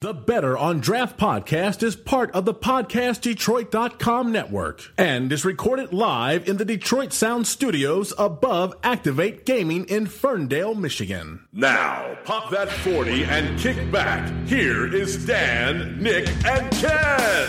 The Better on Draft podcast is part of the PodcastDetroit.com network and is recorded live in the Detroit Sound Studios above Activate Gaming in Ferndale, Michigan. Now, pop that 40 and kick back. Here is Dan, Nick, and Ken.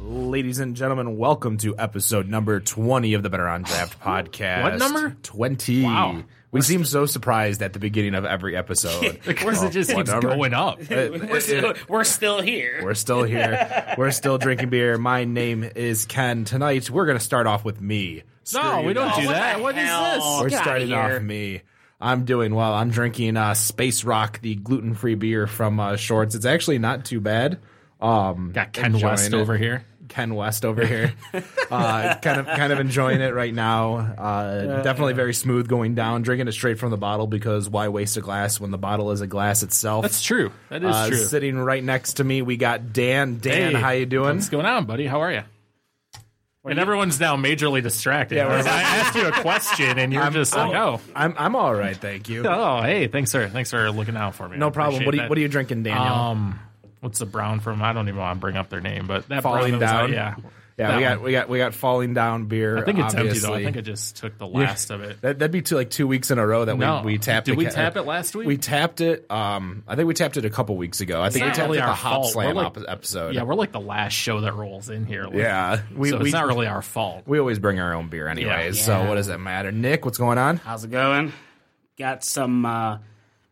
Ladies and gentlemen, welcome to episode number 20 of the Better on Draft podcast. What number? 20. Wow. We seem so surprised at the beginning of every episode. Oh, Where's it just What keeps number? going up? It- We're it- still, we're still here. We're still here. We're still drinking beer. My name is Ken. Tonight, we're going to start off with me. No, we don't Oh, do what that. the What is hell? this? We're Get outta starting here. off me. I'm doing well. I'm drinking uh, Space Rock, the gluten free beer from uh, Shorts. It's actually not too bad. Um, Got Ken enjoying West it. over here. Ken West over here. uh, kind of kind of enjoying it right now. Uh, definitely very smooth going down. Drinking it straight from the bottle because why waste a glass when the bottle is a glass itself? That's true. That is Uh, true. Sitting right next to me, we got Dan. Dan, Hey, how you doing? What's going on, buddy? How are you? And everyone's now majorly distracted. Yeah, we're- I asked you a question, and you're just like, "Oh, I'm I'm all right, thank you. oh, hey, thanks for thanks for looking out for me. No problem. What are you, what are you drinking, Daniel? Um, what's the brown from? I don't even want to bring up their name, but that Falling brown that was out- Down? yeah, yeah, we that got we got we got falling down beer. I think it's empty though. I obviously. think it just took the last of it. That, that'd be two, like two weeks in a row that No. we, we tapped. Did the we ca- tap it last week? We tapped it. Um, I think we tapped it a couple weeks ago. I think we not tapped really it the our Hop fault. We're Slam like- op- episode. Yeah, we're like the last show that rolls in here. Like, yeah. We so we, it's not really our fault. we always bring our own beer anyways. Yeah. So Yeah. what does that matter? Nick, what's going on? Uh, How's it going? Got some uh,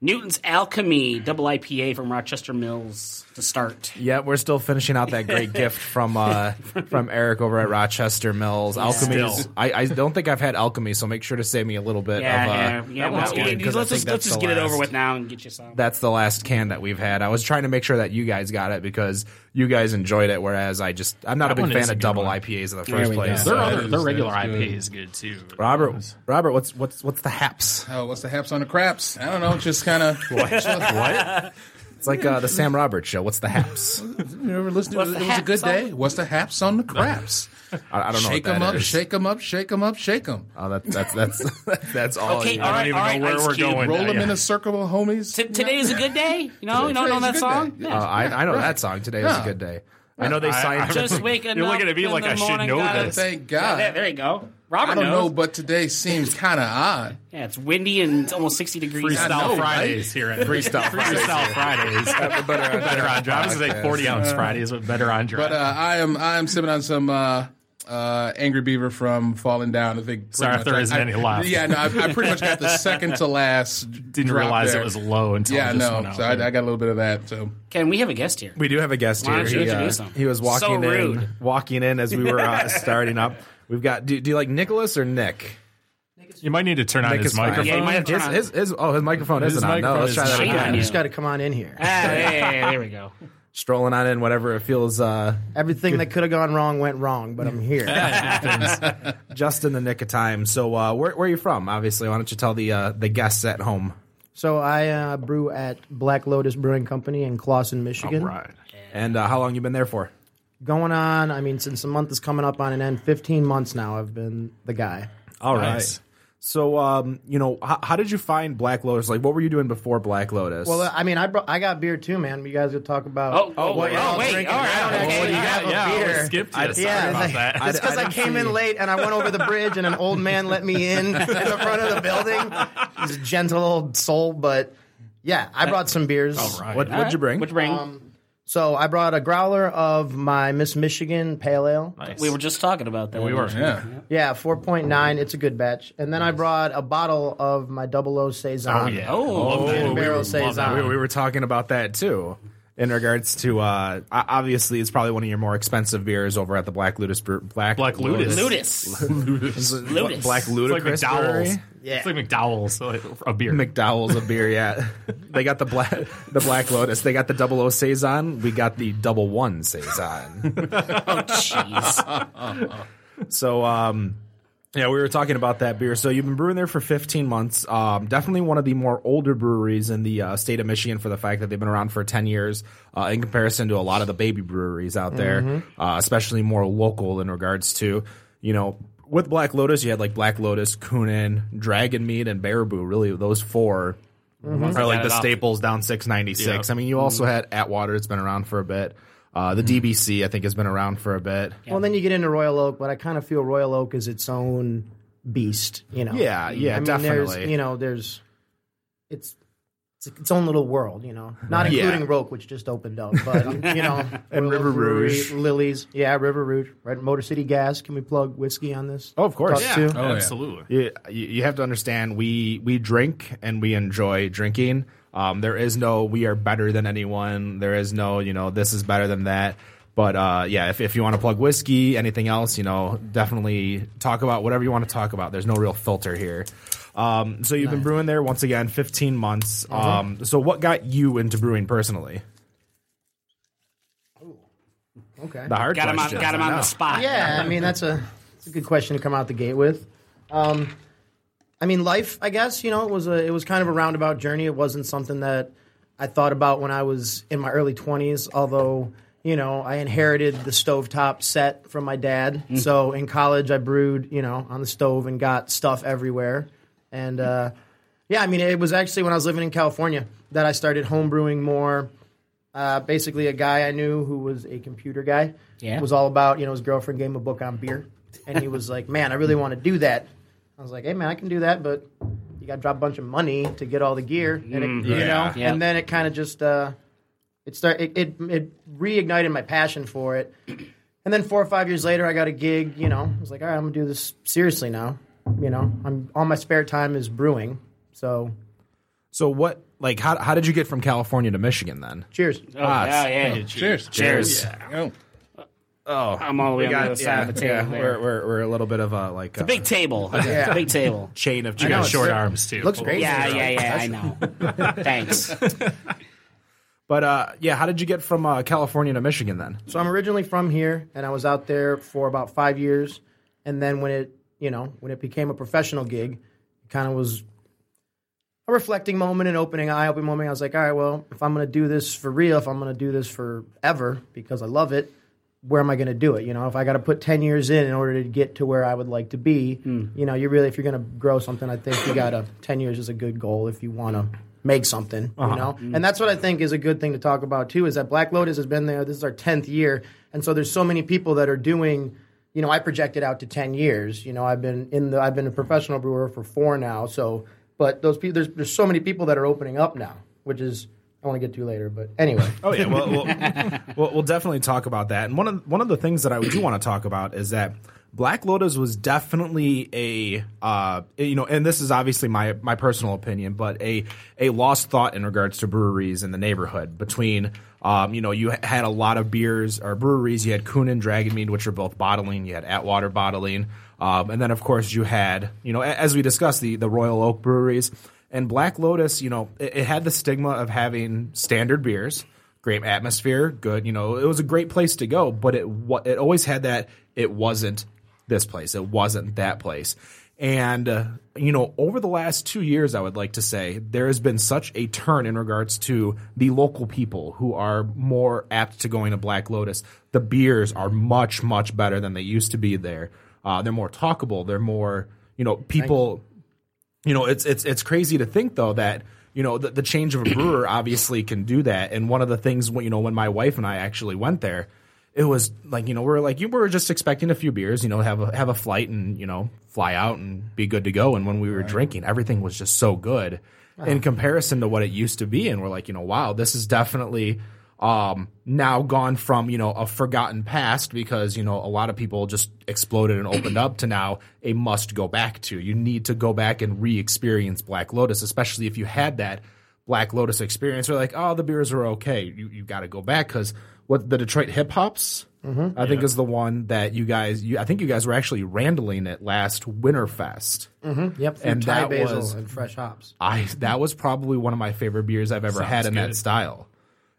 Newton's Alchemy double IPA from Rochester Mills to start. Yeah, we're still finishing out that great gift from uh, from Eric over at Rochester Mills. Alchemy. is- Still. I, I don't think I've had alchemy, so make sure to save me a little bit Yeah, yeah, of uh, yeah. one's well, good, 'cause I think let's just, that's let's just the get it over last. with now and get you some. that's the last can that we've had. I was trying to make sure that you guys got it because you guys enjoyed it, whereas I just I'm not That a big one is fan a of good double one. IPAs in the first we place. go. Their Yeah, other, it their is- regular it's good. IPA is good too. Robert, Robert, what's what's what's the haps? Oh, what's the haps on the craps? I don't know. Just kind of. what? It's like uh, the Sam Roberts show. What's the haps? You ever listen to What's it? the It was a good haps on- day. What's the haps on the craps? I, I don't know. Shake what that them up, is. shake them up, shake them up, shake them. Oh, that, that's that's that's all. Okay, you- all right, even all right. know where Ice we're Cube. going. Roll Yeah, them yeah. in a circle of homies. T- today is a good day. You know, you don't know Today's a that good song. day. Uh, I I know that song. Today is a Yeah. good day. I know they signed. Just waking You're up. looking at me in like the I should morning, know gotta- this. Thank Yeah, God. there, there you go. Robert I don't knows. know, but today seems kind of odd. yeah, it's windy and it's almost sixty degrees. Freestyle know, Fridays here at Freestyle Freestyle Fridays. better, better on draft. I was gonna say forty ounce Fridays, but better on draft. But uh, I am I am sipping on some uh, uh, Angry Beaver from Falling Down. I think. pretty Sorry if much- there I- isn't I- any left. Yeah, no, I, I pretty much got the second to last. Didn't drop realize there. it was low until Yeah, I just no. went out. So I, I got a little bit of that. So Ken, we have a guest here. We do have a guest Why here. don't you He, uh, introduce him? he was So walking in, rude. walking in as we were uh, starting up. We've got. Do, do you like Nicholas or Nick? you might need to turn on Nick his is fine. microphone. Yeah, you might have His, turned on- his, his, oh, his microphone His isn't on. No, microphone let's try is that shiny. again. Yeah. You just got to come on in here. Ah, hey, there we go. Strolling on in, whatever it feels. Uh, Everything that could have gone wrong went wrong, but I'm here. just in the nick of time. So, uh, where, where are you from? Obviously, why don't you tell the uh, the guests at home? so I uh, brew at Black Lotus Brewing Company in Clawson, Michigan. And uh, how long you been there for? Going on, I mean, since the month is coming up on an end, 15 months now I've been the guy. All right. Nice. So, um, you know, how, how did you find Black Lotus? Like, what were you doing before Black Lotus? Well, uh, I mean, I brought, I got beer too, man. You guys could talk about. Oh, oh, well, yeah, oh, wait. drinking All right. now. okay, Well, what do you all got? right. yeah, beer. I skipped you. I- Sorry Yeah, about that. it's because I I, didn't came in late and I went over the bridge and an old man let me in in the front of the building. He's a gentle old soul, but yeah, I brought some beers. All right. what, what'd you bring? Which ring? So I brought a growler of my Miss Michigan Pale Ale. Nice. we were just talking about that. We were. yeah, Yeah, 4.9. It's a good batch. And then I brought a bottle of my Double O Saison. Oh yeah. Oh. Love that. And barrel would love that. saison. we, we were talking about that too in regards to uh, o- obviously it's probably one of your more expensive beers over at the Black Ludus Bre- Black Black Ludus. Ludus. Ludus. Ludus. Black It's like Ludicrous McDowell's. Brewery. Yeah. It's like McDowell's so a beer. McDowell's a beer, yeah. they got the black the Black Lotus. They got the double O Saison. We got the double one Saison. Jeez. so um yeah, we were talking about that beer. So you've been brewing there for 15 months. Um, definitely one of the more older breweries in the uh, state of Michigan for the fact that they've been around for 10 years uh, in comparison to a lot of the baby breweries out there, uh, especially more local in regards to, you know, with Black Lotus, you had like Black Lotus, Kunin, Dragon Meat, and Baraboo. Really, those four are like the staples down 696. I mean, you also had Atwater. It's been around for a bit. Uh, the DBC, I think, has been around for a bit. Well, then you get into Royal Oak, but I kind of feel Royal Oak is its own beast. You know. Yeah, yeah, I mean, There's, definitely. you know, there's it's. It's its own little world, you know. Not including Yeah. Roke, which just opened up, but you know, And Royal River Oak Brewery, Rouge. Lilies, yeah, River Rouge, right? Motor City Gas. Can we plug whiskey on this? Oh, of course. Talk Yeah. to? yeah. Absolutely. you, you you have to understand we we drink and we enjoy drinking. Um, there is no we are better than anyone. There is no you know this is better than that. But uh, yeah, if, if you want to plug whiskey, anything else, you know, definitely talk about whatever you want to talk about. There's no real filter here. Um, so you've been brewing there once again, 15 months. Um, so what got you into brewing personally? Okay. The hard Got him on, question. got him on the spot. Yeah, I mean that's a that's a good question to come out the gate with. Um, I mean, life. I guess you know it was a it was kind of a roundabout journey. It wasn't something that I thought about when I was in my early twenties. Although you know I inherited the stovetop set from my dad. So in college I brewed you know on the stove and got stuff everywhere. And uh, yeah, I mean it was actually when I was living in California that I started homebrewing more uh, basically a guy I knew who was a computer guy. Yeah. Was all about, you know, his girlfriend gave him a book on beer. And he was like, man, I really want to do that. I was like, hey, man, I can do that, but you got to drop a bunch of money to get all the gear. And it, you know? Yeah. And then it kind of just, uh, it, start, it, it, it reignited my passion for it. And then four or five years later, I got a gig, you know, I was like, all right, I'm going to do this seriously now. You know, I'm all my spare time is brewing. So So what like how how did you get from California to Michigan then? cheers. Oh, yeah, yeah. Cheers. Cheers. Oh. I'm all the way on the other side of the table. there. we're, we're we're a little bit of a like uh, a Big table. It's a Big table. chain of You know, got it's short very- arms too. Looks great. Yeah, yeah, yeah. I know. Thanks. But uh, yeah, how did you get from uh, California to Michigan then? So I'm originally from here, and I was out there for about five years, and then when it, you know, when it became a professional gig, it kind of was a reflecting moment, an opening eye opening moment. I was like, all right, well, if I'm going to do this for real, if I'm going to do this forever because I love it, where am I going to do it? You know, if I got to put ten years in in order to get to where I would like to be, Hmm. you know, you really, if you're going to grow something, I think you got to ten years is a good goal if you want to make something. Uh-huh. You know, Hmm. and that's what I think is a good thing to talk about too. Is that Black Lotus has been there? This is our tenth year, and so there's so many people that are doing you know, I projected out to ten years. You know, I've been in the I've been a professional brewer for four now. So, but those people, there's there's so many people that are opening up now, which is I want to get to later. But anyway, Oh yeah, well we'll, we'll, we'll definitely talk about that. And one of one of the things that I do want to talk about is that Black Lotus was definitely a uh, you know, and this is obviously my my personal opinion, but a a lost thought in regards to breweries in the neighborhood between. Um, you know, you had a lot of beers or breweries. You had Kuhn and Dragonmead, which are both bottling. You had Atwater bottling, um, and then of course you had, you know, a- as we discussed, the the Royal Oak breweries and Black Lotus. You know, it, it had the stigma of having standard beers, great atmosphere, good. You know, it was a great place to go, but it wa- it always had that it wasn't this place, it wasn't that place. And uh, you know, over the last two years, I would like to say there has been such a turn in regards to the local people who are more apt to going to Black Lotus. The beers are much much better than they used to be there. Uh, they're more talkable. They're more you know people you know it's it's it's crazy to think though that you know the, the change of a brewer obviously can do that and one of the things when you know when my wife and i actually went there it was like you know we are like you were just expecting a few beers you know have a have a flight and you know fly out and be good to go and when we were drinking everything was just so good in comparison to what it used to be and we're like you know wow this is definitely um now gone from you know a forgotten past because you know a lot of people just exploded and opened up to now a must go back to you need to go back and re-experience black lotus especially if you had that Black Lotus experience, we're like, oh, the beers are okay. You you got to go back because what the Detroit Hip Hops, I think, is the one that you guys. You, I think you guys were actually randling it last Winterfest. Yep, And and Thai that basil was- and fresh hops. I that was probably one of my favorite beers I've ever had in that style.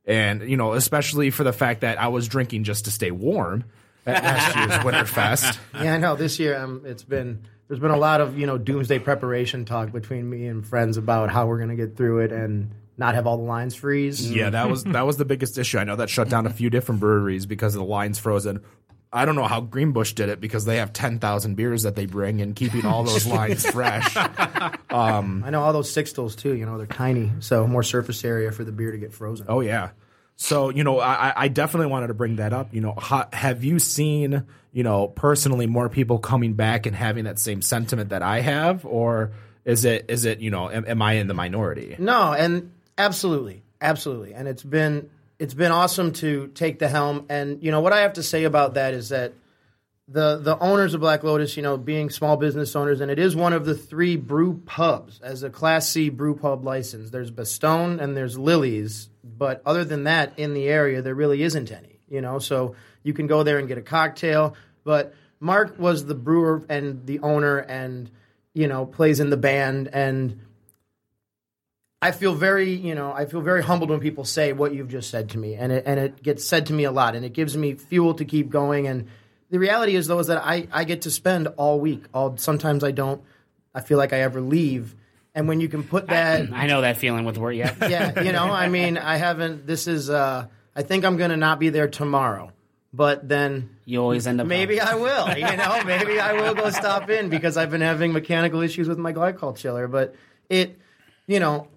And you know, especially for the fact that I was drinking just to stay warm at last year's Winterfest. Yeah, I know. This year, um, it's been there's been a lot of you know doomsday preparation talk between me and friends about how we're gonna get through it and not have all the lines freeze. Yeah, that was that was the biggest issue. I know that shut down a few different breweries because of the lines frozen. I don't know how Greenbush did it because they have ten thousand beers that they bring and keeping all those lines fresh. I know all those sixtals too. You know, they're tiny, so more surface area for the beer to get frozen. Oh yeah. So you know, I, I- I definitely wanted to bring that up. You know, ha, have you seen you know personally more people coming back and having that same sentiment that I have, or is it is it you know am, am I in the minority? No, and absolutely, absolutely, and it's been it's been awesome to take the helm. And you know what I have to say about that is that the the owners of Black Lotus, you know, being small business owners, and it is one of the three brew pubs as a Class C brew pub license. There's Bastogne and there's Lily's, but other than that, in the area there really isn't any. You know, so you can go there and get a cocktail. But Mark was the brewer and the owner, and you know, plays in the band and. I feel very, you know, I feel very humbled when people say what you've just said to me, and it and it gets said to me a lot, and it gives me fuel to keep going. And the reality is, though, is that I I get to spend all week. All sometimes I don't. I feel like I ever leave, and when you can put that, I know that feeling with where yeah. yeah, you know, I mean, I haven't. This is. uh I think I'm going to not be there tomorrow, but then You always end up Maybe I will. You know, maybe I will go stop in because I've been having mechanical issues with my glycol chiller. But it, you know,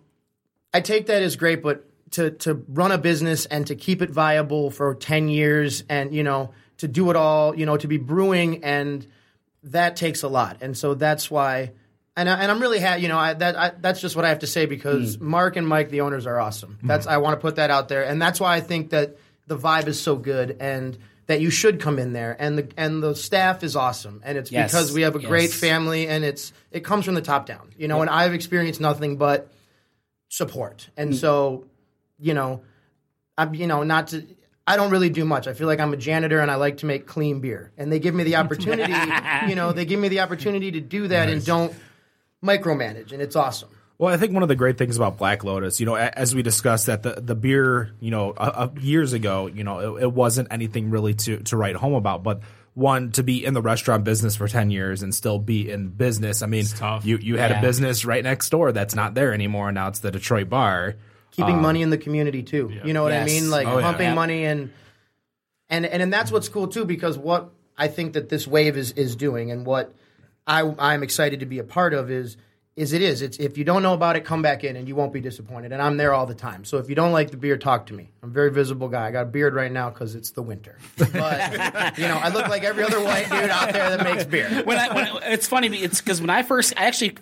I take that as great. But to to run a business and to keep it viable for ten years, and you know, to do it all, you know, to be brewing and that takes a lot, and so that's why. And, I, and I'm really happy, you know. I, that I, that's just what I have to say because Hmm. Mark and Mike, the owners, are awesome. That's I want to put that out there, and that's why I think that the vibe is so good, and that you should come in there, and the and the staff is awesome, and it's Yes. because we have a great Yes. family, and it's it comes from the top down, you know. And I've experienced nothing but support, Hmm. and so you know, I'm you know not to. I don't really do much. I feel like I'm a janitor and I like to make clean beer. And they give me the opportunity, you know, they give me the opportunity to do that and don't micromanage and it's awesome. Well, I think one of the great things about Black Lotus, you know, a- as we discussed that the, the beer, you know, uh, uh, years ago, you know, it, it wasn't anything really to, to write home about. But one, to be in the restaurant business for 10 years and still be in business. I mean, tough. you, you had a Yeah. business right next door that's not there anymore. Now it's the Detroit Bar. Keeping money in the community too. You know what I Yes. mean? Like Oh, yeah. pumping Yeah. money and and and and that's what's cool too because what I think that this wave is is doing and what I I'm excited to be a part of is is it is it's if you don't know about it come back in and you won't be disappointed and I'm there all the time so if you don't like the beer talk to me I'm a very visible guy I got a beard right now because it's the winter but you know I look like every other white dude out there that makes beer when I, when, it's funny. be- It's because when I first, I actually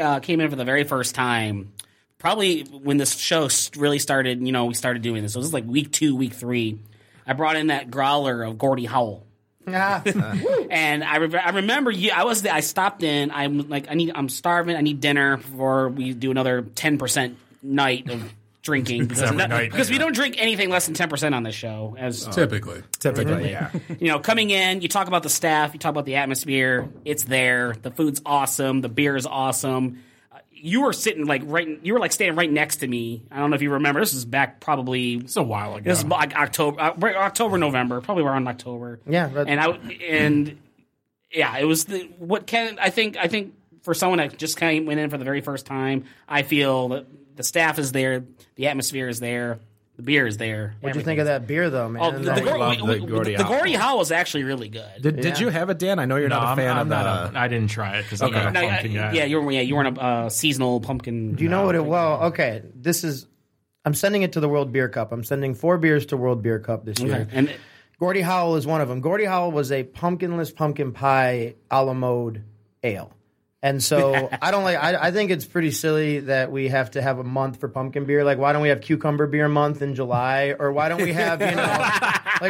uh, came in for the very first time. Probably when this show s- really started, you know, we started doing this. So this is like week two, week three. I brought in that growler of Gordy Howell, yeah and I, re- I remember you. I was there, I stopped in. I'm like, I need. I'm starving. I need dinner before we do another ten percent night of drinking because, every night. Oh, because we don't drink anything less than ten percent on this show. As Typically. Typically, yeah. you know, coming in, you talk about the staff, you talk about the atmosphere. It's there. The food's awesome. The beer is awesome. Uh, You were sitting like right. You were like standing right next to me. I don't know if you remember. This is back probably. It's a while ago. This is like October, uh, right, October, November. Probably around October. Yeah, that- and I and yeah, it was the what Ken. I think I think for someone that just kind of went in for the very first time, I feel that the staff is there, the atmosphere is there, the beer is there. what do you think of that beer though man Oh, the, the, Like- Gor- love we- the we- Gordy the Howe. Gordy Howe is actually really good. Did, did you have it, Dan? I know you're no, not I'm, a fan I'm of not. that. a, uh, I didn't try it because I'm No, not a I- pumpkin guy. yeah, you were yeah, you weren't a uh, seasonal pumpkin. Do you know what it? Well, okay. This is. I'm sending it to the World Beer Cup. I'm sending four beers to World Beer Cup this year. And Gordy Howell is one of them. Gordy Howell was a pumpkinless pumpkin pie a la mode ale, And so I don't like. I, I think it's pretty silly that we have to have a month for pumpkin beer. Like, why don't we have cucumber beer month in July, or why don't we have you know,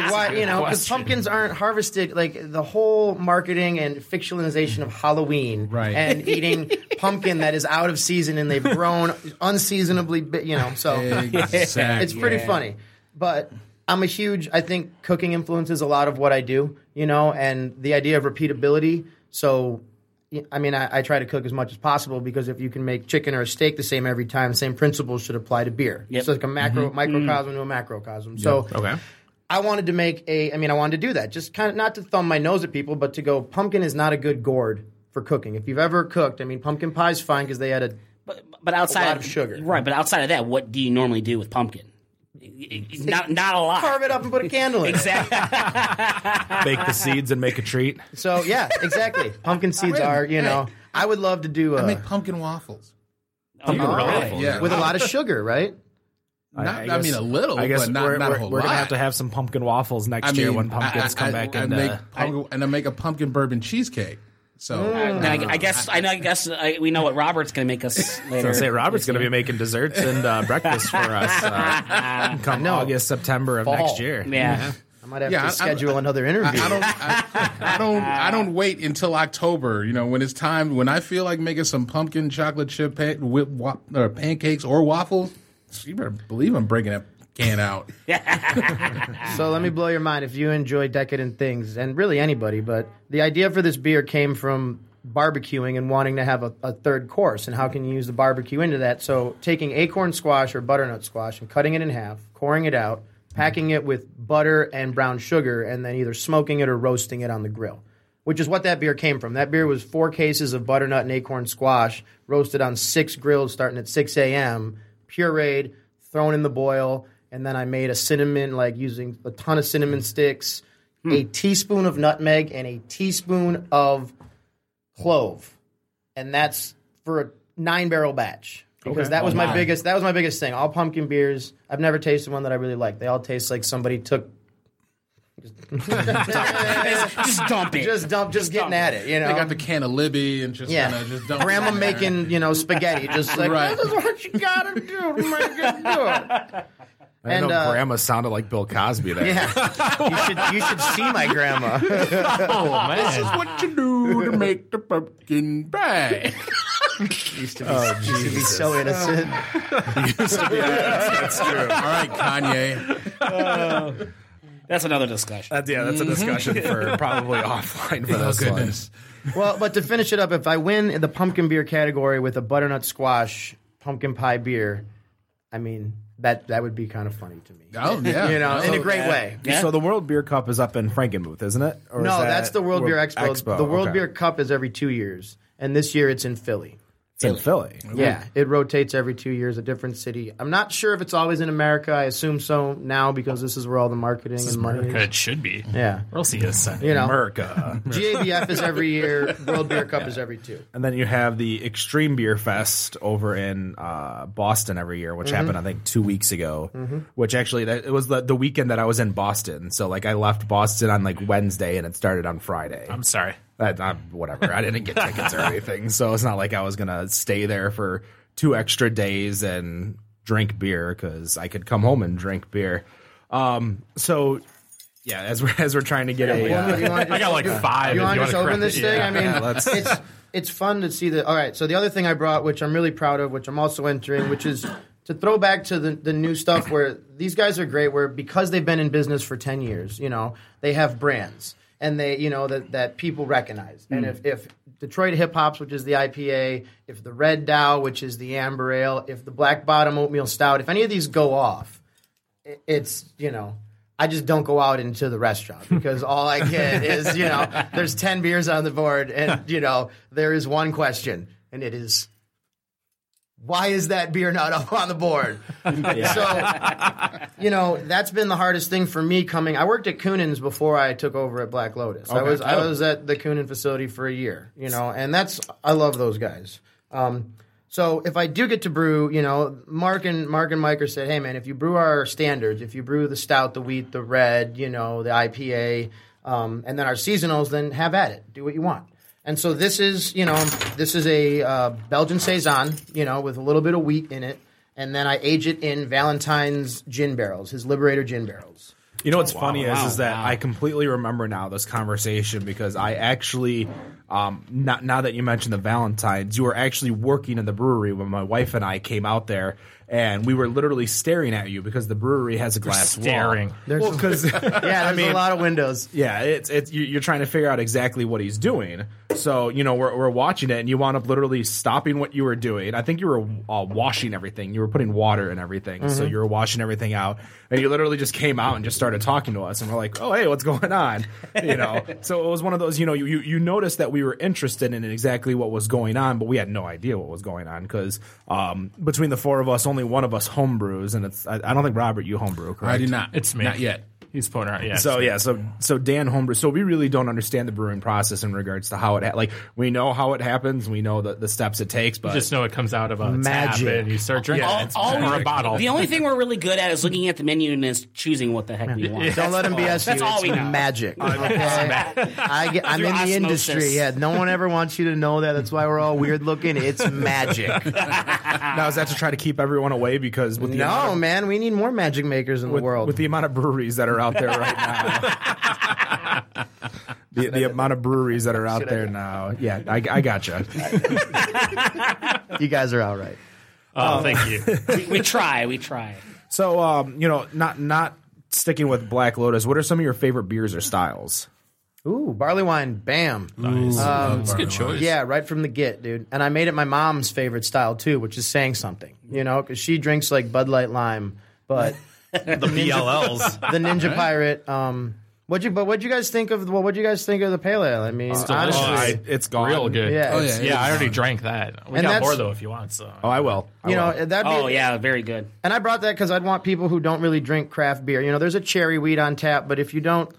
like why you know, because pumpkins aren't harvested. Like the whole marketing and fictionalization of Halloween, Right. And eating pumpkin that is out of season and they've grown unseasonably. bi- You know, so Exactly. it's pretty funny. But I'm a huge. I think cooking influences a lot of what I do. You know, and the idea of repeatability. So, y- I mean, I, I try to cook as much as possible because if you can make chicken or a steak the same every time, same principles should apply to beer. So it's like a macro microcosm to a macrocosm. So Okay. I wanted to make a. I mean, I wanted to do that. Just kind of not to thumb my nose at people, but to go. Pumpkin is not a good gourd for cooking. If you've ever cooked, I mean, pumpkin pie's fine because they had a But outside lot of sugar. right? But outside of that, what do you normally do with pumpkin? It- it- Not not a lot. carve it up and put a candle in. Exactly. uh, Bake the seeds and make a treat. So yeah, exactly. Pumpkin seeds are, you know, I would love to do I a make pumpkin waffles. really? Yeah. with a lot of sugar, right? Not, I, mean, a little, I guess but not, we're, not a we're- whole we're lot. gonna have to have some pumpkin waffles next I mean, year when pumpkins I, I, come I, back I and make uh, pumpkin, and I make a pumpkin bourbon cheesecake. So Mm. And I, I guess I, know- I guess I, we know what Robert's going to make us later. I say Robert's going to be making desserts and uh, breakfast for us uh, come August, September of next year. yeah. I might have Yeah, I- I- to schedule another interview. I don't. I, I don't. I don't wait until October. You know, when it's time, when I feel like making some pumpkin chocolate chip pan, whip, wa- or pancakes or waffles, you better believe I'm breaking that can out. so let me blow your mind. If you enjoy decadent things, and really anybody, but the idea for this beer came from barbecuing and wanting to have a, a third course, and how can you use the barbecue into that? So taking acorn squash or butternut squash and cutting it in half, coring it out, packing it with butter and brown sugar, and then either smoking it or roasting it on the grill. which is what that beer came from. That beer was four cases of butternut and acorn squash roasted on six grills starting at 6 a.m., pureed, thrown in the boil, and then I made a cinnamon, like using a ton of cinnamon sticks, a teaspoon of nutmeg, and a teaspoon of clove. And that's for a nine barrel batch. Because that was my biggest that was my biggest thing. All pumpkin beers. I've never tasted one that I really liked. They all taste like somebody took Just dump it. just dump just getting at it, you know. I got the can of Libby and just Yeah, kinda just dump it grandma in there. making you know spaghetti, just like Right. this is what you gotta do to make it good. I And know uh, Grandma sounded like Bill Cosby there. yeah, you should you should see my grandma. Oh man. What you do to make the pumpkin bag? used to be, used to be so innocent. That's true. All right, Kanye. That's another discussion. That's, yeah, that's a discussion for probably offline for Oh those goodness. well, but to finish it up, if I win in the pumpkin beer category with a butternut squash pumpkin pie beer, I mean that that would be kind of funny to me. Oh yeah. You know, Oh, in a great way. Yeah. So the World Beer Cup is up in Frankenmuth, isn't it? Or is No, that that's the World Beer Expo. The World okay. Beer Cup is every two years, and this year it's in Philly. It's in Philly. Yeah, it rotates every two years, a different city. I'm not sure if it's always in America. I assume so now because this is where all the marketing and money. is. It should be. Yeah, We'll see this. you know, America. GABF is every year. World Beer Cup is every two. and then you have the Extreme Beer Fest over in uh, Boston every year, which happened I think two weeks ago. Which actually, that, it was the, the weekend that I was in Boston. So like I left Boston on like Wednesday, and it started on Friday. I'm sorry. I, I, whatever. I didn't get tickets or anything, so it's not like I was gonna stay there for two extra days and drink beer because I could come home and drink beer. Um, so yeah, as we're as we're trying to get a uh, I got like five. You if want to wanna just open crack this it. thing? I mean, let's- it's it's fun to see the. All right, so the other thing I brought, which I'm really proud of, which I'm also entering, which is to throw back to the, the new stuff where these guys are great. Where because they've been in business for ten years, you know, they have brands and they, you know, that that people recognize. Hmm. And if if Detroit Hip Hops, which is the IPA, if the Red Dow, which is the amber ale, if the Black Bottom Oatmeal Stout, if any of these go off it's you know I just don't go out into the restaurant because all I get is you know there's ten beers on the board and you know there is one question and it is why is that beer not up on the board? So you know that's been the hardest thing for me coming. I worked at Coonin's before I took over at Black Lotus. I was I was at the Coonin facility for a year, you know, and that's I love those guys. Um, so if I do get to brew, you know, Mark and Mark and Mike are said, hey man, if you brew our standards, if you brew the stout, the wheat, the red, you know, the IPA, um, and then our seasonals, then have at it. Do what you want. And so this is, you know, this is a uh, Belgian saison, you know, with a little bit of wheat in it, and then I age it in Valentine's gin barrels, his Liberator gin barrels. You know what's funny is is that I completely remember now this conversation because I actually um not now that you mentioned the Valentines, you were actually working in the brewery when my wife and I came out there and we were literally staring at you because the brewery has a glass staring. wall. Well, 'cause- Yeah, there's a lot of windows. yeah, it's it's you- you're trying to figure out exactly what he's doing. So you know we're we're watching it, and you wound up literally stopping what you were doing. I think you were uh, washing everything. You were putting water in everything, so you were washing everything out, and you literally just came out and just started talking to us, and we're like, oh hey, what's going on? You know, so it was one of those. You know, you you, you noticed that we were interested in exactly what was going on, but we had no idea what was going on because um, between the four of us, only one of us homebrews, and it's I, I don't think Robert, you homebrew, correct? I do not. It's me. Not yet. He's putting out. Yeah. So yeah, so so Dan Homebrew. So we really don't understand the brewing process in regards to how it ha- like we know how it happens, we know the, the steps it takes, but just know it comes out of a Magic. tap and you start drinking All- it all or we- a bottle. The only thing we're really good at is looking at the menu and is choosing what the heck we want. Don't let him BS you. That's all it's we know. magic. okay? I get, I'm Through in the osmosis. industry. Yeah, no one ever wants you to know that. That's why we're all weird looking. It's magic. now is that to try to keep everyone away because with the amount no, of, man, we need more magic makers in with, the world. with the amount of breweries that are out there right now. The, the amount of breweries that are out there now. Yeah, I, I gotcha. you guys are all right. Oh, thank you. We, we try, we try. So, um, you know, not not sticking with Black Lotus, what are some of your favorite beers or styles? Ooh, barley wine, bam. Um, It's a good choice. Yeah, right from the get, dude. And I made it my mom's favorite style too, which is saying something. You know, because she drinks like Bud Light Lime, but The BLLs. the Ninja Pirate. Um, what you? But what you guys think of? Well, what you guys think of the pale ale? I mean, honestly, delicious. I- it's gone. oh, Real good. yeah, Oh, it's- yeah. Yeah, I already drank that. We And got that's- more though if you want. So Oh, I will. I You know, will. that'd be Oh yeah, very good. And I brought that because I'd want people who don't really drink craft beer. You know, there's a cherry wheat on tap, but if you don't,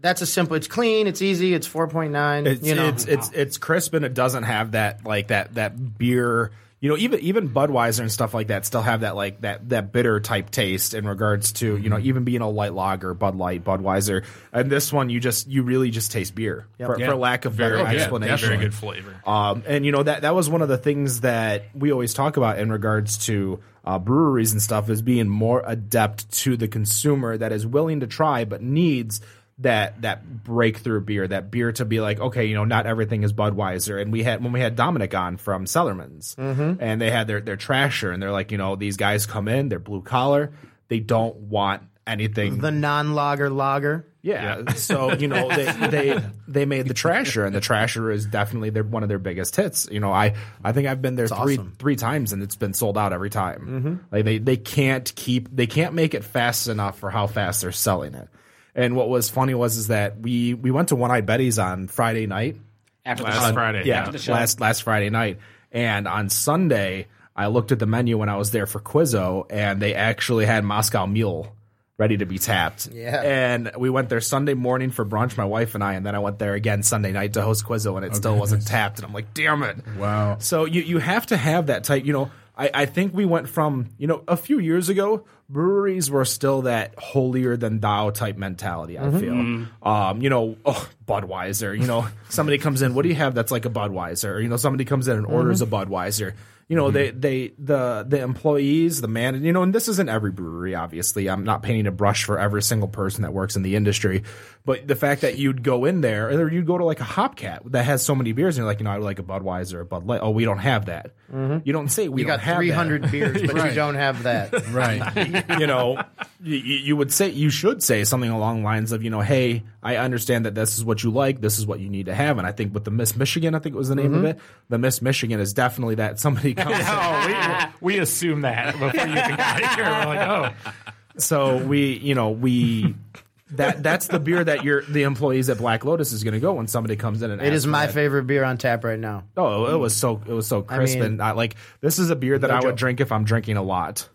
that's a simple. It's clean. It's easy. It's four point nine. It's You know, it's, it's it's crisp and it doesn't have that like that that beer. You know, even even Budweiser and stuff like that still have that like that that bitter type taste in regards to you know Mm-hmm. even being a light lager, Bud Light, Budweiser, and this one you just you really just taste beer for, for lack of better Oh, yeah, explanation. Very good flavor. Um, and you know that that was one of the things that we always talk about in regards to uh, breweries and stuff is being more adept to the consumer that is willing to try but needs that that breakthrough beer, that beer to be like, okay, you know, not everything is Budweiser. And we had when we had Dominic on from Sellerman's, and they had their their trasher, and they're like, you know, these guys come in, they're blue collar, they don't want anything the non lager lager. yeah. So you know they, they they made the Trasher, and the Trasher is definitely their one of their biggest hits. You know, I I think I've been there three three times, and it's been sold out every time. Like they they can't keep they can't make it fast enough for how fast they're selling it. And what was funny was is that we we went to One Eye Betty's on Friday night. After Last the show. Friday. Yeah, last last Friday night, and on Sunday I looked at the menu when I was there for Quizzo, and they actually had Moscow Mule ready to be tapped. Yeah. and we went there Sunday morning for brunch, my wife and I, and then I went there again Sunday night to host Quizzo, and it still wasn't tapped, and I'm like, damn it! Wow. So you you have to have that type. You know, I, I think we went from you know a few years ago, breweries were still that holier than thou type mentality. I feel, um, you know, oh, Budweiser. You know, somebody comes in, what do you have that's like a Budweiser? Or, you know, somebody comes in and orders a Budweiser. You know, they they the the employees, the man, you know, and this isn't every brewery. Obviously, I'm not painting a brush for every single person that works in the industry, but the fact that you'd go in there or you'd go to like a Hopcat that has so many beers, and you're like, you know, I would like a Budweiser, a Bud Light. Oh, we don't have that. You don't say we You don't got have that. three hundred beers, but Right. you don't have that. Right. you know, you, you would say you should say something along the lines of, you know, hey, I understand that this is what you like, this is what you need to have, and I think with the Miss Michigan, I think it was the name of it, the Miss Michigan is definitely that somebody comes. in- Oh, we, we assume that before you even got here. We're like, oh, So we, you know, we. That that's the beer that your the employees at Black Lotus is going to go when somebody comes in and It asks is for my that. favorite beer on tap right now. Oh, it was so it was so crisp mean- and I, like this is a beer that I would drink if I'm drinking a lot.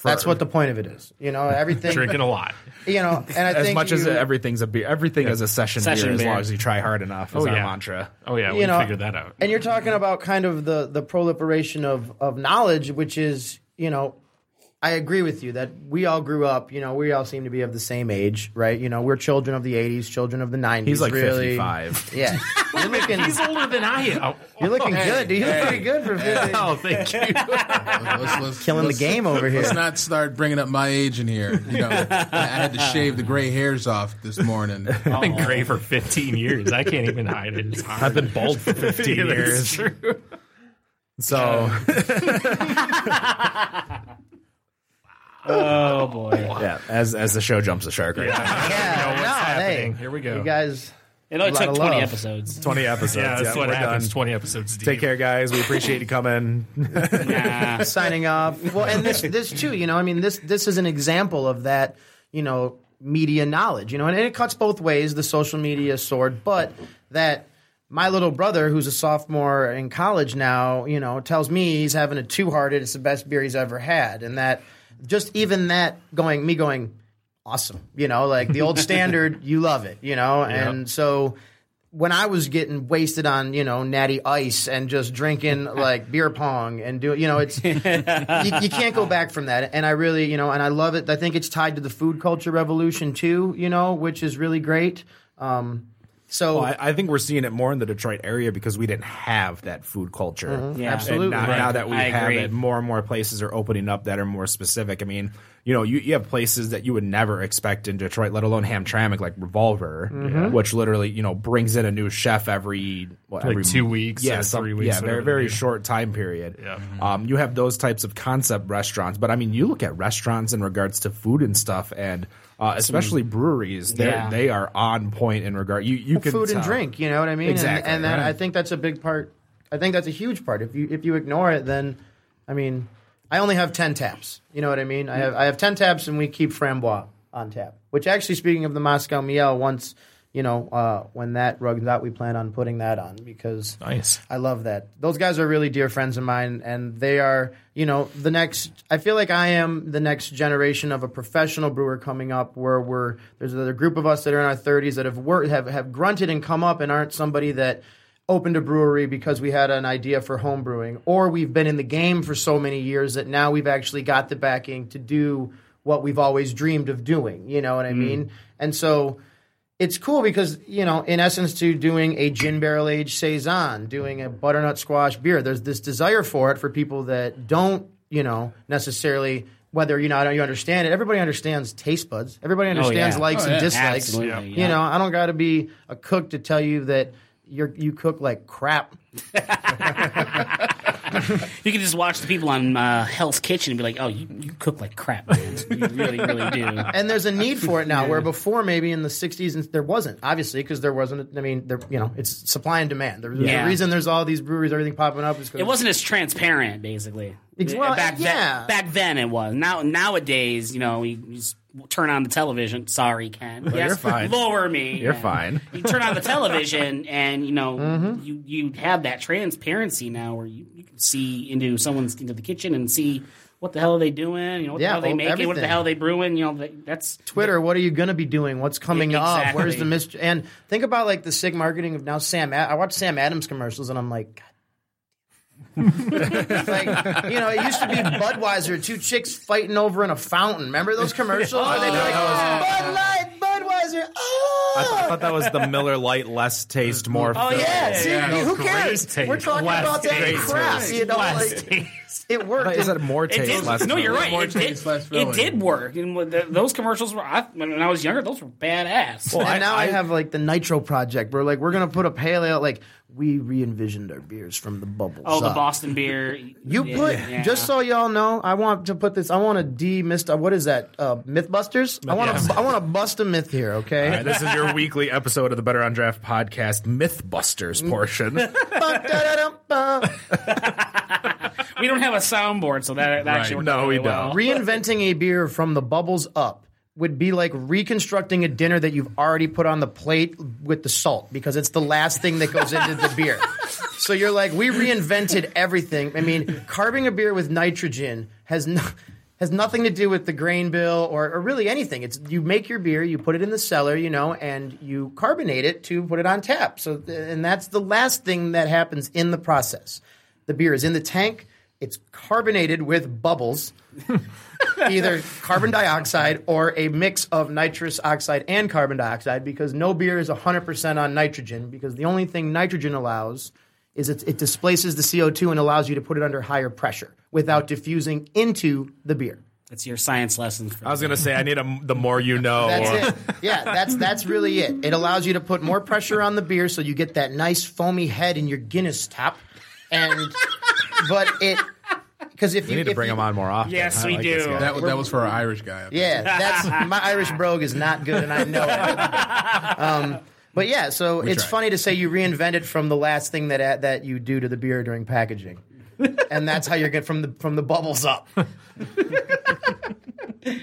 That's what the point of it is. You know, everything. drinking a lot. You know, and I As think much as you- everything's a beer, everything is a session, Session beer, as beer. long as you try hard enough. Is Oh, our yeah. mantra. Oh yeah, we you know, figured that out. And you're talking about kind of the the proliferation of of knowledge, which is you know I agree with you that we all grew up. You know, we all seem to be of the same age, right? You know, we're children of the '80s, children of the '90s. He's like really. 55. Yeah, you're looking, He's older than I am. Oh, you're looking good. dude. You look hey. pretty good for 50. oh, thank you. Let's- let's- Killing the let's- game over here. Let's not start bringing up my age in here. You know, I, I had to shave the gray hairs off this morning. I've been gray for 15 years. I can't even hide it. It's hard. I've been bald for 15 years. So Oh boy! yeah, as as the show jumps the shark right now. Yeah, no, happening. hey, Here we go. You guys, It only lot took of twenty love. episodes. 20 episodes. Yeah, that's what we're happens. done. 20 episodes deep. Take care, guys. We appreciate you coming. Nah. signing off. Well, and this this too, you know, I mean this this is an example of that, you know, media knowledge, you know, and, and it cuts both ways, the social media sword, but that my little brother, who's a sophomore in college now, you know, tells me he's having a two hearted, it's the best beer he's ever had. And that just even that going me going, awesome. You know, like the old standard, you love it, you know? And so when I was getting wasted on, you know, natty ice and just drinking like beer pong and do you know, it's you, you can't go back from that. And I really, you know, and I love it. I think it's tied to the food culture revolution too, you know, which is really great. Um, so Well, I, I think we're seeing it more in the Detroit area because we didn't have that food culture. Mm-hmm. Yeah. Absolutely. And now, Right. now that we I have agree. it, more and more places are opening up that are more specific. I mean, you know, you, you have places that you would never expect in Detroit, let alone Hamtramck, like Revolver, Mm-hmm. which literally you know brings in a new chef every what, Like every two m- weeks yeah, or some- three weeks, yeah, very whatever very they do. short time period. Yeah, um, you have those types of concept restaurants, but I mean, you look at restaurants in regards to food and stuff, and uh, especially breweries, they Yeah. they are on point in regard. You you can food and tell. drink. You know what I mean? Exactly, And, and that, right. I think that's a big part. I think that's a huge part. If you if you ignore it, then I mean, I only have ten taps. You know what I mean? I have I have ten taps, and we keep Frambois on tap. Which actually, speaking of the Moscow Miel, once you know uh, when that rugs out, we plan on putting that on because Nice. I love that. Those guys are really dear friends of mine, and they are, you know, the next. I feel like I am the next generation of a professional brewer coming up, where we're there's a group of us that are in our 30s that have worked, have have grunted and come up, and aren't somebody that opened a brewery because we had an idea for home brewing, or we've been in the game for so many years that now we've actually got the backing to do what we've always dreamed of doing. You know what I mean? And so it's cool because you know, in essence, to doing a gin barrel aged saison, doing a butternut squash beer, there's this desire for it for people that don't, you know, necessarily whether you know I don't- you understand it. Everybody understands taste buds. Everybody understands yeah. likes Oh, and yeah. dislikes. Absolutely, yeah. You know, I don't got to be a cook to tell you that you're you cook like crap. You can just watch the people on uh, Hell's Kitchen and be like, "Oh, you, you cook like crap, man. You really, really do." And there's a need for it now, where before maybe in the '60s and there wasn't, obviously, because there wasn't. I mean, there you know, it's supply and demand. There's Yeah. a reason there's all these breweries, everything popping up. Is It wasn't as transparent, basically. Ex- well, back yeah. then, back then it was. Now, nowadays, you know, you, you just turn on the television. Sorry, Ken. yes, you're fine. Lower me. You're Yeah. fine. You turn on the television, and you know, Mm-hmm. you you have that transparency now, where you, you can see into someone's into the kitchen and see what the hell are they doing. You know, what Yeah, the hell they oh, making, what the everything. hell they brewing. You know, that, that's Twitter, what are you going to be doing? What's coming up? Exactly. Where's the mist? And think about like the SIG marketing of now Sam. Ad- I watch Sam Adams commercials and I'm like, God. It's like, you know, it used to be Budweiser, two chicks fighting over in a fountain. Remember those commercials? where they'd be like, Bud Light, Budweiser. Oh, I, th- I thought that was the Miller Light, less taste, more. oh fill. yeah. See, yeah. who Great cares? taste. We're talking Less about that taste. crap. You know, like, it worked. Is that more It taste? did, less no, you're filler? right. More It taste, did, less filling. it did work. And with the, those commercials were I, when I was younger. Those were badass. and I- now I, I- have like the Nitro project where like we're gonna put a pale ale like we re-envisioned our beers from the bubbles. oh, the up. Boston beer. You Yeah, put yeah. just so y'all know, I want to put this. I want to demyst. uh, What is that? Uh, MythBusters. I want to. I want to bust a myth here. All Okay. right, this is your weekly episode of the Better on Draft podcast, Mm. MythBusters portion. Ba-da-da-dum-ba. we don't have a soundboard, so that, that actually worked No, out we really well. Reinventing a beer from the bubbles up would be like reconstructing a dinner that you've already put on the plate with the salt because it's the last thing that goes into the beer. So you're like, we reinvented everything. I mean, carving a beer with nitrogen has no, has nothing to do with the grain bill or, or really anything. It's you make your beer, you put it in the cellar, you know, and you carbonate it to put it on tap. So and that's the last thing that happens in the process. The beer is in the tank It's carbonated with bubbles, either carbon dioxide or a mix of nitrous oxide and carbon dioxide, because no beer is 100% on nitrogen, because the only thing nitrogen allows is it, it displaces the CO2 and allows you to put it under higher pressure without diffusing into the beer. That's your science lessons. For I was gonna say I need a the more you know. That's it. Yeah, that's that's really it. It allows you to put more pressure on the beer, so you get that nice foamy head in your Guinness top, and but it because if We you need to if bring you- them on more often. Yes, I we like this do. guy. That, that was for our Irish guy. up there. Yeah, that's my Irish brogue is not good, and I know it. Um, but yeah, so it's tried. funny to say you reinvented from the last thing that that you do to the beer during packaging, and that's how you're getting from the from the bubbles up.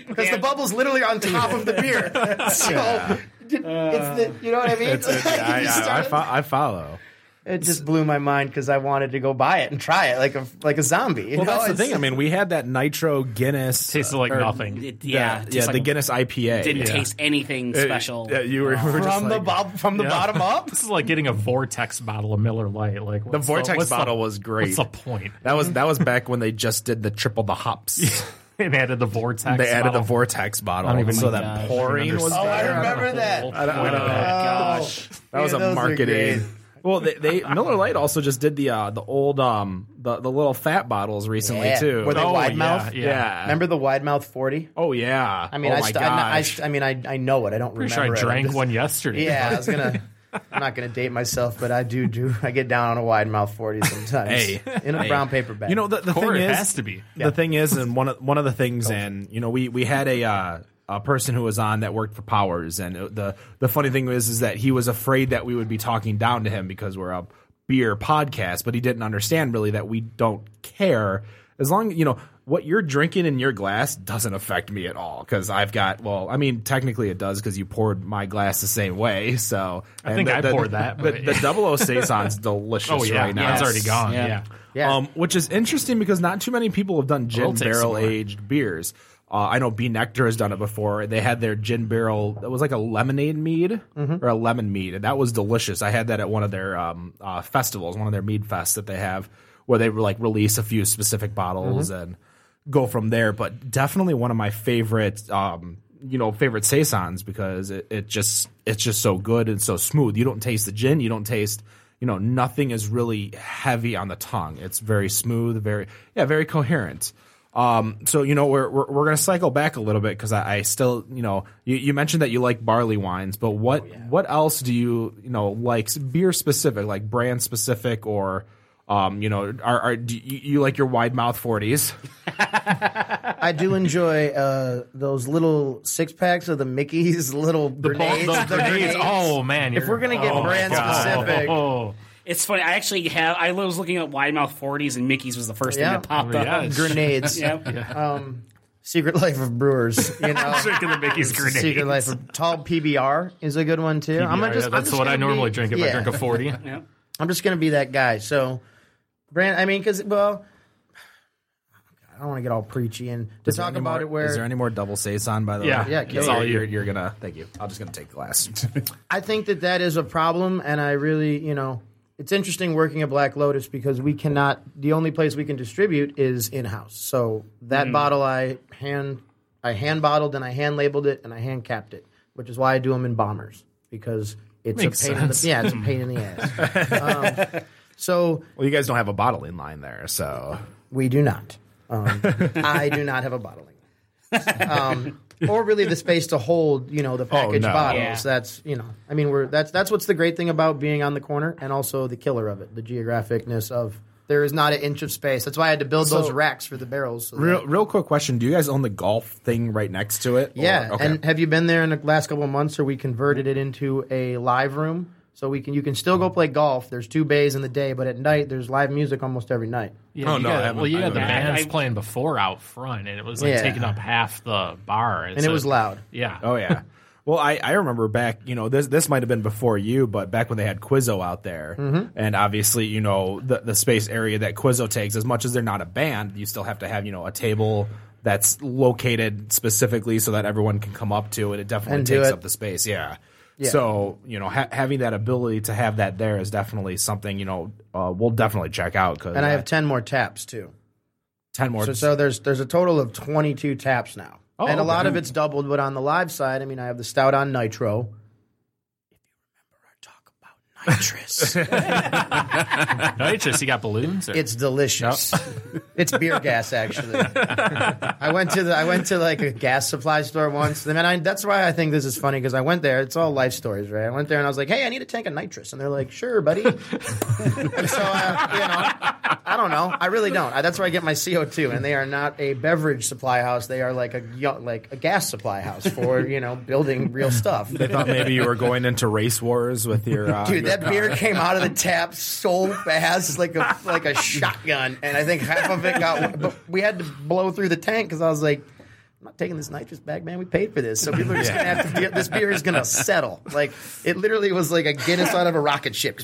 Because the bubbles literally are on top of the beer, so d- it's the you know what I mean. It's it. Like, if I, you I, I, started- fo- I follow. it just blew my mind because I wanted to go buy it and try it like a like a zombie. Well, you know? that's the It's- thing. I mean, we had that nitro Guinness. Tasted like or- nothing. It, the- yeah, it tastes yeah, like the a- Guinness IPA didn't Yeah. taste anything It- special. Yeah, you were, we were just from the like- bob from the bottom up. This is like getting a vortex bottle of Miller Lite. Like what's The vortex what's bottle was great. What's the point? That was that was back when they just did the triple the hops. It added the vortex. they added bottle. the vortex bottle, don't even so know. that Gosh, I pouring was. understand. Oh, I better. remember that. I don't, I don't know. gosh. That was Yeah, those a are great. marketing. Well, they, they Miller Lite also just did the uh, the old um the, the little fat bottles recently Yeah. too. Were they oh, wide yeah, mouth? Yeah. Remember the wide mouth forty? Oh yeah. I mean, oh I, my st- I, I, gosh. st- I mean, I, I know it. I don't Pretty sure I remember. it. I'm drank just- one yesterday. Yeah, I was gonna. I'm not gonna date myself, but I do do. I get down on a wide mouth forty sometimes. Hey. in a brown paper bag. you know the, the Or thing it is has to be. the thing is and one of one of the things and you know we we had a uh, a person who was on that worked for Powers and it- the the funny thing is is that he was afraid that we would be talking down to him because we're a beer podcast but he didn't understand really that we don't care as long you know what you're drinking in your glass doesn't affect me at all because I've got well I mean technically it does because you poured my glass the same way so I think I poured that, the, but- the double O saison's delicious Oh yeah, right now it's already gone. Yeah. Yeah. Yeah. um, which is interesting because not too many people have done gin We'll take some barrel more. aged beers. Uh, I know B Nectar has done it before. They had their gin barrel that was like a lemonade mead or a lemon mead, and that was delicious. I had that at one of their um, uh, festivals, one of their mead fests that they have, where they like release a few specific bottles and go from there. But definitely one of my favorite, um, you know, favorite saisons because it, it just it's just so good and so smooth. You don't taste the gin. You don't taste. You know, nothing is really heavy on the tongue. It's very smooth, very yeah, very coherent. Um, so you know, we're we're, we're going to cycle back a little bit because I, I still you know you, you mentioned that you like barley wines, but what Oh, what else do you you know like beer specific, like brand specific, or um, you know, are, are do you, you like your wide mouth forties? I do enjoy uh, those little six packs of the Mickey's little grenades. Those the grenades. grenades. Oh man, If you're- we're gonna get oh, my brand God. specific- Oh, It's funny. I actually have. I was looking at wide mouth 40s, and Mickey's was the first Yeah. thing that popped up. yeah, grenades. Yep. Um, Secret Life of Brewers. You know. drinking the Mickey's grenades. Secret Life of Tall PBR is a good one too. I'm Yeah, gonna just, I'm that's just what I gonna normally be- drink if I yeah. drink a forty. Yeah. I'm just gonna be that guy. So, Brand, I mean, because well, I don't want to get all preachy and to Is there talk any about more- it where is there any more double saison by the Yeah. way? Yeah, it's kill all it. you're, you're gonna. Thank you. I'm just gonna take the glass. I think that that is a problem, and I really, you know, it's interesting working at Black Lotus because we cannot. The only place we can distribute is in house. So Hmm. that bottle I hand, I hand bottled and I hand labeled it and I hand capped it, which is why I do them in bombers because it's Makes a pain. In the, sense. yeah, it's a pain in the ass. um, so well, you guys don't have a bottle in line there, so we do not. Um, I do not have a bottling, um, or really the space to hold, you know, the packaged Oh, no. bottles. Yeah. That's you know, I mean, we're that's that's what's the great thing about being on the corner, and also the killer of it, the geographicness of there is not an inch of space. That's why I had to build those racks for the barrels. so that- real real quick question: Do you guys own the golf thing right next to it? yeah, Or- oh, okay. and have you been there in the last couple of months? Or we converted it into a live room, so we can you can still go play golf. There's two bays in the day, but at night there's live music almost every night. Yeah, Oh, you no, I got- haven't- well, you I had the haven't. bands I- playing before out front, and it was like Yeah. taking up half the bar, And it was loud. Yeah. Oh yeah. Well, I, I remember back, you know, this this might have been before you, but back when they had Quizzo out there, Mm-hmm. and obviously, you know, the the space area that Quizzo takes, as much as they're not a band, you still have to have, you know, a table that's located specifically so that everyone can come up to it. It definitely And do takes it. up the space, yeah. So you know, ha- having that ability to have that there is definitely something you know uh, we'll definitely check out. Cause And I have ten more taps too. ten more. So, so there's there's a total of 22 taps now, Oh, and a okay. lot of it's doubled. But on the live side, I mean, I have the stout on nitro. Nitrous. Nitrous, you got balloons? Or? it's delicious. it's beer gas, actually. I went to the I went to like a gas supply store once. And then I, that's why I think this is funny because I went there. It's all life stories, right? I went there and I was like, "Hey, I need a tank of nitrous," and they're like, "Sure, buddy." and so I, you know, I don't know. I really don't. I, that's where I get my CO two. And they are not a beverage supply house. They are like a yo- like a gas supply house for you know building real stuff. I thought maybe you were going into race wars with your uh, Dude, that beer came out of the tap so fast, like a like a shotgun, and I think half of it got. But we had to blow through the tank because I was like, "I'm not taking this nitrous back, man. We paid for this, so people are just gonna have to. Get, this beer is gonna settle. Like it literally was like a Guinness out of a rocket ship.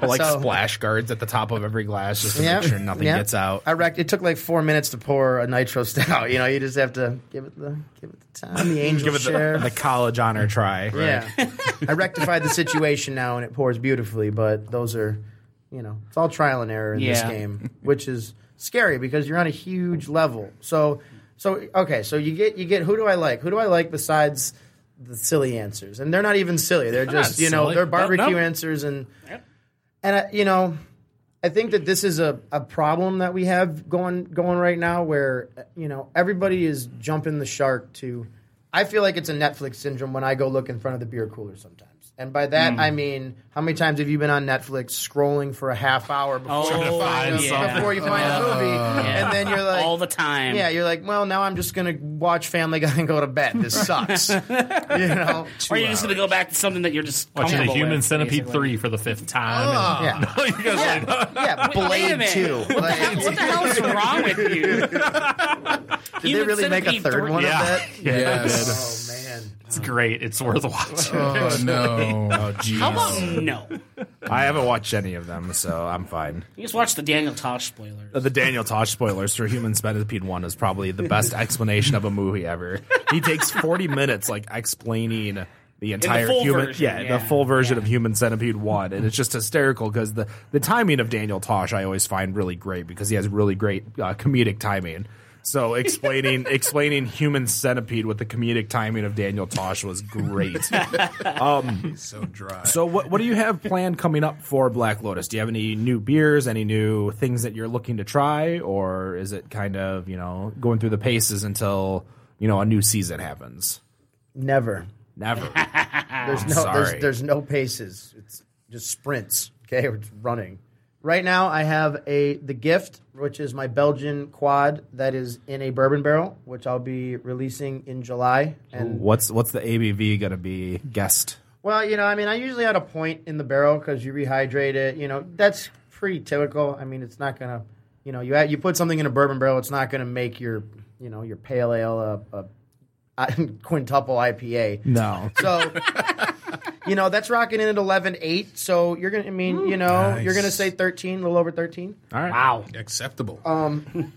like so- splash guards at the top of every glass just to Yeah, make sure nothing yeah. gets out. I reckon it took like four minutes to pour a nitro stout. You know, you just have to give it the give it the time, the angel Give it share. the, the college honor try. Yeah. I rectified the situation now and it pours beautifully, but those are, you know, it's all trial and error in this Yeah. game, which is scary because you're on a huge level. So so okay, so you get you get who do I like? Who do I like besides the silly answers? And they're not even silly. They're not just, you know, silly. they're No, no. barbecue answers and and I, you know, I think that this is a, a problem that we have going going right now where uh, you know everybody is jumping the shark to I feel like it's a Netflix syndrome when I go look in front of the beer cooler sometimes. And by that Hmm. I mean how many times have you been on Netflix scrolling for a half hour before you Oh, find, yeah. before you find a movie and then you're like all the time. yeah, you're like, well, now I'm just gonna watch Family Guy and go to bed. This sucks, you know. Or you're just going to go back to something that you're just Watching the comfortable Human with, Centipede basically. 3 for the fifth time. Yeah, and- You guys like, yeah, Wait, wait a Blade minute. Two. What the hell- what the hell is wrong with you? Did they really make a third one Yeah. of that? Yes. Oh man. It's great. It's worth watching. Oh no. Oh jeez. How about no? You I haven't watched any of them, so I'm fine. just watch the Daniel Tosh spoilers. The Daniel Tosh spoilers for Human Centipede One is probably the best explanation of a movie ever. He takes 40 minutes like explaining the entire full human, version, yeah, yeah, the full version yeah. of Human Centipede One, and it's just hysterical because the the timing of Daniel Tosh I always find really great because he has really great uh, comedic timing. So explaining explaining Human Centipede with the comedic timing of Daniel Tosh was great. so dry. So what what do you have planned coming up for Black Lotus? Do you have any new beers, any new things that you're looking to try, or is it kind of you know going through the paces until you know a new season happens? Never. Never. There's no sorry. there's there's no paces. It's just sprints. Okay, we're just running. Right now I have a the gift, which is my Belgian quad that is in a bourbon barrel, which I'll be releasing in July. And what's what's the ABV gonna be? Guessed. well, you know, I mean, I usually had a point in the barrel because you rehydrate it. You know, that's pretty typical. I mean, it's not gonna, you know, you add, you put something in a bourbon barrel, it's not gonna make your, you know, your pale ale a, a, a quintuple IPA. No. So, you know, that's rocking in at 11 8. So you're going to, I mean, you know, you're going to say 13, a little over 13. All right. Wow. Acceptable. Um,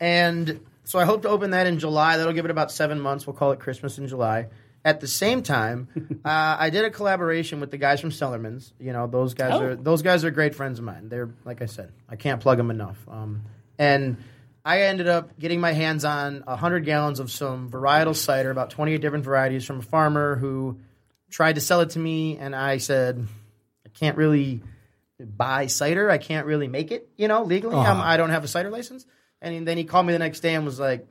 And so I hope to open that in July. That'll give it about seven months. We'll call it Christmas in July. At the same time, uh, I did a collaboration with the guys from Sellerman's. You know, those guys Oh. are those guys are great friends of mine. They're like I said, I can't plug them enough. Um, and I ended up getting my hands on hundred gallons of some varietal cider, about twenty eight different varieties from a farmer who tried to sell it to me, and I said, I can't really buy cider. I can't really make it, you know, legally. Uh-huh. I'm- I don't have a cider license. And then he called me the next day and was like,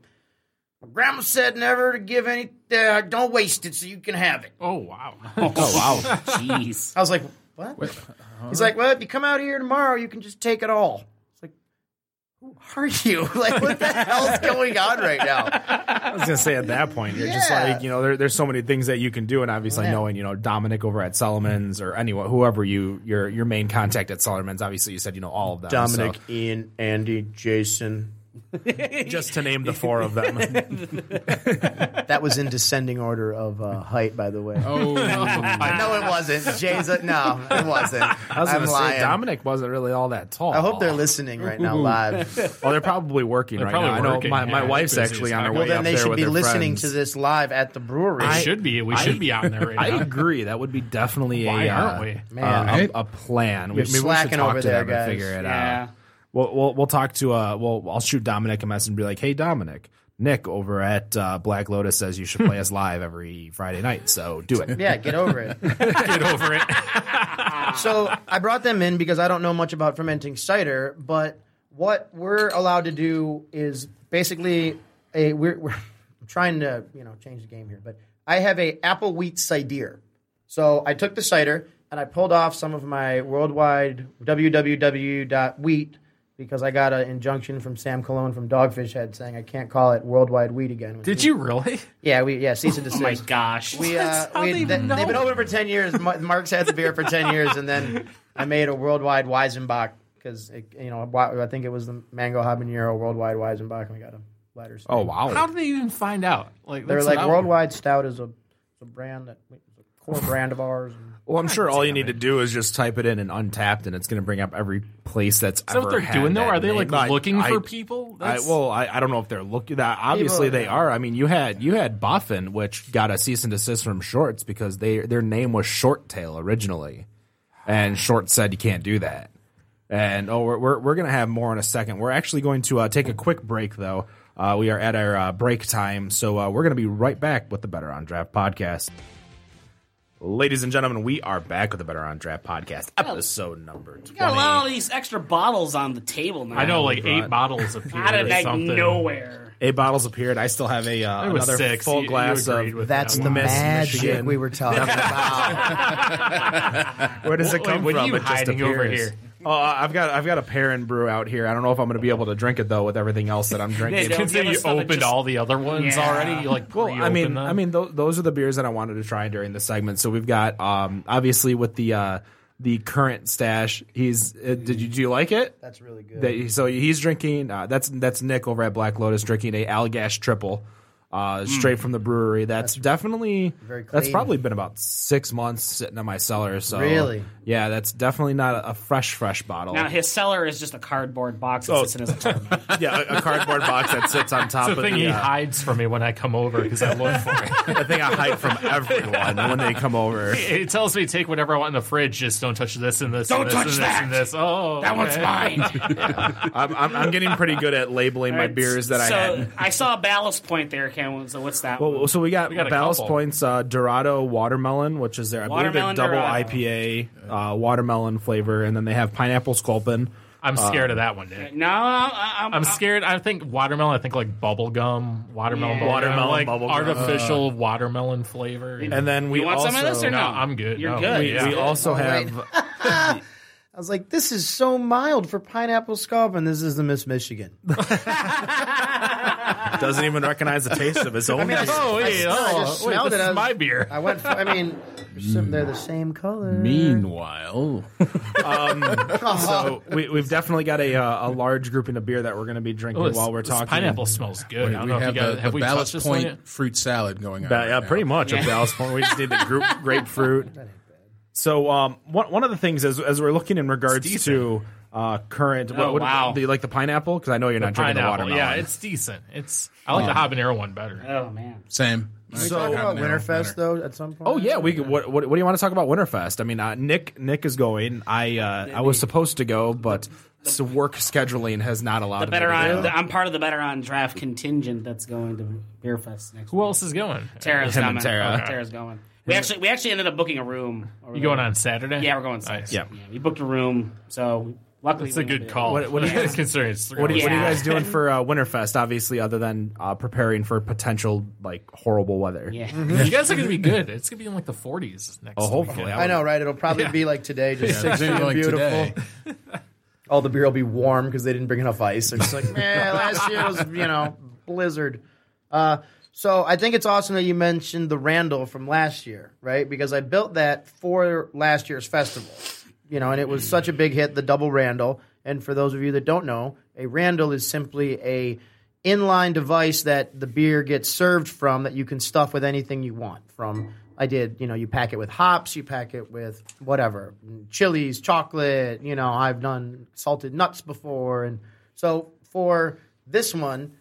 "My grandma said never to give any. Uh, don't waste it, so you can have it." Oh, wow. Oh wow. Jeez. I was like, "What?" He's like, "Well, if you come out here tomorrow, you can just take it all." It's like, "Who are you? Like, what the hell's going on right now?" I was gonna say at that point you're just Yeah. like you know there, there's so many things that you can do, and obviously Yeah. knowing you know Dominic over at Solomon's or anyone whoever you your your main contact at Solomon's. Obviously you said you know all of them. so- Ian, Andy, Jason. just to name the four of them. That was in descending order of uh, height, by the way. oh, No, it wasn't. Jay's a, no, it wasn't. I was am going to lying. say Dominic wasn't really all that tall. I hope they're listening right now live. Well, they're probably working right probably now. working, I know my, my yeah, wife's busy as actually on her heck. way Well, then up they there should with be their listening friends. to this live at the brewery. We should be. We should be on there right I now. agree. That would be definitely Why a uh, aren't we? uh, Man. a, a plan. We, You're maybe we should slacking talk over to there, them guys. and figure it Yeah. out. We'll we'll, we'll talk to uh. Well, I'll shoot Dominic a message and be like, "Hey, Dominic, Nick over at uh, Black Lotus says you should play us live every Friday night. So do it." Yeah, get over it. Get over it. so I brought them in because I don't know much about fermenting cider, but what we're allowed to do is basically a we're, we're I'm trying to you know change the game here, but I have a apple wheat cider. So I took the cider and I pulled off some of my worldwide www.wheat because I got an injunction from Sam Cologne from Dogfish Head saying I can't call it worldwide wheat again. Did you really? Yeah, we yeah cease and Oh desist. my gosh. We, uh, we, they, have been open for 10 years. Ma- Mark's had the beer for 10 years, and then I made a worldwide Weizenbach because, you know, wa- I think it was the Mango Habanero worldwide Weizenbach, and we got a letter. Oh wow! How did they even find out? Like They're that's like, not- Worldwide Stout is a, is a brand that, it's a core brand of ours. And, Well, I'm sure all you need to do is just type it in and untapped, and it's going to bring up every place that's Is that ever what they're had doing though? that Are they name. like I- looking I- for people? I, well, I, I don't know if they're looking. That obviously People- they are. I mean, you had you had Boffin, which got a cease and desist from Shorts because they their name was Short Tail originally, and Short said you can't do that. And oh, we're we're, we're gonna have more in a second. We're actually going to uh, take a quick break though. Uh, we are at our uh, break time, so uh, we're gonna be right back with the Better on Draft podcast. Ladies and gentlemen, we are back with the Better on Draft podcast, episode number We got a twenty. lot of these extra bottles on the table now. I know like eight bottles of Out of like something. nowhere. Eight bottles appeared. I still have a uh, It was another six. full You- you glass agreed of with That's that the one. Miss magic Michigan. we were talking about. Where does Wait, it come what are from? you it just hiding over appears. here? Oh, I- I've got I've got a parent brew out here. I don't know if I'm going to be able to drink it though with everything else that I'm drinking. don't Since give you us something opened just- all the other ones Yeah. already, you like well, pre-opened I mean, them. I mean, tho- those are the beers that I wanted to try during the segment. So we've got um, obviously with the uh, the current stash. He's uh, did you do you like it? That's really good. That- so he's drinking. Uh, that's that's Nick over at Black Lotus drinking a Allagash triple, uh, straight from the brewery. That's, definitely Very that's clean. probably been about six months sitting in my cellar. So Really? yeah, that's definitely not a, a fresh fresh bottle. Now his cellar is just a cardboard box that sits in his apartment. yeah, a, a cardboard box that sits on top the of thing the, he uh, hides from me when I come over because I look for it. the thing I hide from everyone when they come over. It tells me take whatever I want in the fridge, just don't touch this and this. and Don't this touch and this that! And this. Oh, That one's okay. mine. I'm, I'm, I'm getting pretty good at labeling my beers that so, I had. I saw a ballast point there, Cameron. So what's that? Well, one? so we got, got a Ballast couple. Points uh, Dorado Watermelon, which is their I believe their Watermelon double Dorado. IPA uh, watermelon flavor, and then they have pineapple sculpin. I'm scared of Uh. that one, Nick. No, I, I'm, I'm scared. I think watermelon. I think like bubble gum, watermelon, Yeah. bubble Watermelon gum, like bubble gum. Uh. artificial watermelon flavor. And then we You want also some of this or no? No, I'm good. You're No, good. we- It's we we good. also Oh, wait. have I was like, this is so mild for pineapple scalp, and this is the Miss Michigan. doesn't even recognize the taste of his own. mean, I- beer. Oh, wait, I oh, just wait, smelled this it. I is was- my beer. I went for, I mean, they're sim- Mm. they're the same color. Meanwhile, so we, we've definitely got a uh, a large grouping of beer that we're going to be drinking Oh, this- while we're this talking. pineapple smells good. we I don't know if have you guys, the, have the we touched Ballast this one Point yet? fruit salad going on. Yeah, right yeah, now. pretty much a ballast point. We just need the group, grapefruit. So um, one one of the things as as we're looking in regards to uh, current, what, Oh, what- wow. do you like the pineapple? Because I know you're not drinking the Um, Pineapple. watermelon. Yeah, it's decent. It's I like the habanero one better. Oh man. Same. Can we talk about Winterfest though at some point? Oh yeah, we could, what, what what do you want to talk about Winterfest? I mean, uh, Nick Nick is going. I uh, I was supposed to go, but s work scheduling has not allowed. The me better to go. on. The, I'm part of the better on draft contingent that's going to Beer Fest next. Who else is going? Tara's Him and coming. Tara. Tara's going. We actually we actually ended up booking a room. over You there. going on Saturday? Yeah, we're going. Saturday. Nice. Yeah. we booked a room. So luckily, It's a we good did. call. What- what do you guys- considering? It's three What, are- what are you Yeah. guys doing for uh, Winterfest? Obviously, other than uh, preparing for potential like horrible weather. Yeah. you, guys are going to be good. It's going to be in like the 40s next. Oh, hopefully. weekend. I know, right? It'll probably be like today, just Yeah, 60 it's and like beautiful. today. All the beer will be warm because they didn't bring enough ice. They're just like, man, last year was you know blizzard. Uh, so I think it's awesome that you mentioned the Randall from last year, right? Because I built that for last year's festival, you know, and it Hmm. was such a big hit, the double Randall. And for those of you that don't know, a Randall is simply a inline device that the beer gets served from that you can stuff with anything you want. From I did, you know, you pack it with hops, you pack it with whatever, chilies, chocolate. You know, I've done salted nuts before, and so for this one,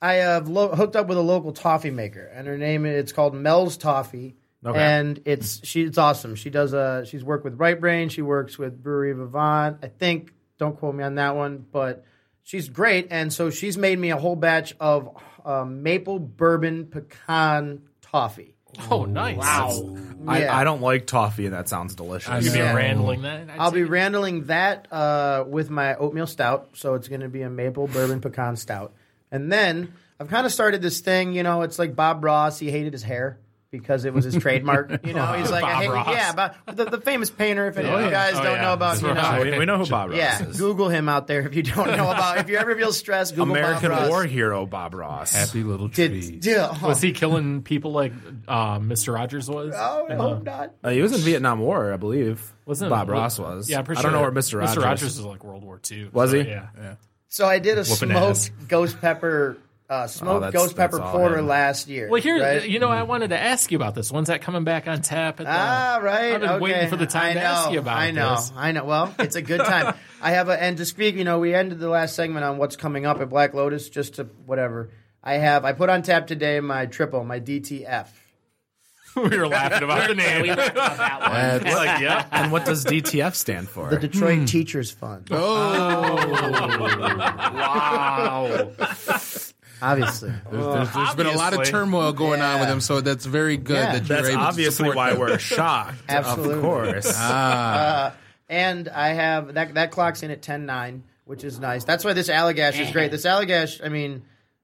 I have lo- hooked up with a local toffee maker, and her name it's called Mel's Toffee, and uh, it's she it's awesome. She does a she's worked with Right Brain, she works with Brewery Vivant, I think Don't quote me on that one, but she's great. And so she's made me a whole batch of uh, maple bourbon pecan toffee. Oh, nice. Wow. Yeah. I, I don't like toffee, and that sounds delicious. You'd be Yeah. randling that. I'd I'll say. be randling that uh, with my oatmeal stout, so it's going to be a maple bourbon pecan stout. And then I've kind of started this thing, you know, it's like Bob Ross. He hated his hair because it was his trademark. You know, he's like, I Bob hate, Ross. yeah, Bob, the, the famous painter. If any of you yeah. guys Oh, don't yeah. know about, That's you know, So we, we know who Bob Ross yeah, is. Google him out there if you don't know about. If you ever feel stressed, Google American Bob Ross. war hero Bob Ross. Happy little tree. Did, did, oh, Was he killing people like uh, Mr. Rogers was? oh, I hope not. Uh, he was in Vietnam War, I believe. Wasn't it- Bob Ross was? Yeah, I'm pretty I don't sure know where Mr. Rogers. Mr. Rogers was like World War II. Was so, he? Yeah. So I did a ass. smoked ghost pepper, Oh, uh, smoked that's- ghost pepper that's all porter him. last year. Well, here, right? Mm. you know, I wanted to ask you about this. When's that coming back on tap? At the, Ah, right. I've been okay. waiting for the time I to know, ask you about I know. this. I know. Well, it's a good time. I have a and to speak. You know, we ended the last segment on what's coming up at Black Lotus. Just to whatever. I have. I put on tap today my triple, my DTF. we were laughing about the name. We laughed about that one. That's- Like, yeah. and what does DTF stand for? The Detroit Hmm. Teachers Fund, Oh. Wow. obviously. There's, there's- there's been a lot of Obviously. turmoil going on with him, so that's very good Yeah. that you're That's able obviously to support why them. we're shocked. Absolutely. Um, Of course. Uh, And I have that that clocks in at ten nine, which is nice. That's why this Allagash is great. This Allagash, I mean,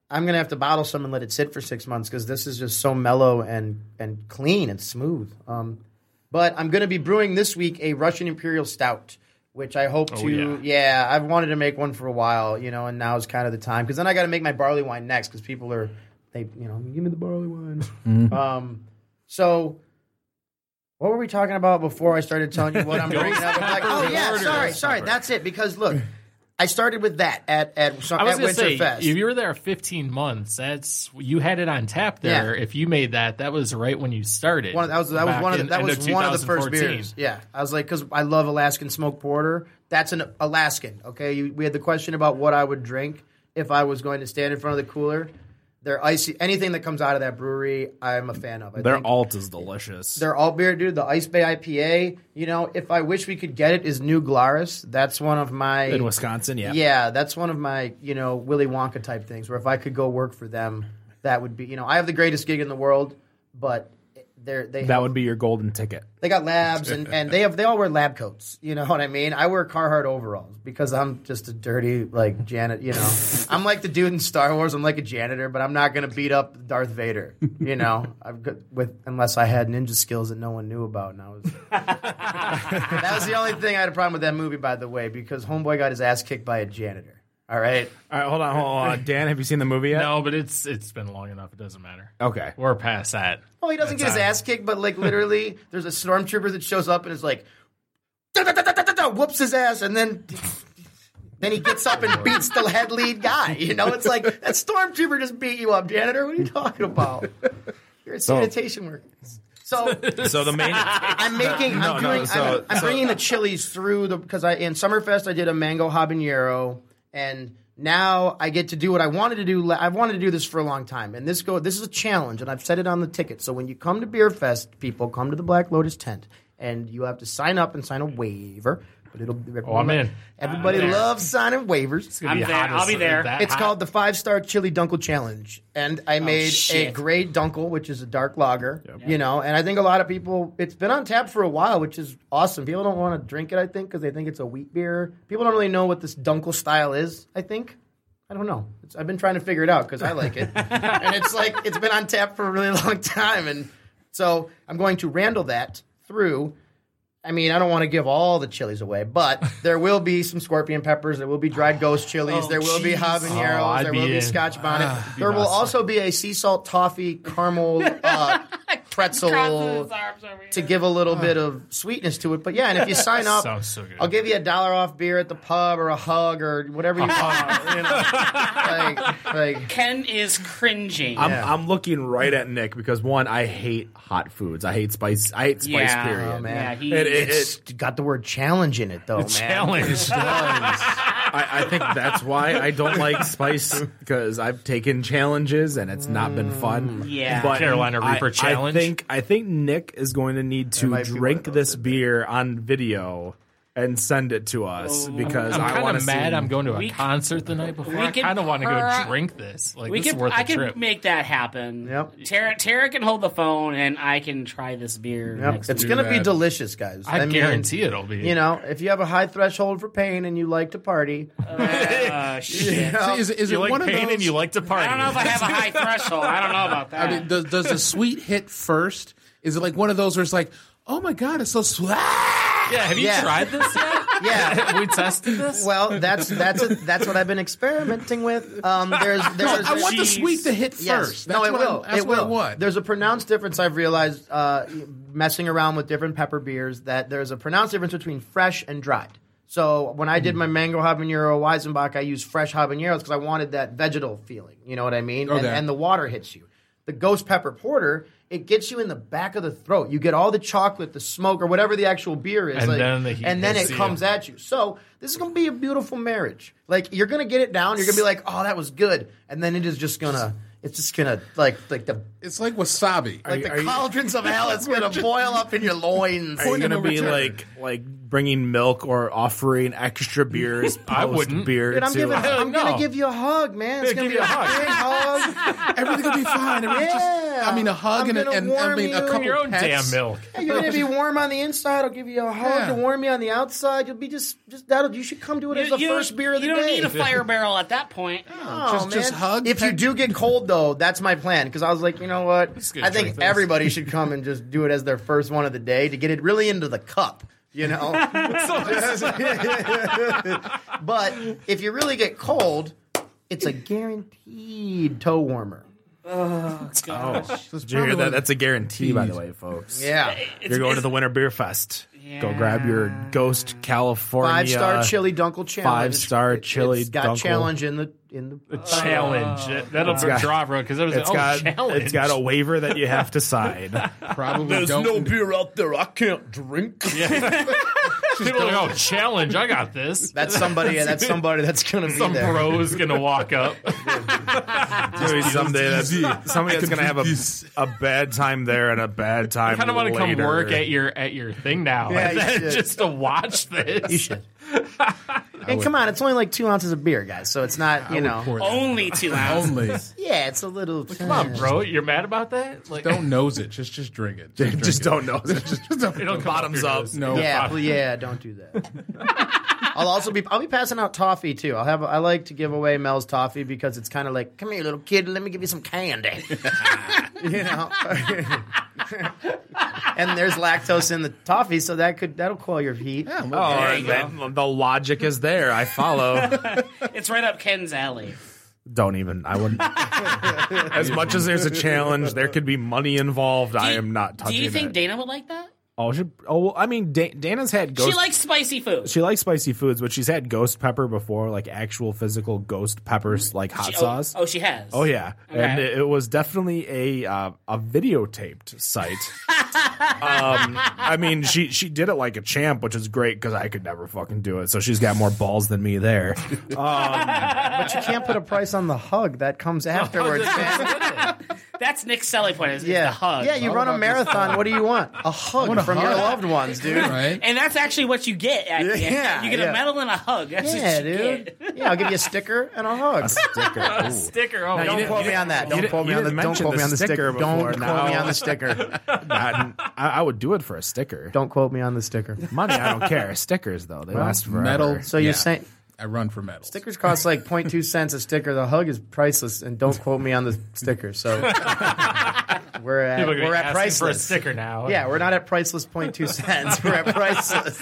I'm gonna have to bottle some and let it sit for six months because this is just so mellow and and clean and smooth. Um, but I'm gonna be brewing this week a Russian Imperial Stout, which I hope to. Yeah. I've wanted to make one for a while, you know, and now is kind of the time because then I got to make my barley wine next because people are they, you know, give me the barley wine. um, so. What were we talking about before I started telling you what I'm bringing up? I'm like, oh yeah, sorry, sorry. That's it. Because look, I started with that at at, so, I was at gonna say, Winterfest. if you were there 15 months, that's you had it on tap there. Yeah. If you made that, that was right when you started. one of, that was that was back one of in- the, that end was one of the first 2014. beers. Yeah, I was like, because I love Alaskan smoked porter. That's an Alaskan. Okay, you, we had the question about what I would drink if I was going to stand in front of the cooler. They're icy. Anything that comes out of that brewery, I'm a fan of. I Their think- alt is delicious. Their alt beer, dude. The Ice Bay IPA. You know, if I wish we could get it, is New Glarus. That's one of my in Wisconsin, yeah. Yeah, that's one of my, you know, Willy Wonka type things where if I could go work for them, that would be, you know, I have the greatest gig in the world, but they're, they That have, would be your golden ticket. they got labs and, and they have they all wear lab coats. You know what I mean? I wear Carhartt overalls because I'm just a dirty like janet. You know, I'm like the dude in Star Wars. I'm like a janitor, but I'm not gonna beat up Darth Vader. You know, I've got, with unless I had ninja skills that no one knew about, and I was that was the only thing I had a problem with that movie, by the way, because Homeboy got his ass kicked by a janitor. All right. All right, hold on, hold on. Dan, have you seen the movie yet? No, but it's it's been long enough. It doesn't matter. Okay. We're past that. Well, Oh, he doesn't get his ass kicked, but like literally, there's a stormtrooper that shows up and is like, "Da, da, da, da, da, da, da," whoops his ass, and then then he gets up and beats the head lead guy. You know, it's like that stormtrooper just beat you up, janitor. What are you talking about? You're a sanitation worker. So So the main I'm making. no, I'm, no, doing, so- I'm, I'm bringing the chilies through the because I in Summerfest I did a mango habanero, and now I get to do what I wanted to do. la- I've wanted to do this for a long time, and this go. This is a challenge, and I've said it on the ticket. So when you come to Beer Fest, people come to the Black Lotus tent, and you have to sign up and sign a waiver. But it'll. Oh, I'm in. Everybody I'm there. loves signing waivers. I'm there. I'll be there. It's called the Five Star Chili Dunkel Challenge, and I made a shit. gray dunkel, which is a dark lager. You know, and I think a lot of people. It's been on tap for a while, which is awesome. People don't want to drink it, I think, because they think it's a wheat beer. People don't really know what this dunkel style is. I think. I don't know. It's, I've been trying to figure it out because I like it, and it's like it's been on tap for a really long time, and so I'm going to Randall that through. I mean, I don't want to give all the chilies away, but there will be some scorpion peppers. There will be dried ghost chilies. there will be Oh, habaneros. I'd there will be be in. scotch bonnet. there will also be a sea salt toffee caramel uh, pretzel to give a little bit of sweetness to it. But yeah, and if you sign up, Ah. Sounds so good. I'll give you a dollar off beer at the pub or a hug or whatever you want. you know, like, like Ken is cringing. I'm, Yeah. I'm looking right at Nick because one, I hate hot foods. I hate spice. I hate spice. yeah. Period. Oh, man. Yeah, he, It- it- it- it's got the word challenge in it though, Oh, man. challenge. I, I think that's why I don't like spice because I've taken challenges and it's not been fun. Mm. Yeah. Carolina I- Reaper challenge. I think I think Nick is going to need to might be one drink of those this that- beer on video and send it to Oh. us because I'm I kind want to of see. mad. I'm going to a We- concert the night before. we I can- kind of want to uh, go drink this. Like We this can, is worth I the can trip. make that happen. Yep. Tara, Tara can hold the phone, and I can try this beer. Yep. Next It's week. going to be that. delicious, guys. I, mean, guarantee it'll be. You know, if you have a high threshold for pain and you like to party, Uh, shit. See, is, is you it like one of pain those? and you like to party. I don't know if I have a high threshold. I don't know about that. I mean, does, does the sweet hit first? Is it like one of those where it's like, oh my god, it's so sweet? yeah, have you Yeah. tried this yet? yeah. have we tested this? Well, that's that's a, that's what I've been experimenting with. Um, there's there's E I want the Jeez. sweet to hit first. No, That's what I- it will. that's it what will. I want. There's a pronounced difference I've realized uh, messing around with different pepper beers that there's a pronounced difference between fresh and dried. So when I did Hmm. my mango habanero Weizenbach, I used fresh habaneros because I wanted that vegetal feeling. You know what I mean? And, Okay. and the water hits you. The ghost pepper porter, it gets you in the back of the throat. You get all the chocolate, the smoke, or whatever the actual beer is. And like- then the heat and then hits it comes you. at you. So this is gonna be a beautiful marriage. Like you're gonna get it down. You're gonna be like, oh, that was good, and then it is just gonna, it's just gonna like like the it's like wasabi. like the cauldrons of hell. It's gonna boil up in your loins. Are you going to be like like bringing milk or offering extra beers? I post wouldn't. Beer Dude, I'm to- giving, I'm gonna no. give you a hug, man. It's Yeah, gonna give be a you a hug. hug. big hug. Everything will be fine. Everything Yeah. just, I mean, a hug I'm and, a- gonna and, I warm mean, you. a couple Your own pets. Oh, damn milk. Hey, You're gonna be warm on the inside. I'll give you a hug. Yeah. You'll warm you on the outside. You'll be just just that'll. You should come to it as the first beer of the you day. don't need a fire barrel at that point. Oh, Just- just man. hug, If you peck- do get cold, though, that's my plan because I was like, you know what? good I think drink, thanks. everybody should come and just do it as their first one of the day to get it really into the cup, you know. but if you really get cold, it's a guaranteed toe warmer. Did you hear that? That's a guarantee, by the way, folks. Yeah, You're going to the Winter Beer Fest. Go grab your Ghost California five star chili dunkel challenge. five-star It- uh, chili It's got dunkel. challenge in the in the. challenge. That'll be got- draw road because there was It's an, got oh, challenge. it's got a waiver that you have to sign. probably don't. beer out there I can't drink. People are like, oh, challenge. I got this. That's somebody. That's somebody that's gonna be Some there. bro's gonna walk up. Maybe someday that's easy. somebody that's gonna have a, this. a bad time there and a bad time. kind of want to come later. work at your at your thing now, Yeah, and you then should. just to watch this. You should. and come on, it's only like two ounces of beer, guys. So it's not you know. pour that. Only two ounces. Only Yeah, it's a little. Come on, bro. You're mad about that? Like, don't nose it. Just just drink it. Just, Just don't know. don't. it'll come Bottoms your up. nose. No. Yeah, pl- yeah, don't do that. I'll also be I'll be passing out toffee too. I'll have I like to give away Mel's toffee because it's kind of like, come here, little kid, let me give you some candy. you know. and there's lactose in the toffee, so that could that'll quell your heat. Yeah, Oh, well, and then the logic is there. I follow. It's right up Ken's alley. Don't even. I wouldn't. as much as there's a challenge, there could be money involved. I am not touching Do you think it. Dana would like that? oh, she, oh, well, I mean, Da- Dana's had ghost. She likes spicy food. she likes spicy foods, but she's had ghost pepper before, like actual physical ghost peppers, like hot She- oh, sauce. Oh, she has. Oh yeah, and Okay. it, it was definitely a uh, a videotaped site. um, I mean, she she did it like a champ, which is great because I could never fucking do it. So she's got more balls than me there. But you can't put a price on the hug that comes afterwards, man. That's Nick's selling point. Is, is Yeah. the hug. Yeah, you run a marathon. What do you want? A hug want a from hug. your loved ones, dude. right. And that's actually what you get. At the end. Yeah, you get yeah. a medal and a hug. That's Yeah, what you dude. Get. Yeah, I'll give you a sticker and a hug. Sticker. A sticker. Oh, Don't don't quote me on that. Don't didn't- quote me you on the. didn't Don't mention quote me the on the sticker. sticker Don't before, quote no. me on the sticker. Not- I, I would do it for a sticker. Don't quote me on the sticker. Money, I don't care. Stickers though, they last forever. Metal. So you're Yeah. saying I run for medals. stickers cost like 0.2 cents a sticker. The hug is priceless, and don't quote me on the sticker. So we're at People are gonna we're be at asking for a priceless. sticker now. Yeah, we're not at priceless 0.2 cents. We're at priceless.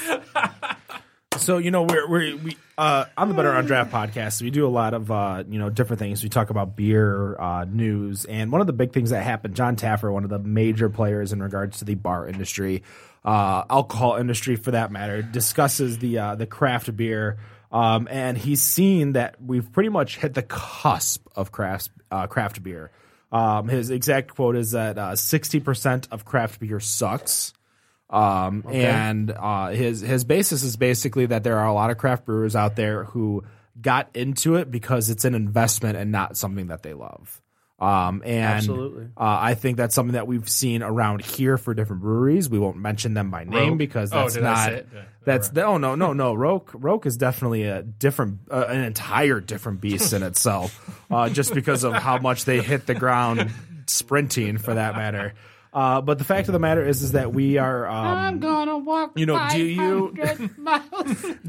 So you know we're, we're we uh, on the Better on Draft podcast. We do a lot of uh, you know different things. We talk about beer, uh, news, and one of the big things that happened. John Taffer, one of the major players in regards to the bar industry, uh, alcohol industry for that matter, discusses the uh, the craft beer. Um, and he's seen that we've pretty much hit the cusp of craft uh, craft beer. Um, his exact quote is that uh, sixty percent of craft beer sucks. Um, and uh, his his basis is basically that there are a lot of craft brewers out there who got into it because it's an investment and not something that they love. Um, and Absolutely. uh, I think that's something that we've seen around here for different breweries. We won't mention them by name Rogue. because Oh, that's did I not say it? Yeah. that's oh no no no Roke Roke is definitely a different uh, an entire different beast in itself, uh, just because of how much they hit the ground sprinting for that matter. Uh, but the fact of the matter is, is that we are. Um, I'm gonna walk. You know, do you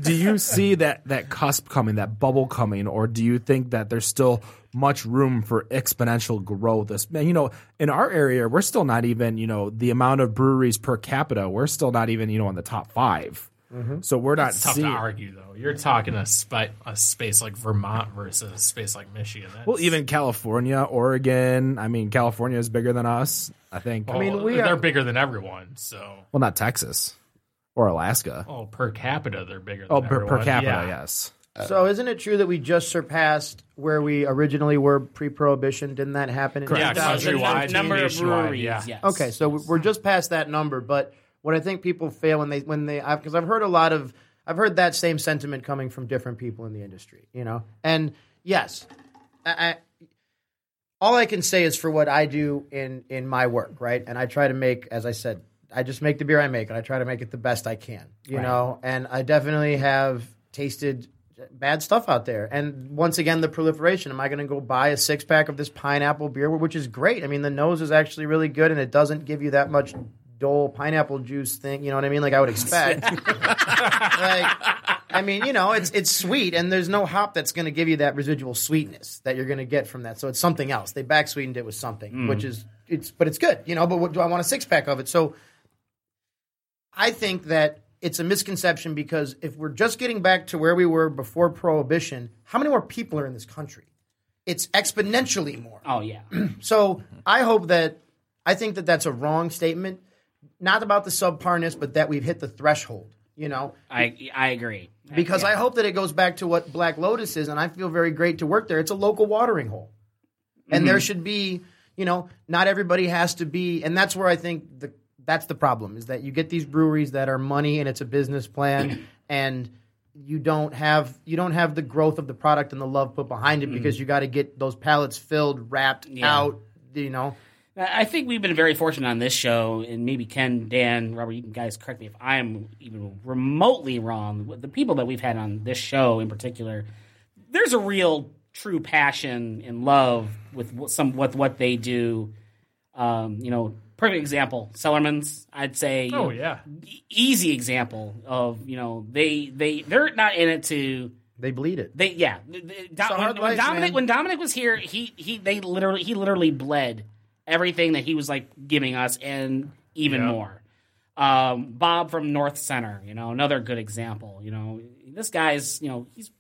do you see that that cusp coming, that bubble coming, or do you think that there's still much room for exponential growth? This- man, You know, in our area, we're still not even you know the amount of breweries per capita. We're still not even you know in the top 5 So we're not Mm-hmm. It's tough seeing. to argue though. You're talking a, spi- a space like Vermont versus a space like Michigan. That's, Well, even California, Oregon. I mean, California is bigger than us. I think. I mean, we they're are- bigger than everyone. So, Well, not Texas or Alaska. oh, per capita, they're bigger. Oh, than per, per everyone. capita, Yeah. yes. So isn't it true that we just surpassed where we originally were pre-prohibition? Didn't that happen? In Yeah, 2000? The num- countrywide, number of nationwide, breweries. yeah. Yes. Okay, so we- we're just past that number, but what I think people fail when they when they because I've heard a lot of I've heard that same sentiment coming from different people in the industry, you know. And yes, I, I all I can say is for what I do in in my work, right? And I try to make, as I said, I just make the beer I make, and I try to make it the best I can, you know. And I definitely have tasted bad stuff out there. And once again, the proliferation. Am I going to go buy a six pack of this pineapple beer, which is great? I mean, the nose is actually really good, and it doesn't give you that much dull pineapple juice thing. You know what I mean? Like I would expect. like I mean, you know, it's it's sweet, and there's no hop that's going to give you that residual sweetness that you're going to get from that. So it's something else. They back sweetened it with something, which is it's, but it's good, you know. But what, do I want a six pack of it? So I think that it's a misconception because if we're just getting back to where we were before prohibition, how many more people are in this country? It's exponentially more. Oh yeah. So I hope that I think that that's a wrong statement, not about the subparness, but that we've hit the threshold. You know, I I agree. because I hope that it goes back to what Black Lotus is, and I feel very great to work there. It's a local watering hole, and there should be, you know, not everybody has to be, and that's where I think the that's the problem is that you get these breweries that are money and it's a business plan, and you don't have you don't have the growth of the product and the love put behind it because you got to get those pallets filled, wrapped out, you I know. I think we've been very fortunate on this show, and maybe Ken, Dan, Robert, you guys correct me if I'm even remotely wrong. The people that we've had on this show in particular, there's a real, true passion and love with what- some with what they do. Um, you know, perfect example, Sellerman's. I'd say. you Oh know, yeah. e- Easy example of you know they they they're not in it to They bleed it. they yeah. Th- th- Do- a when, hard when life, Dominic man. when Dominic was here, he he they literally he literally bled everything that he was like giving us and even more. Um, Bob from North Center, you know, another good example. You know, this guy's you know he's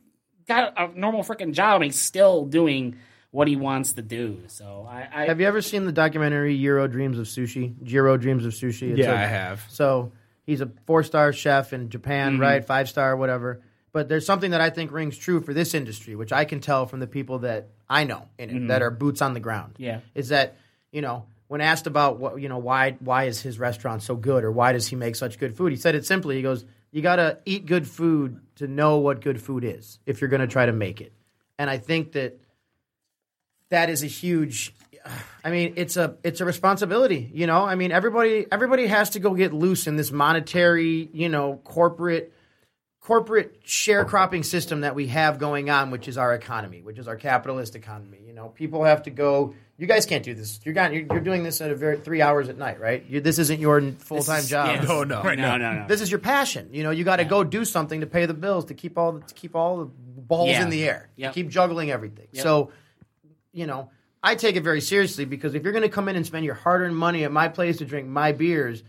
got a, a normal freaking job and he's still doing what he wants to do. So I, I Have you ever seen the documentary Euro Dreams of Sushi? Jiro Dreams of Sushi. It's Yeah, a- I have. Mm-hmm. So he's a four star chef in Japan, right? Five star, whatever. But there's something that I think rings true for this industry, which I can tell from the people that I know in it Mm-hmm. that are boots on the ground. Yeah. Is that, you know, when asked about what you know, why why is his restaurant so good or why does he make such good food? He said it simply, he goes, You gotta eat good food to know what good food is if you're gonna try to make it. And I think that that is a huge I mean, it's a it's a responsibility, you know. I mean, everybody everybody has to go get loose in this monetary, you know, corporate corporate sharecropping system that we have going on, which is our economy, which is our capitalist economy. You know, people have to go. You guys can't do this. You're got, you're, you're doing this at a very three hours at night, right? You, this isn't your full time job. yes. Oh no. no no no. This is your passion. You know, you got to go do something to pay the bills, to keep all to keep all the balls Yeah. in the air, to Yep. keep juggling everything. So, you know, I take it very seriously because if you're going to come in and spend your hard-earned money at my place to drink my beers,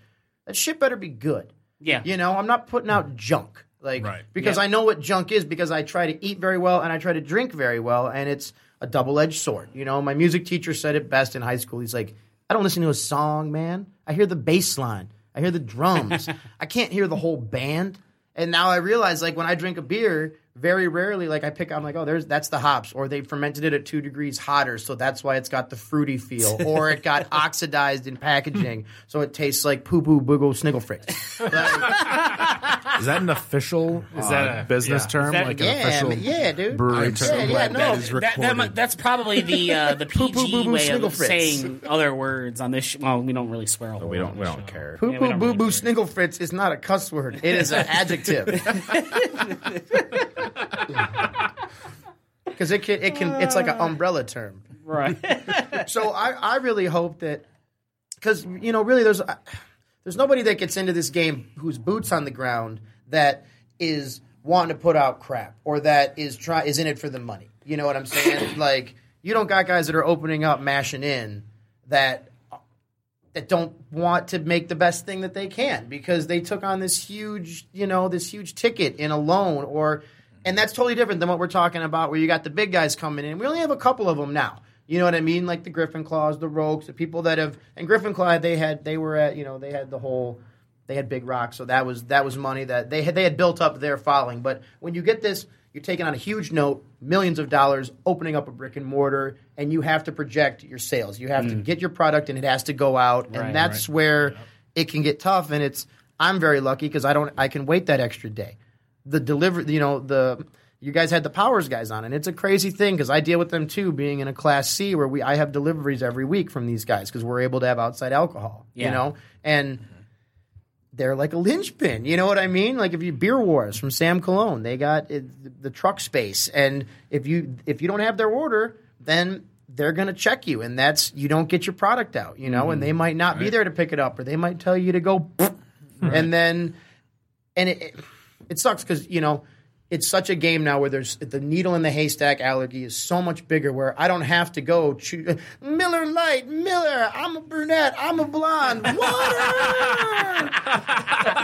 that shit better be good. Yeah. You know, I'm not putting out junk. Like Right. because Yeah. I know what junk is because I try to eat very well and I try to drink very well and it's a double-edged sword. You know, my music teacher said it best in high school. He's like, "I don't listen to a song, man. I hear the bass line. I hear the drums. I can't hear the whole band." And now I realize like when I drink a beer, very rarely like I pick I'm like, "Oh, there's that's the hops or they fermented it at 2 degrees hotter, so that's why it's got the fruity feel or it got oxidized in packaging, so it tastes like poo poo boogle sniggle fritz." Is that an official uh, that a- business yeah. term? Is that- like an yeah, official man, yeah, dude. brewery I'm term? so yeah, glad no, that is Oh, That, recorded. that mu- that's probably the uh, the PG boo, boo, way Sniggle of Fritz. saying other words on this. Sh- well, we don't really swear a whole We don't. lot on We this don't show. care. Poo Yeah, we poo don't boo really boo care. sniggle fritz is not a cuss word. It is an adjective. Because it can, it can, it's like an umbrella term. Right. So I, I really hope that, because you know, really, there's, there's nobody that gets into this game whose boots on the ground that is wanting to put out crap or that is try is in it for the money. You know what I'm saying? like you don't got guys that are opening up, mashing in that that don't want to make the best thing that they can because they took on this huge, you know, this huge ticket in a loan or and that's totally different than what we're talking about where you got the big guys coming in. We only have a couple of them now. You know what I mean? Like the Griffin Claws, the Rogues, the people that have and Griffin Claw they had they were at, you know, they had the whole they had Big Rock, so that was that was money that they had they had built up their following. But when you get this, you're taking on a huge note, millions of dollars, opening up a brick and mortar, and you have to project your sales. You have to get your product, and it has to go out, and that's where it can get tough. And it's I'm very lucky because I don't I can wait that extra day. The deliver, you know the. You guys had the powers guys on, and it's a crazy thing because I deal with them too, being in a class C where we I have deliveries every week from these guys because we're able to have outside alcohol, you Yeah. know, and they're like a linchpin. You know what I mean? Like if you beer wars from Sam Cologne, they got it, the truck space, and if you if you don't have their order, then they're going to check you, and that's you don't get your product out. You know, and they might not be there to pick it up, or they might tell you to go, and then and it it, it sucks because you know. It's such a game now where there's the needle in the haystack allergy is so much bigger. Where I don't have to go choo- Miller Light, Miller. I'm a brunette. I'm a blonde. Water.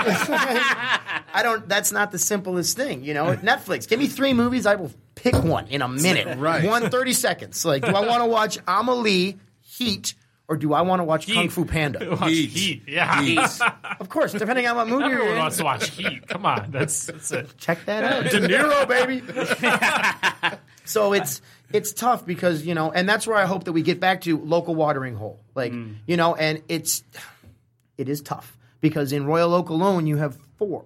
I don't. That's not the simplest thing, you know. Netflix, give me three movies. I will pick one in a minute. Right. One 30 seconds. Like, do I want to watch Amelie, Heat, or do I want to watch Kung Heat. Fu Panda? Watch Heat. heat. Yeah. Of course, depending on what mood Everyone you're in. wants to watch Heat. Come on. That's, that's it. Check that out. De Niro, baby. So it's it's tough because you know, and that's where I hope that we get back to local watering hole, like Mm. you know, and it's it is tough because in Royal Oak alone you have four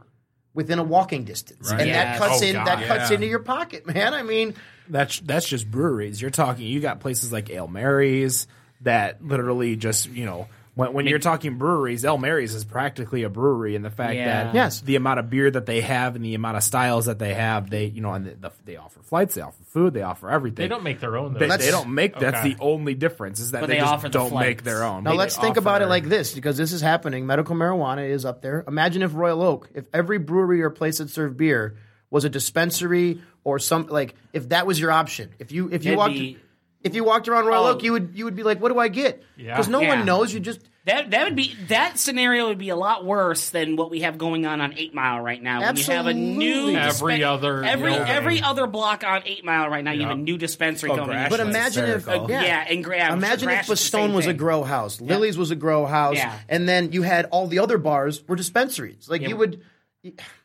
within a walking distance, and Yes. that cuts Oh, in God. that cuts Yeah. into your pocket, man. I mean, That's that's just breweries. You're talking. You got places like Ale Mary's that literally just you know. When, when you're talking breweries, El Mary's is practically a brewery, and the fact Yeah. that Yes. the amount of beer that they have and the amount of styles that they have, they you know, and the, the, they offer flights, they offer food, they offer everything. They don't make their own, though. They, That's- they don't make. That's Okay. the only difference is that But they, they just offer the don't make flights. their own. Now They let's think offer about it their- like this, because this is happening. Medical marijuana is up there. Imagine if Royal Oak, if every brewery or place that served beer was a dispensary or some like if that was your option. If you if you It'd walked be- if you walked around Royal Oh. Oak, you would you would be like, what do I get? Yeah. Because no Yeah. one knows. You just That that would be that scenario would be a lot worse than what we have going on on Eight Mile right now. When you have a Absolutely. new Every other- every yeah. every other block on Eight Mile right now, you have a new dispensary going. in. But imagine if hysterical. yeah, Yeah, and gra- imagine Grash if is the Stone same was a thing. grow house, Lily's was a grow house, Yeah. and then you had all the other bars were dispensaries. Like you would.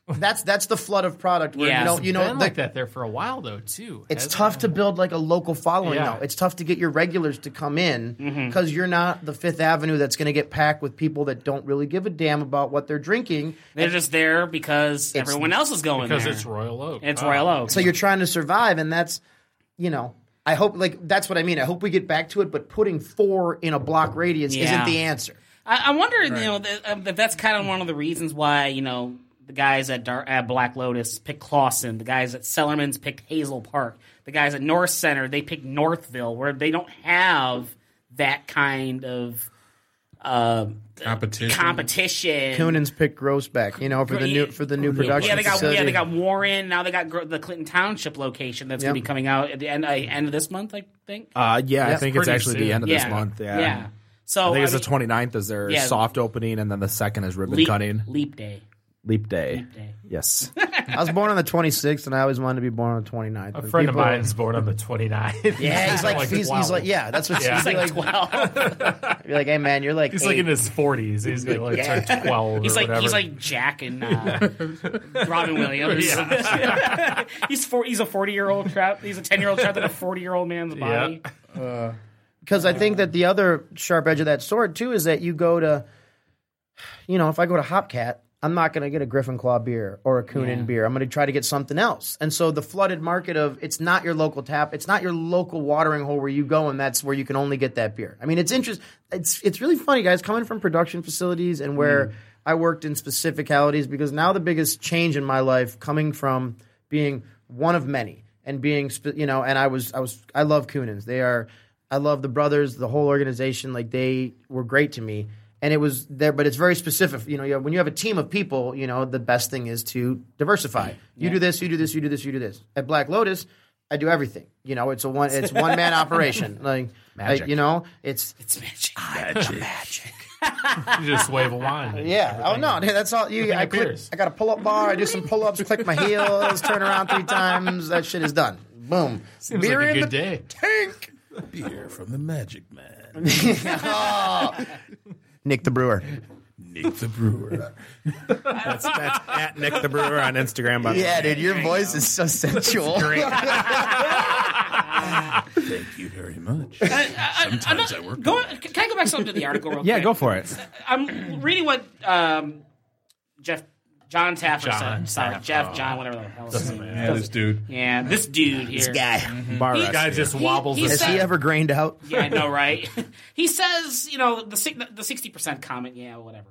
That's that's the flood of product where Yeah. you know you know Been the- like that there for a while, though, too. It's hasn't tough it? to build like a local following Yeah. now. It's tough to get your regulars to come in because you're not the Fifth Avenue that's going to get packed with people that don't really give a damn about what they're drinking. They're just there because everyone else is going Because there. it's Royal Oak. And it's Oh. Royal Oak. So you're trying to survive, and that's, you know, I hope like that's what I mean. I hope we get back to it, but putting four in a block radius Yeah. isn't the answer. I, I wonder, you know, that, um, that that's kind of one of the reasons why, you know, the guys at, Dar- at Black Lotus picked Clawson, the guys at Sellerman's picked Hazel Park, the guys at North Center they picked Northville, where they don't have that kind of uh, Competition. competition. Coonan's picked Grossbeck, you know, for the new for the new production. yeah, they got facility. yeah, they got Warren. Now they got gr- the Clinton Township location that's going to be coming out at the end, uh, end of this month, I think. Uh, yeah, I think it's pretty actually soon. the end of yeah. this month. Yeah. yeah. So I think it's mean, the 29th is their Yeah. soft opening, and then the second is ribbon leap, cutting. leap day. Leap day. Leap day. Yes. I was born on the 26th, and I always wanted to be born on the 29th. A friend of mine's born on the 29th. Yeah, he's like, he's, wow. he's like, yeah, that's what Yeah. he's It's like. like twelve. You're like, hey man, you're like, He's eight. like in his 40s. He's gonna, like turned 12 He's or like whatever. he's like Jack and uh, Robin Williams. he's four, he's a forty year old trapped. He's a ten year old trapped in a forty year old man's body. Yeah. Because I think that the other sharp edge of that sword too is that you go to, you know, if I go to Hopcat, I'm not going to get a Griffin Claw beer or a Coonan beer. I'm going to try to get something else. And so the flooded market of it's not your local tap, it's not your local watering hole where you go and that's where you can only get that beer. I mean, it's interest. It's it's really funny, guys, coming from production facilities and where I worked in specificalities because now the biggest change in my life coming from being one of many and being sp- you know, and I was I was I love Coonans. They are I love the brothers, the whole organization. Like they were great to me, and it was there. But it's very specific. You know, you have, when you have a team of people, you know, the best thing is to diversify. You do this, you do this, you do this, you do this. At Black Lotus, I do everything. You know, it's a one, it's one man operation. Like, I, you know, it's It's magic. You just wave a wand. and yeah. Oh no, dude, that's all. You, I, click, appears. I got a pull up bar. I do some pull ups, click my heels, turn around three times. That shit is done. Boom. Seems like a good day. tank. Beer from the Magic Man, Nick the Brewer. Nick the Brewer. That's, that's at Nick the Brewer on Instagram. By the way. Yeah, dude, your voice is so sensual. Thank you very much. I'm not- Sometimes I work. go, can I go back something to the article real yeah, quick? go for it. I'm reading what um, Jeff John Taffer John said. Sorry, Taffer. Jeff John, whatever the hell. His name Yeah, this dude. is. Yeah, this dude here. Bar He- rest. Guy just wobbles. he his- Has he ever grained out? Yeah, I know, right? he says, you know, the si- the sixty percent comment. Yeah, whatever.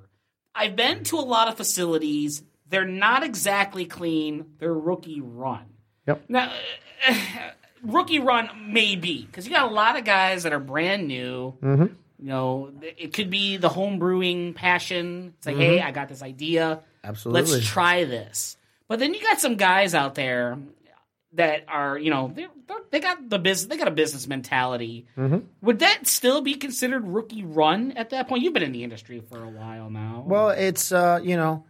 I've been to a lot of facilities. They're not exactly clean. They're rookie run. Yep. Now, rookie run maybe because you got a lot of guys that are brand new. Mm-hmm. You know, it could be the home brewing passion. It's like, hey, I got this idea. Mm-hmm. Absolutely. Let's try this. But then you got some guys out there that are, you know, they're, they're, they got the business, they got a business mentality. Mm-hmm. Would that still be considered rookie run at that point? You've been in the industry for a while now. Well, it's uh, you know,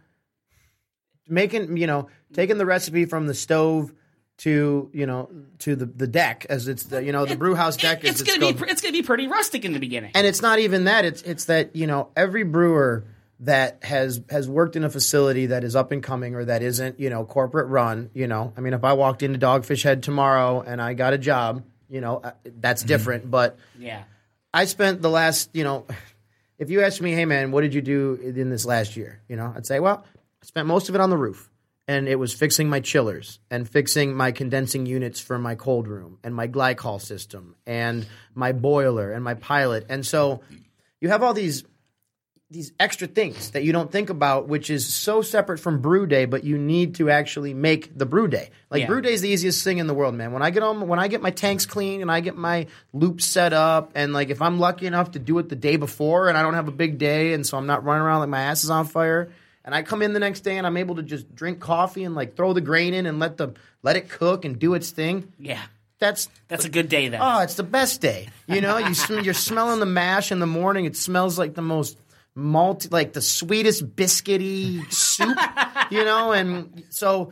making you know, taking the recipe from the stove to you know to the the deck as it's the you know the brew house deck. It- it's as gonna be called. pr- it's gonna be pretty rustic in the beginning. and it's not even that it's it's that you know every brewer that has has worked in a facility that is up and coming or that isn't you know corporate run you know i mean if i walked into dogfish head tomorrow and i got a job you know uh, that's different but yeah, I spent the last, you know, if you asked me, hey man, what did you do in this last year? You know, I'd say, well, I spent most of it on the roof. And it was fixing my chillers and fixing my condensing units for my cold room and my glycol system and my boiler and my pilot. And so you have all these these extra things that you don't think about, which is so separate from brew day, but you need to actually make the brew day. Like Yeah. brew day is the easiest thing in the world, man. When I get on, when I get my tanks clean and I get my loops set up, and like if I'm lucky enough to do it the day before, and I don't have a big day, and so I'm not running around like my ass is on fire, and I come in the next day and I'm able to just drink coffee and like throw the grain in and let the let it cook and do its thing. yeah, That's that's a good day then. oh, it's the best day. You know, you sm- you're smelling the mash in the morning. It smells like the most malt, like the sweetest biscuity soup. You know, and so,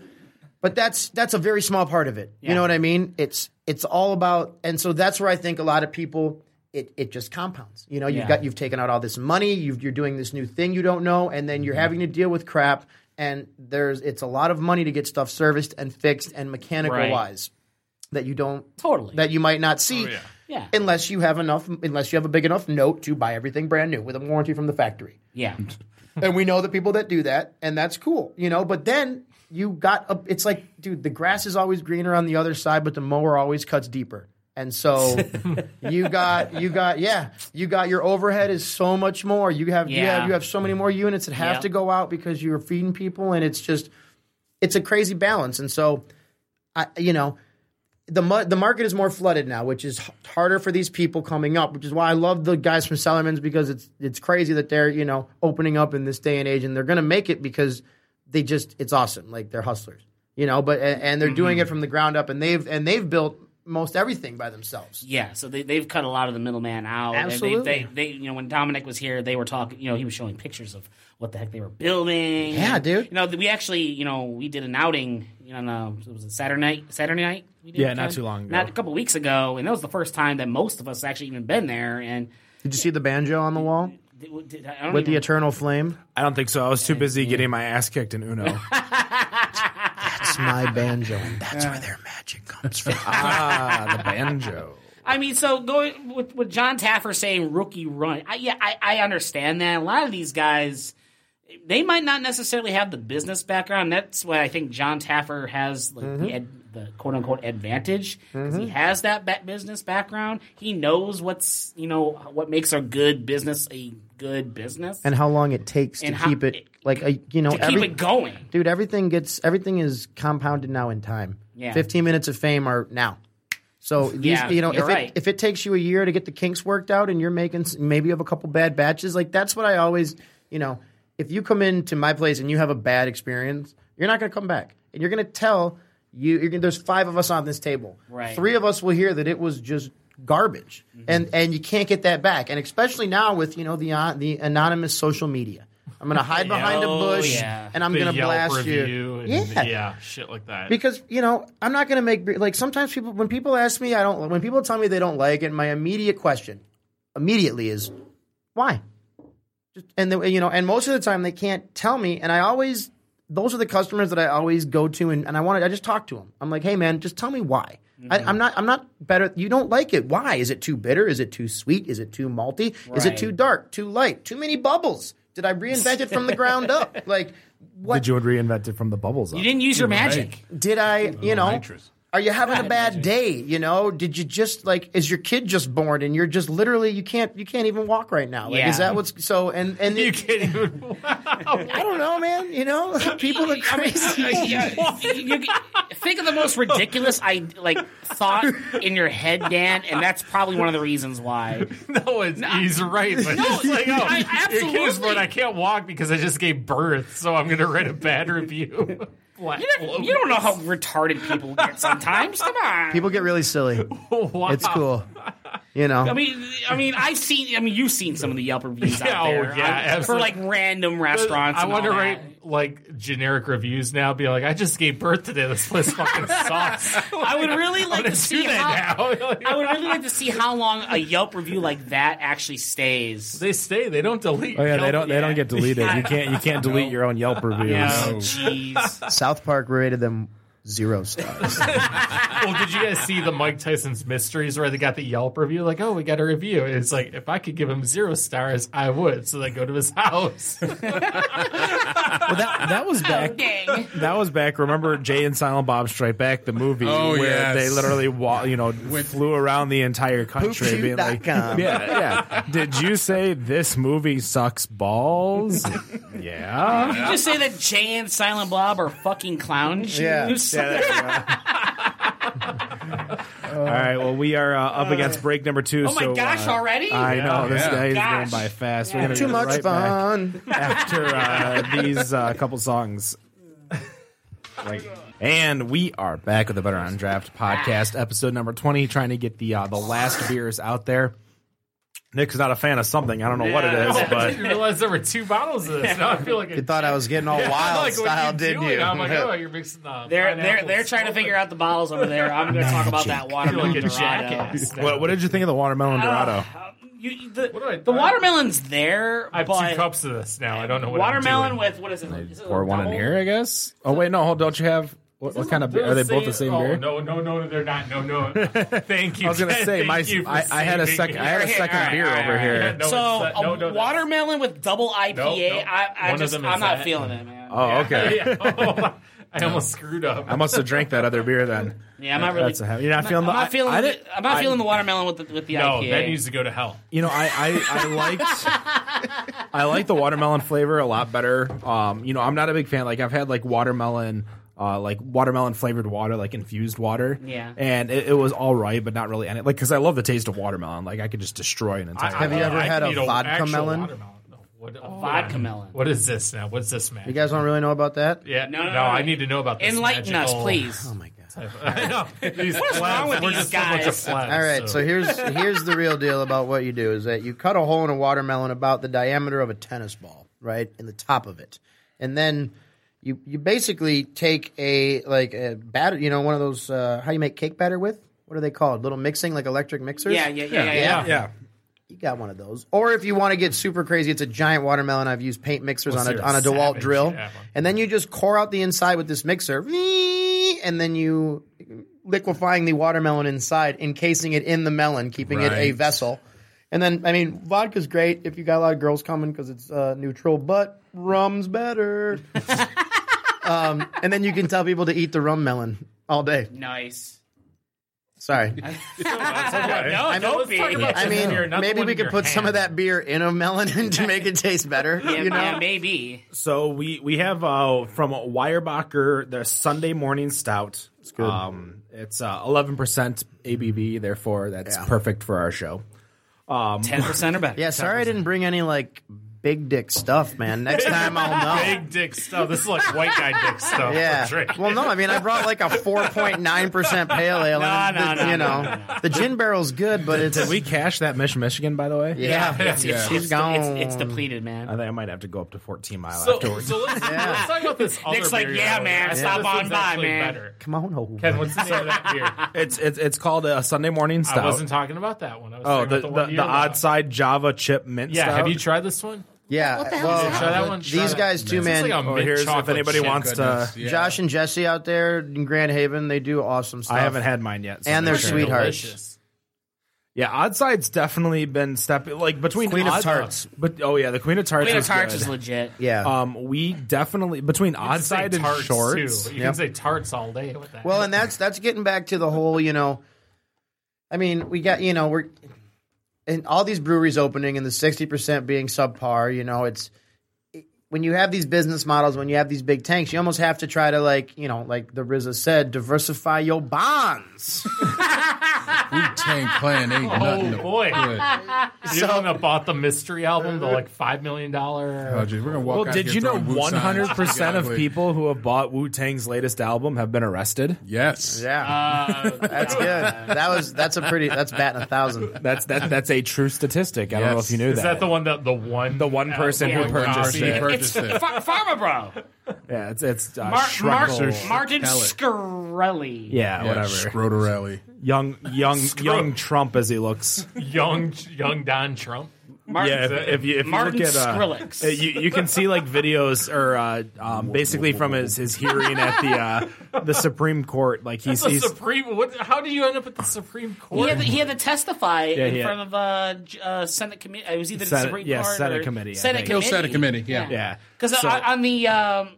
but that's that's a very small part of it. You know what I mean? It's it's all about, and so that's where I think a lot of people. It, it just compounds. You know, you've Yeah. got you've taken out all this money, you've, you're doing this new thing you don't know, and then you're Mm-hmm. having to deal with crap. And there's it's a lot of money to get stuff serviced and fixed and mechanical Right. wise that you don't Totally. that you might not see Yeah. unless you have enough unless you have a big enough note to buy everything brand new with a warranty from the factory yeah, Hmm. and we know the people that do that and that's cool you know but then you got a, it's like dude the grass is always greener on the other side but the mower always cuts deeper and so you got you got yeah you got your overhead is so much more you have you Yeah. have you have so many more units that have Yep. to go out because you're feeding people and it's just it's a crazy balance and so I you know the mu- the market is more flooded now, which is h- harder for these people coming up, which is why I love the guys from Sellerman's because it's it's crazy that they're you know opening up in this day and age, and they're gonna make it because they just it's awesome, like they're hustlers, you know. But and, and they're doing it from the ground up, and they've and they've built most everything by themselves. yeah. So they they've cut a lot of the middleman out. And They, Absolutely. they, they you know when Dominic was here, they were talking. You know, he was showing pictures of what the heck they were building. Yeah, dude. You know, we actually you know we did an outing. You know, it was a Saturday night. Saturday night. We did, Yeah, not Ken? too long ago. Not a couple weeks ago, and that was the first time that most of us actually even been there. And Did you see the banjo on the wall did, did, I don't with the even- eternal flame? I don't think so. I was too busy getting my ass kicked in Uno. That's my banjo, and that's where their magic comes from. ah, the banjo. I mean, so going with, with John Taffer saying rookie run, I, yeah, I, I understand that. A lot of these guys, they might not necessarily have the business background. That's why I think John Taffer has like Mm-hmm. the, ad, the quote unquote advantage 'cause he has that ba- business background. He knows what's you know what makes a good business a good business and how long it takes to And how- keep it like a, you know to every, keep it going. dude everything gets everything is compounded now in time Yeah. 15 minutes of fame are now so these, Yeah, you know you're if, right. it, if it takes you a year to get the kinks worked out and you're making s- maybe you have a couple bad batches like that's what i always you know if you come into my place and you have a bad experience you're not going to come back and you're going to tell you you're gonna, there's five of us on this table Right. Mm-hmm. three of us will hear that it was just garbage and and you can't get that back and especially now with you know the on the anonymous social media i'm going to hide behind Oh, a bush yeah. and i'm The going to Yelp blast you review and- Yeah. yeah. shit like that. because you know I'm not going to make like sometimes people when people ask me I don't when people tell me they don't like it my immediate question immediately is why Just- and the, you know and most of the time they can't tell me and I always those are the customers that I always go to and, and I want to I just talk to them I'm like hey man just tell me why I, Mm-hmm. I'm not I'm not better you don't like it why is it too bitter is it too sweet is it too malty is it Right. too dark too light too many bubbles did I reinvent it from the ground up like what Did you would reinvent it from the bubbles up? You didn't use your magic. did I, you know, nitrous. are you having a bad day? You know, did you just like, is your kid just born and you're just literally, you can't, you can't even walk right now? Like, Yeah. is that what's so? And, and you can't even. I don't know, man, you know, people are crazy. Yeah, you- think of the most ridiculous I like thought in your head, Dan, and that's probably one of the reasons why. No, it's, he's right. But No, it's like, oh, I- your kid was absolutely. born. I can't walk because I just gave birth, so I'm going to write a bad review. Black You don't, you don't know how retarded people get sometimes. Come on. people get really silly. Wow. It's cool. You know, I mean, I mean, I've seen. I mean, you've seen some of the Yelp reviews Yeah, out oh, there yeah, I- for absolutely. like random restaurants. I and want to all that. write like generic reviews now. Be like, I just gave birth today. This place fucking sucks. I would really like to Let's do see that how. now. Like, I would really like to see how long a Yelp review like that actually stays. they stay. They don't delete. Oh yeah, Yelp. they don't. They don't get deleted. You can't. You can't delete your own Yelp reviews. Oh, jeez. South Park rated them zero stars. Well, did you guys see the Mike Tyson's Mysteries where they got the Yelp review? Like, oh, we got a review. And it's like, if I could give him zero stars, I would. So they go to his house. Well, that that was back. Dang. That was back. Remember Jay and Silent Bob Strike Back, the movie Oh, where yes. they literally wa- you know flew around the entire country, being like, Poopcube.com. "Yeah, yeah." Did you say this movie sucks balls? yeah. Did you just say that Jay and Silent Bob are fucking clown shoes? All right. Well, we are uh, up against break number two. oh my so, gosh, uh, already? I know this Yeah. day is Gosh. going by fast. We're gonna Too get much right back. fun. after uh, these uh, couple songs. Like- and we are back with the Better on Draft podcast, episode number twenty, trying to get the uh, the last beers out there. Nick's not a fan of something. I don't know what it is, I didn't but realize there were two bottles of this. Now I feel like You thought I was getting all wild style, didn't you? I'm like, oh, you're mixing the They're they're pineapple they're trying to smoke figure out the bottles over there. I'm going to talk about that with- You're watermelon like a Dorado. jackass. what, what did you think of the watermelon Ah. dorado? You, the, do I- the watermelon's there, I have but two cups of this now. I don't know what watermelon I'm with what is it? Is it a Pour one in double? here, I guess. Oh wait, no, hold. Don't you have what, what kind of beer? doing. Are they both the same oh, beer? No, no, no, they're not. No, no. Thank you. I was gonna Ken. say Thank my. you for I, I had a saving second. me. I had a Okay, second all right, beer all right, over all right. here. Yeah, no, so it's that- no, a no, that's- watermelon with double IPA. no. I, I One of just them I'm is not that. feeling it, man. Oh, okay. Yeah. Oh, I almost screwed up. I must have drank that other beer then. Yeah, I'm not really. That's a heavy. You're not feeling I'm the. not feeling. I, I the, didn't- I'm not I- feeling the watermelon with the, with the no, IPA. that needs to go to hell. You know, I I, I liked I liked the watermelon flavor a lot better. Um, you know, I'm not a big fan. Like I've had like watermelon. Uh, like watermelon flavored water, like infused water. Yeah. and it, it was all right, but not really. And like, because I love the taste of watermelon. Like, I could just destroy an entire. Have you ever I had could a eat vodka actual melon? watermelon. No, What, oh, vodka melon. What is this now? What's this, man? You guys don't really know about that? yeah, No, no, no, I no. need to know about this. Enlighten us, magical- please. Oh my god. I know. These What's wrong with we're these just a bunch of guys? plebs, All right, so, so here's here's the real deal about what you do is that you cut a hole in a watermelon about the diameter of a tennis ball, right, in the top of it, and then you you basically take a like a batter, you know, one of those uh, how you make cake batter with. What are they called? Little mixing, like electric mixers. Yeah, yeah, yeah, yeah. yeah. yeah, You got one of those. Or if you want to get super crazy, it's a giant watermelon. I've used paint mixers on a you're on a a DeWalt savage, drill, you have one. and then you just core out the inside with this mixer, and then you liquefying the watermelon inside, encasing it in the melon, keeping it a Right. vessel. And then, I mean, vodka's great if you got a lot of girls coming because it's uh, neutral, but rum's better. um, and then you can tell people to eat the rum melon all day. Nice. Sorry. No, I'm no, let's talk hoping. about I this mean, beer, not the maybe one we in could your put some of hand. that beer in a melon and to make it taste better. Yeah, you know? yeah, maybe. So we we have uh, from Weyerbacher their Sunday morning stout. It's good. Um, it's eleven percent ABV, therefore that's perfect for our show. Ten percent or better. Yeah, sorry I didn't bring any like big dick stuff, man. Next time I'll know. Big dick stuff. This is like white guy dick stuff. Yeah. We're drinking. Well, no, I mean, I brought like a 4.9% pale ale. and No, the- no, no, you no, know, no, the gin barrel's good, but it's. Did we cash that Mish Michigan by the way? yeah. It's, it's, She's it's, gone. It's, it's depleted, man. I think I might have to go up to fourteen mile So, afterwards. so let's, let's talk about this other Nick's like, beer yeah, now. man, This stop one's on by, actually man. better. Come on oh. over. Ken, what's the name of that beer? it's it's it's called a Sunday morning stout. I wasn't talking about that one. I was oh, talking the about the, the, the, one you were odd about. side Java chip mint. Yeah, stout. have you tried this one? Yeah. well, Try that one. Try these that. guys, This too, is man. like a Oh, mint here's if chocolate anybody chip. wants Goodness, to. yeah. Josh and Jesse out there in Grand Haven, they do awesome stuff. I haven't had mine yet. so And they're I'm not sure. sweet. sweethearts. Delicious. Yeah, Oddside's definitely been stepping like between Queen of Odd- Tarts. But oh yeah, the Queen of Tarts. Queen of was Tarts good. is legit. Yeah. Um, we definitely between I'd say Oddside and tarts shorts. Too. You can say tarts all day with that. Well, and that's that's getting back to the whole, you know, I mean, we got you know we're and all these breweries opening and the sixty percent being subpar. You know, it's when you have these business models, when you have these big tanks, you almost have to try to like you know, like the RZA said, diversify your bonds. Tank Clan ain't nothing. oh to- boy, Good. you know that bought the mystery album, the like five million dollar. Oh, geez, we're gonna walk Well, out did here you know throwing wood signs. 100% of Exactly. people who have bought Wu Tang's latest album have been arrested? Yes. Uh, Yeah, uh, that's good. That was that's a pretty that's batting a thousand. That's that. That's a true statistic. I don't know Yes. if you knew Is that the one that the one The one person yeah. who purchased Yeah. it. Purchased It's it. Far- Pharma Bro. Yeah, it's it's uh, Mar- Mar- Shrunkel. Martin Pellet. Scarelli. yeah, Yeah, whatever. Schroederelli. young, young, young Trump as he looks. young young Don Trump? Martin, Yeah, if, if you if Martin you look at uh, Skrillex. uh, you, you can see like videos or uh, um, basically from his, his hearing at the uh, the Supreme Court, like he's, The he's Supreme. What, how do you end up at the Supreme He Court? had, to, he had to testify in he had- front of uh, j- uh, Senate committee. It was either the Senate- Supreme yeah, Court Senate or committee, I Senate think. committee. Still Senate committee. Yeah. yeah. Because So- on the um,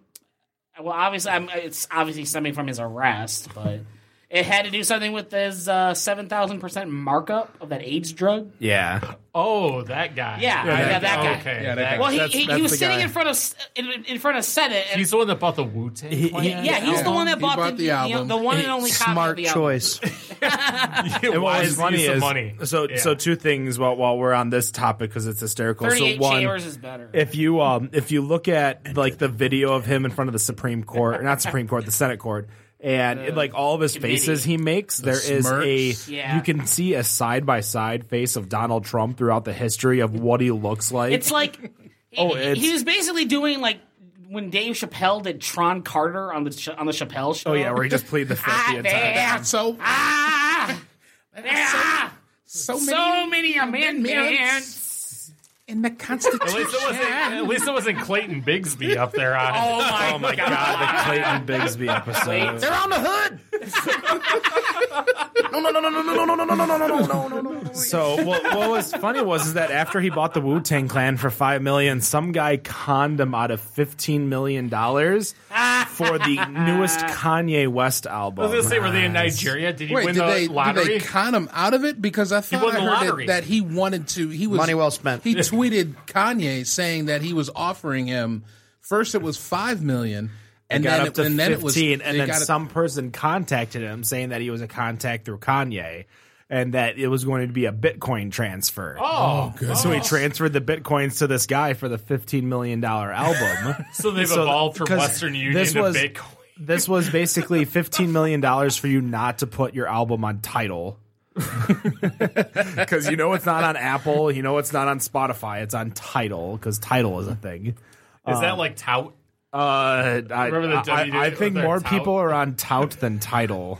well, obviously, I'm, it's obviously stemming from his arrest, but it had to do something with his uh, seven thousand percent markup of that AIDS drug. yeah, oh, that guy. Yeah, yeah, that guy. Okay, Yeah, that guy. Well, he, That's- he, that's he was the sitting guy. in front of s- in, in front of Senate, and he's the one that bought the Wu Tang. He- he- yeah, he's the one that He bought, bought the the, album. the one and only copy of Smart the album. choice. Wise And what was use funny of is money. so Yeah. so two things while while we're on this topic because it's hysterical. So Thirty-eight one, chambers is better. if you um if you look at like the video of him in front of the Supreme Court, or not Supreme Court, the Senate Court. And like all of his faces he makes, there is smirks. a Yeah. you can see a side by side face of Donald Trump throughout the history of what he looks like. It's like Oh, he- it's- he was basically doing like when Dave Chappelle did Tron Carter on the Ch- on the Chappelle show. oh yeah, where he just plead the fifth ah, the entire time. there, So ah, there are so many so many amendments. in the At least, Constitution. it wasn't, at least it wasn't Clayton Bigsby up there on. Oh my, Oh my god! god, the Clayton Bigsby episode. They're on the hood. no, no, no, no, no, no, no, no, no, no, no, no, no, no, no, no. So what, what was funny was is that after he bought the Wu Tang Clan for five million, some guy conned him out of fifteen million dollars for the newest Kanye West album. Ah. I was gonna say, were they in Nigeria? Did he Wait, win did the they lottery? did they con him out of it? Because I thought won I the heard lottery. that, that he wanted to. He was Money well spent. He tweeted Kanye saying that he was offering him. First, it was five million, and got then up to it, and then it was fifteen, and they then got it- some person contacted him saying that he was a contact through Kanye. And that it was going to be a Bitcoin transfer. oh, so he transferred the bitcoins to this guy for the fifteen million dollar album. so they've th- evolved from 'cause Western Union this to was- Bitcoin. This was basically fifteen million dollars for you not to put your album on title. Because you know it's not on Apple, you know it's not on Spotify, it's on Title because Title is a thing. Is that like tout? Uh, I, Remember the I- WD I think with our more tout? people are on Tout than Title.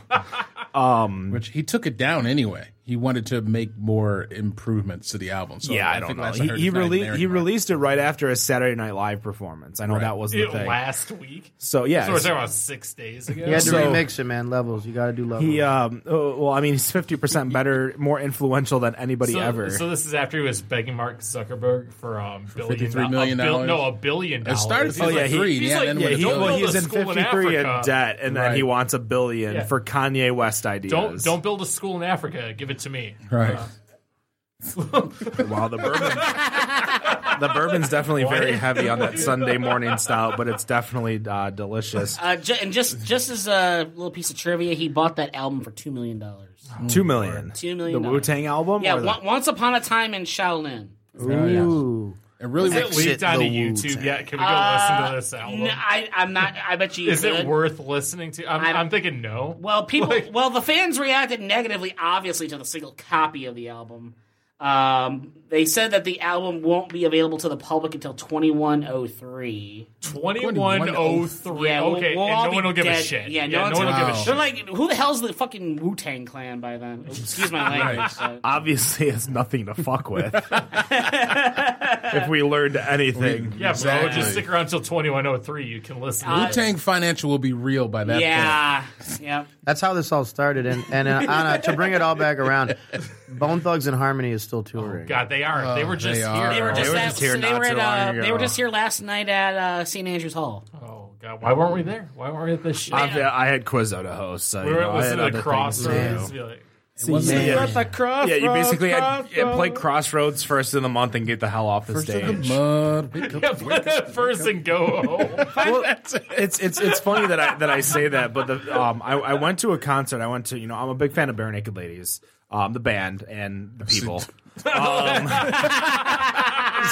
which he took it down anyway. he wanted to make more improvements to the album. So yeah, I, think don't know. last He, heard he, it's not even rele- there he anymore. released it right after a Saturday Night Live performance. I know that was the It thing. last week. So yeah, So we're it's- talking about six days ago. You had to So- remix it, man. Levels. You got to do levels. he um. oh, well, I mean, he's fifty percent better, more influential than anybody so, ever. so this is after he was begging Mark Zuckerberg for um billion, $53 million a bill- no, a billion It dollars. started He's oh, yeah, like, he, three. he's yeah, like, and then yeah, when he, it don't well, build goes- a he's in school in 53 in, Africa. debt, and then he Right. wants a billion Yeah. for Kanye West ideas. don't don't build a school in Africa. Give it to me. right. Wow, the bourbon. the bourbon's definitely very heavy on that Sunday morning stout, but it's definitely uh, delicious. Uh, ju- and just just as a little piece of trivia, he bought that album for two million dollars. Two million. Two The million. Wu Tang album. Yeah, or the- on- Once Upon a Time in Shaolin. Ooh. It really Is it was. leaked the onto Wu-Tang. YouTube yet? Can we go listen to this album? No, I, I'm not. I bet you. is it could. worth listening to? I'm, I'm- I'm thinking no. Well, people. well, the fans reacted negatively, obviously, to the single copy of the album. Um, they said that the album won't be available to the public until 2103. 2103. Yeah, we'll- okay, oh we'll and all no be one will give a dead. shit. Yeah, no one's no one will gonna- give a Wow. They're shit. like, who the hell's the fucking Wu Tang Clan by then? Excuse my language. but- obviously has nothing to fuck with. if we learned anything, Yeah, bro, Exactly. just stick around until 2103. You can listen. Uh, Wu Tang Financial will be real by that point. Yeah, yeah. That's how this all started. And and uh, Anna, to bring it all back around, Bone Thugs and Harmony is still touring. God, they are. they were just here. they are. They were They just, were at- just here they not were too at, long uh, ago. They were just here last night at uh, St. Andrew's Hall. Oh god, why weren't we there? Why weren't we at this shit? I've- I had Quizzo to host. So, we you were know, I had listening other to things Crossroads. to be like, do. Yeah, yeah, you basically had, yeah, play Crossroads first in the month and get the hell off the stage. Mud, pick up- Yeah, put that first and go home. well, it's it's it's funny that I that I say that, but the, um, I, I went to a concert. I went to you know I'm a big fan of Bare Naked Ladies, um, the band and the people. Um,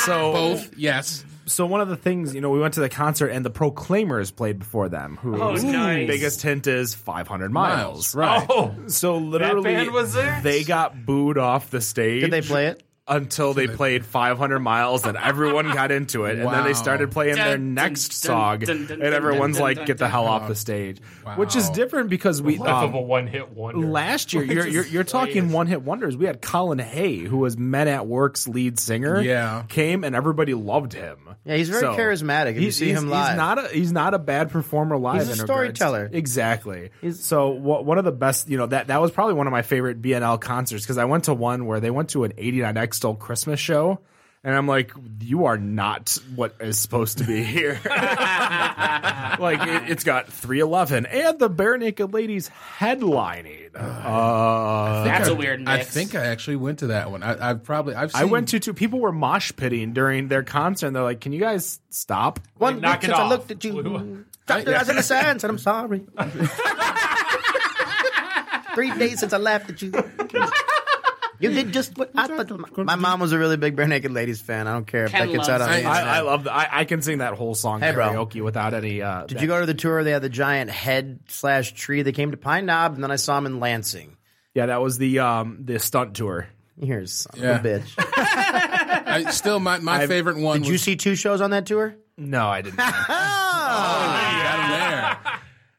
so both, yes. so one of the things you know we went to the concert and the Proclaimers played before them. Who Oh, nice. biggest hint is 500 miles. Uh, Miles, right. Oh, So literally, band was there? they got booed off the stage. Did they play it? Until they played 500 miles and everyone got into it, and then they Wow. started playing their Dun, next dun, dun, song, dun, dun, and dun, everyone's dun, like, dun, "Get the dun, hell off the stage," which is Wow. different because we life um, of a one-hit wonder. last year you're you're, you're talking one hit wonders. We had Colin Hay, who was Men at Work's lead singer, Yeah. came and everybody loved him. Yeah, he's very So, charismatic. If you he's- see he's- him live, he's not a he's not a bad performer live. He's a in regards to- storyteller. exactly. so wha- one of the best, you know that that was probably one of my favorite BNL concerts because I went to one where they went to an '89 Extol Christmas show. And I'm like, you are not what is supposed to be here. like it, it's got 311 and the bare naked ladies headlining. Uh, That's I- a weird mix. I think I actually went to that one. I, I've probably I've seen, I went to two people were mosh pitting during their concert. And they're like, can you guys stop? One knock week it since I off. looked at you, Who- dropped your eyes in the sands, and I'm sorry. Three days since I laughed at you. You did just what I thought. My mom was a really big Bare Naked Ladies fan. I don't care if Ken that gets out on loves it. the internet. I, I love that. I, I can sing that whole song Hey, bro. karaoke without any. Uh, Did you go to the tour? They had the giant head slash tree. They came to Pine Knob, and then I saw him in Lansing. Yeah, that was the um the stunt tour. Here's son Yeah. of a bitch. I, still my, my favorite one. Did you was see two shows on that tour? No, I didn't. Adam there?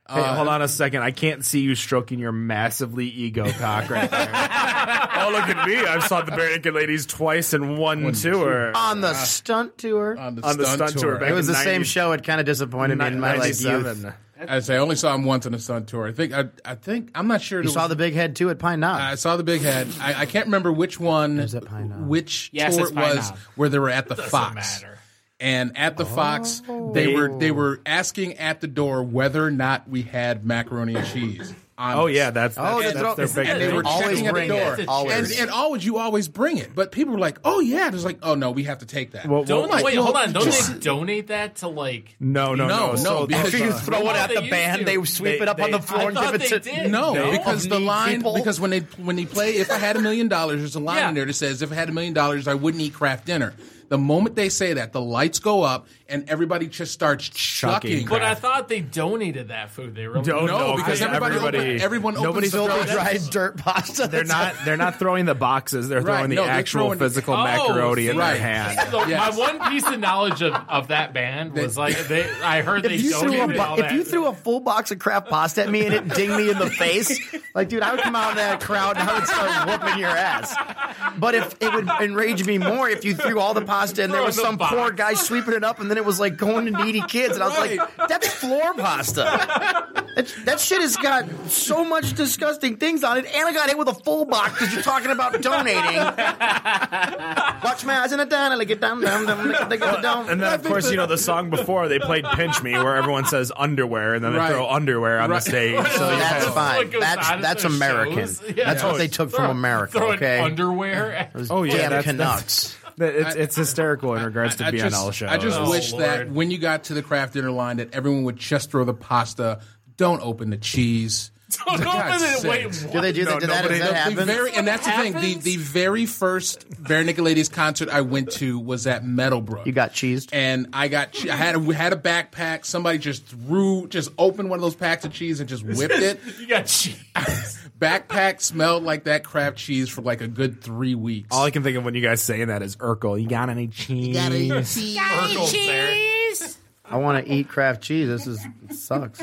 Hey, hold on a second. I can't see you stroking your massively ego cock right there. oh, look at me! I've saw the Bare Naked Ladies twice in one, tour On the Ah. stunt tour. on the stunt tour. back it was in the same 90 show. It kind of disappointed me in my like youth. 97. I say I only saw him once on the stunt tour. I think I, I think I'm not sure. You saw the big head too at Pine Knob. I saw the big head. I, I can't remember which one, that Pine Knob. which Yes, tour it's it Pine was Knob. where they were at the doesn't Fox. matter. And at the Fox, they Oh. were they were asking at the door whether or not we had macaroni and cheese. on Oh us. yeah, that's, that's, Oh, they that's throw- their big and they thing. were Always checking at the bring door. it. Always. And, and always, you always bring it. But people were like, "Oh yeah," there's like, "Oh no, we have to take that." Don't Like, wait, hold on. Don't just- they donate that to like? No, no, no, No, So no, because- After you throw it Oh, at they the used band, to. they sweep They- it up on they- the floor I and give thought it they to. did. No, No. because the Need line people. because when they when they play, if I had a million dollars, there's a line Yeah. in there that says, "If I had a million dollars, I wouldn't eat Kraft dinner." The moment they say that, the lights go up and everybody just starts chucking. But I thought they donated that food. They were Don't no, know, because because everybody, everybody- open- everyone opens nobody's the open door. dried dirt pasta. They're not. They're not throwing the boxes. They're Right, throwing the no, they're actual throwing- physical Oh, macaroni in right. their hand. So Yes. My one piece of knowledge of, of that band was like they. I heard they If you, threw a, donated bo- all if that. you threw a full box of crap pasta at me and it dinged me in the face, like, dude, I would come out of that crowd and I would start whooping your ass. But if it would enrage me more if you threw all the pasta and there Throw was in the some poor box. guy sweeping it up and then it was like going to needy kids and I was like, that's floor pasta. That, that shit has got so much disgusting things on it and I got hit with a full box because you're talking about donating. Watch my eyes and a down, like it down, down, down, down, down, down. And then, of course, you know the song before they played "Pinch Me," where everyone says underwear, and then they Right. throw underwear on the Right. stage. So So you that's have- fine. what goes on That's in that's those American. shows. Yeah. That's what they took from America. Throwing okay. underwear. Those Oh, yeah, damn that's- Canucks. it's, it's hysterical in regards to I BNL just, shows. I just Oh, wish that Lord. when you got to the craft dinner line, that everyone would just throw the pasta. Don't open the cheese. Don't For open God's it. Wait, sakes. Do they do No, that? Did that, nobody- does that The- the happen? very- and that's the thing. The, the very first Bare Naked Ladies concert I went to was at Meadowbrook. you got cheesed. and I got che- I had a, we had a backpack. Somebody just threw, just opened one of those packs of cheese and just whipped it. you got cheese. Backpack smelled like that crab cheese for like a good three weeks. All I can think of when you guys saying that is Urkel. You got any cheese? Urkel's there. I want to eat Kraft cheese. This is it sucks.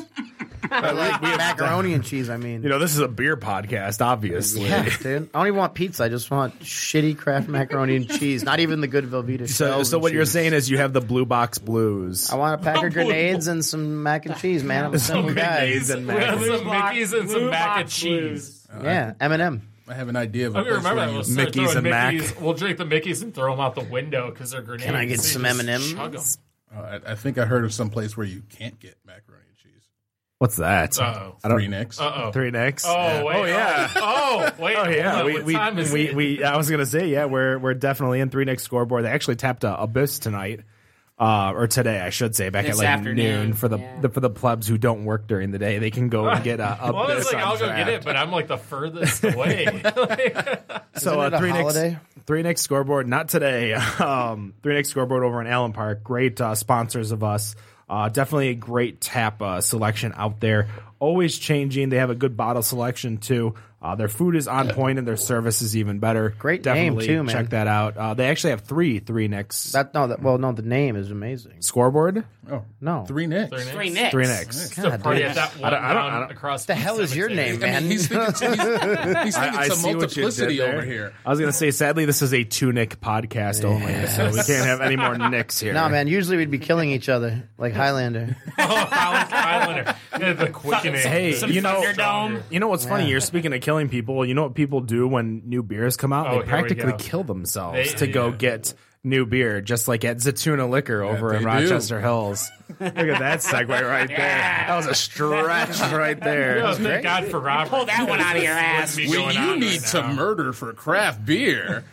macaroni and cheese. I mean, You know, this is a beer podcast, obviously. yeah, dude. I don't even want pizza. I just want shitty Kraft macaroni and cheese. Not even the good Velveeta. So, shells so and what you're cheese. saying is you have the blue box blues. I want a pack of grenades and some mac and cheese, man. I'm a simple guy. Cheese and We mac. had some Mickey's and some Blue mac and box cheese. Yeah, M&M. I have an idea of a I mean, place remember where that. We'll you- start Mickey's throwing and Mac. Mickey's. We'll drink the Mickey's and throw them out the window because they're grenades. I get So you some just M&Ms? chug 'em. Uh, I, I think I heard of some place where you can't get macaroni and cheese. What's that? Uh-oh. I don't- Three necks. Uh-oh. Three necks. Oh, wait. Oh yeah. Oh, wait. Oh yeah, hold on, we what we, time is we, it? we I was gonna say yeah, we're we're definitely in three next scoreboard. They actually tapped a abyss tonight, uh, or today I should say, back This at like afternoon, noon for the, yeah. the for the plebs who don't work during the day. They can go and get a abyss. Well, I was like, on I'll go get draft. it, but I'm like the furthest away. So uh, Isn't it a three holiday? next three next scoreboard not today. Um, three next scoreboard over in Allen Park. Great uh, sponsors of us. Uh, definitely a great tap uh, selection out there. Always changing. They have a good bottle selection too. Uh, their food is on point and their service is even better. Great name, definitely too, man. Check that out. Uh, they actually have three three next That no, that well, no. The name is amazing. scoreboard. oh, No, three necks. Three nicks. Three next. Still party dude. at that one don't- I don't- I down don't- across the hell is your cemetery. name, I man? mean, he's thinking, he's, he's thinking I some see what you did multiplicity there. over here. I was gonna say, sadly, this is a two Nick podcast only, so we can't have any more Nicks here. No, man. Usually we'd be killing each other like Highlander. Oh, Howland Highlander. Yeah, the quickening. Hey, Some you know, Thunderdome. you know what's funny? You're speaking of killing people. You know what people do when new beers come out? Oh, here they we practically go. kill themselves They- to go yeah. get new beer, just like at Zatuna Liquor over they in do. Rochester Hills. Look at that segue right there. That was a stretch right Oh, there. thank God for Robert. Pull that one out of your ass. Be When going you on need right to now. murder for craft beer,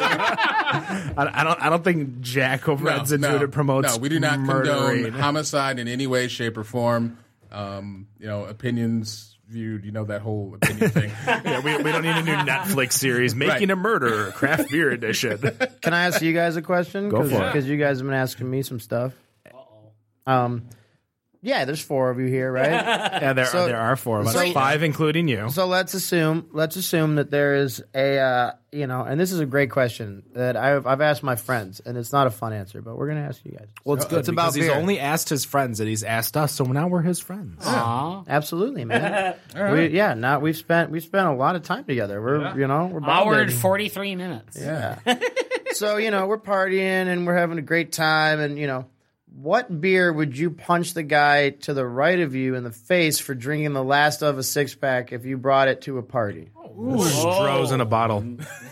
I I don't. I don't think Jack over at Zatuna promotes. No, we do not murdering. condone homicide in any way, shape, or form. Um, you know, opinions viewed. You know that whole opinion thing. Yeah, we, we don't need a new Netflix series, Making Right. a Murderer, craft beer edition. Can I ask you guys a question? Go for it. Because you guys have been asking me some stuff. Um, yeah, there's four of you here, right? Yeah, there are there are four of us, so- five including you. so let's assume let's assume that there is a uh, you know, and this is a great question that I've I've asked my friends, and it's not a fun answer, but we're gonna ask you guys. Well, It's about because he's beer. only asked his friends and he's asked us, so now we're his friends. Oh. Absolutely, man. we, yeah, now we've spent we've spent a lot of time together. We're you know we're Hour and bonded. 43 minutes. so you know we're partying and we're having a great time and you know what beer would you punch the guy to the right of you in the face for drinking the last of a six pack if you brought it to a party? Strohs in a bottle.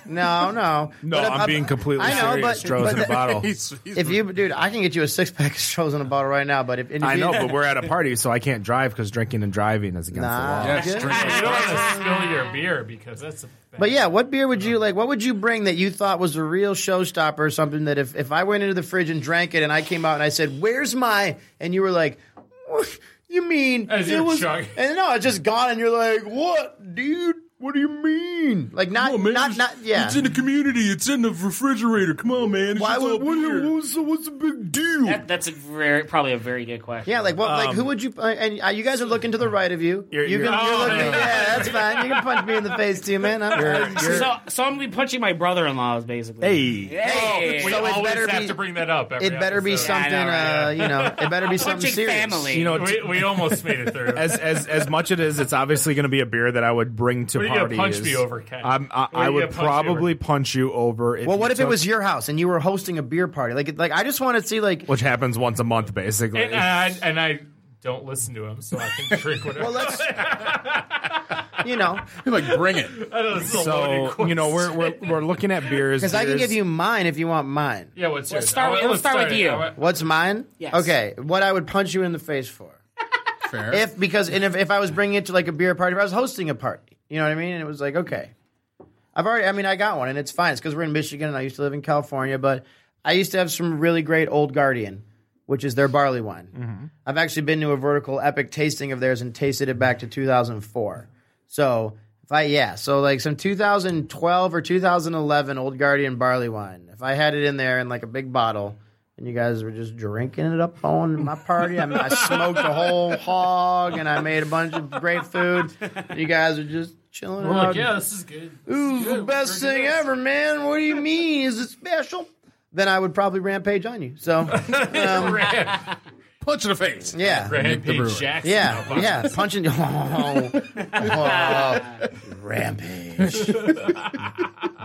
No, no, No, But uh, I'm, being completely I know, serious. but- Strohs but in a bottle. If you, dude, I can get you a six pack of Strohs in a bottle right now. But if, and if I you- know, but we're at a party, so I can't drive because drinking and driving is against Nah. the law. Yes, Good. drink You don't want to spill your beer because that's a bad But yeah, what beer would you like? What would you bring that you thought was a real showstopper or something that if, if I went into the fridge and drank it and I came out and I said, "Where's my?" and you were like, "What? "You mean As it you're was?" chugging. And no, it's just gone, and you're like, "What, dude?" What do you mean? Like not Come on, man. not It's- not yeah. It's in the community. It's in the refrigerator. Come on, man. It's Why just would- up what- here. What's, what's the big deal? That, that's a very probably a very good question. yeah, like what? like who would you? Uh, and uh, you guys are looking to the right of you. You're- you you're- can, Oh, you're looking, yeah. yeah, that's fine. You can punch me in the face too, man. I'm, So, so I'm gonna be punching my brother-in-laws basically. Hey. Hey. Oh, we So it always better have be- to bring that up. Every it better be episode. something. Yeah, I know, uh, right? you know, it better be something Punching serious. family. You know, t- We, we almost made it through. as as as much it is, it's obviously going to be a beer that I would bring to What are you gonna parties. punch me over, Ken? I'm, I, What are I you would gonna punch me over? probably punch you over. Well, what you if it took- was your house and you were hosting a beer party? Like, it- like I just want to see, like, which happens once a month, basically? and, I, and I don't listen to him, so I can drink whatever. well, let's, you know, You're like, bring it. I know this is a loaded so question. you know we're we're, we're looking at beers because I can beers- give you mine if you want mine. yeah. What's yours? Oh, start I- with- let's start with it. you. I- What's mine? Yes. Okay, what I would punch you in the face for. Fair. if because and if, if I was bringing it to like a beer party, if I was hosting a party, you know what I mean? And it was like, okay, I've already, I mean, I got one, and it's fine. It's because we're in Michigan, and I used to live in California, but I used to have some really great Old Guardian, which is their barley wine. I've actually been to a vertical epic tasting of theirs and tasted it back to 2004. So if I yeah, so like some 2012 or 2011 Old Guardian barley wine. If I had it in there in like a big bottle. And you guys were just drinking it up on my party. I, mean, I smoked a whole hog, and I made a bunch of great food. You guys are just chilling. We're out, like, yeah, this is good. This Ooh, is the good. best We're thing drinking ever, man. What do you mean? Is it special? Then I would probably rampage on you. So, this. Punch in the face. yeah. the brewer. Rampage Jackson. Yeah, Now, yeah, punching. Oh, oh, rampage.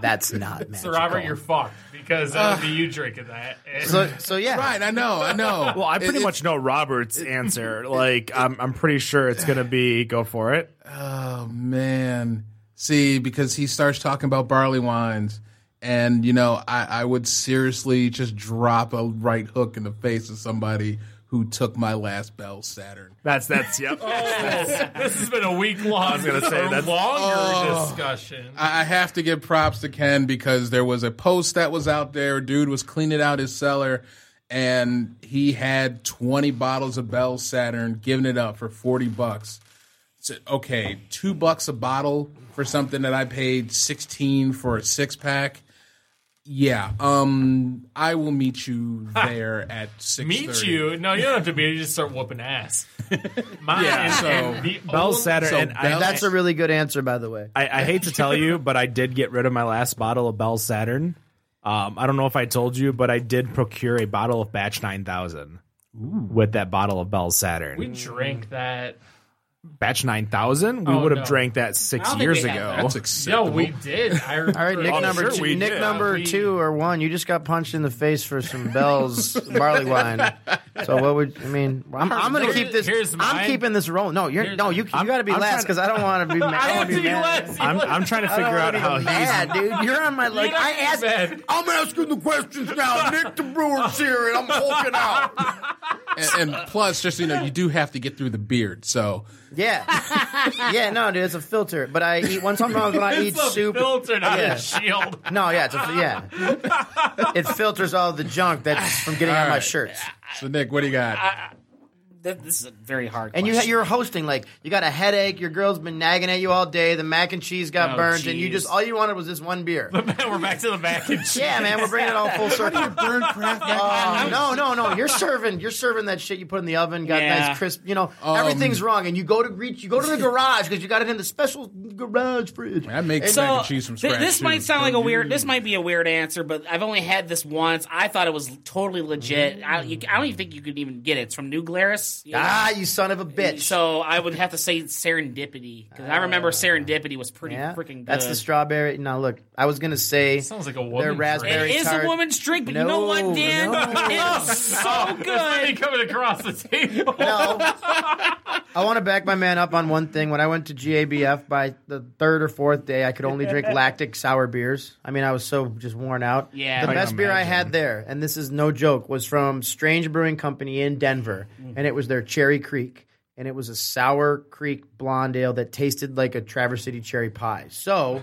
That's not So magical. Robert, you're fucked because it'll be you drinking that. And so, so yeah. Right. I know. I know. Well, I pretty It- much know Robert's answer. Like, I'm I'm pretty sure it's gonna be go for it. Oh man. See, because he starts talking about barley wines, and you know, I, I would seriously just drop a right hook in the face of somebody who took my last Bell Saturn. That's that's yep. Oh, this has been a week long. I was gonna say, that's- longer Oh. discussion. I, I have to give props to Ken because there was a post that was out there. A dude was cleaning out his cellar, and he had twenty bottles of Bell Saturn, giving it up for forty bucks. So, okay, two bucks a bottle for something that I paid sixteen for a six pack. Yeah, um, I will meet you there at six. Meet you? No, you don't have to meet. You just start whooping ass. Mine Yeah, is so- and the Bell only- Saturn. So and I, Bell- That's a really good answer, by the way. I, I hate to tell you, but I did get rid of my last bottle of Bell Saturn. Um, I don't know if I told you, but I did procure a bottle of Batch Nine Thousand with that bottle of Bell Saturn. We drank that. Batch Nine Thousand, we Oh, would have no. drank that I six don't think years we had ago. That's No, acceptable. we did. I All right, Nick Oh, number sure two, we Nick did. number We- two or one. You just got punched in the face for some Bell's barley wine. So what would I mean? I'm, I'm going to Here's- keep this. here's I'm mine. keeping this rolling. No, you're Here's- no. You, you I'm- got to be I'm last tryna- because I don't want to be. mad. I I want don't wanna to be be mad. Oh, less. I'm I'm trying to I don't figure out wanna how be he's mad, dude. You're on my like. I asked. Bad. I'm asking the questions now. Nick the Brewer's here, and I'm hulking out. And, and plus, just so you know, you do have to get through the beard. So Yeah, yeah. No, dude, it's a filter. But I eat once I'm wrong when I eat It's a soup. filter, not Yeah. a shield. No, yeah, it's a, yeah. It filters all the junk that's from getting on my right. shirts. So Nick, what do you got? Th- This is a very hard. And you, question. you're hosting, like you got a headache. Your girl's been nagging at you all day. The mac and cheese got Oh, burned, and you jeez. just all you wanted was this one beer. We're back to the mac and cheese. yeah, man, we're bringing it all full circle. Burn craft. Oh, no, no, no! You're serving, you're serving that shit you put in the oven. Got Yeah. Um, nice crisp. You know everything's wrong, and you go to reach, you go to the garage because you got it in the special garage fridge. I make so mac and cheese from th- scratch. this too. might sound like a weird. This might be a weird answer, but I've only had this once. I thought it was totally legit. I, you, I don't even think you could even get it. It's from New Glarus. you know? Ah, you son of a bitch! Ah. So I would have to say Serendipity because I remember Serendipity was pretty freaking good. That's the strawberry. Now look, I was gonna say Sounds like a woman. they're drink. raspberry. It is tart. a woman's drink, but you know No, what, Dan? no. It's so Somebody good. coming across the table. No. I want to back my man up on one thing. When I went to GABF by the third or fourth day, I could only drink lactic sour beers. I mean, I was so just worn out. Yeah. The I can best beer I had there, and this is no joke, was from Strange Brewing Company in Denver, Mm. and it was their Cherry Creek. And it was a sour creek blonde ale that tasted like a Traverse City cherry pie. So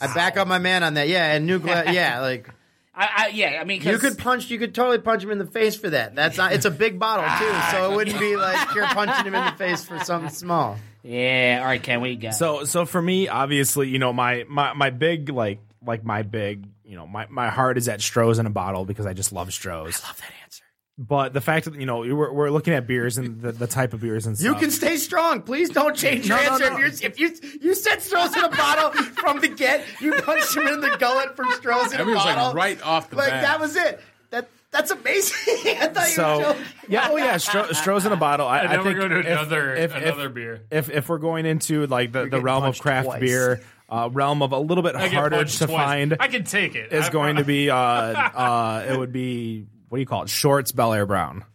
I back up my man on that. Yeah, and new gla- yeah, like I, I yeah, I mean, 'cause- You could punch. You could totally punch him in the face for that. That's not. It's a big bottle too, so it wouldn't be like you're punching him in the face for something small. yeah. All right, Ken, what you got? So so for me, obviously, you know, my my my big like like my big, you know, my my heart is at Stroh's in a bottle because I just love Stroh's. I love that answer. But the fact that you know we're, we're looking at beers and the, the type of beers and You stuff. can stay strong. Please don't change your No, no, answer. no. If you if you you said Stroh's in a bottle from the get, you punched him in the gullet from Stroh's in a Everyone's, like, bottle. right off the like bat. that was it. That that's amazing. I thought you were so joking. yeah, oh yeah, Stro- Stroh's in a bottle. I, And I then think we're going to if- another if- if- another beer. if if we're going into like the, the realm of punched craft twice. beer, uh, realm of a little bit I get harder punched to twice. find I can take it. is I'm- going to be uh, uh, it would be what do you call it? Shorts Bel Air Brown.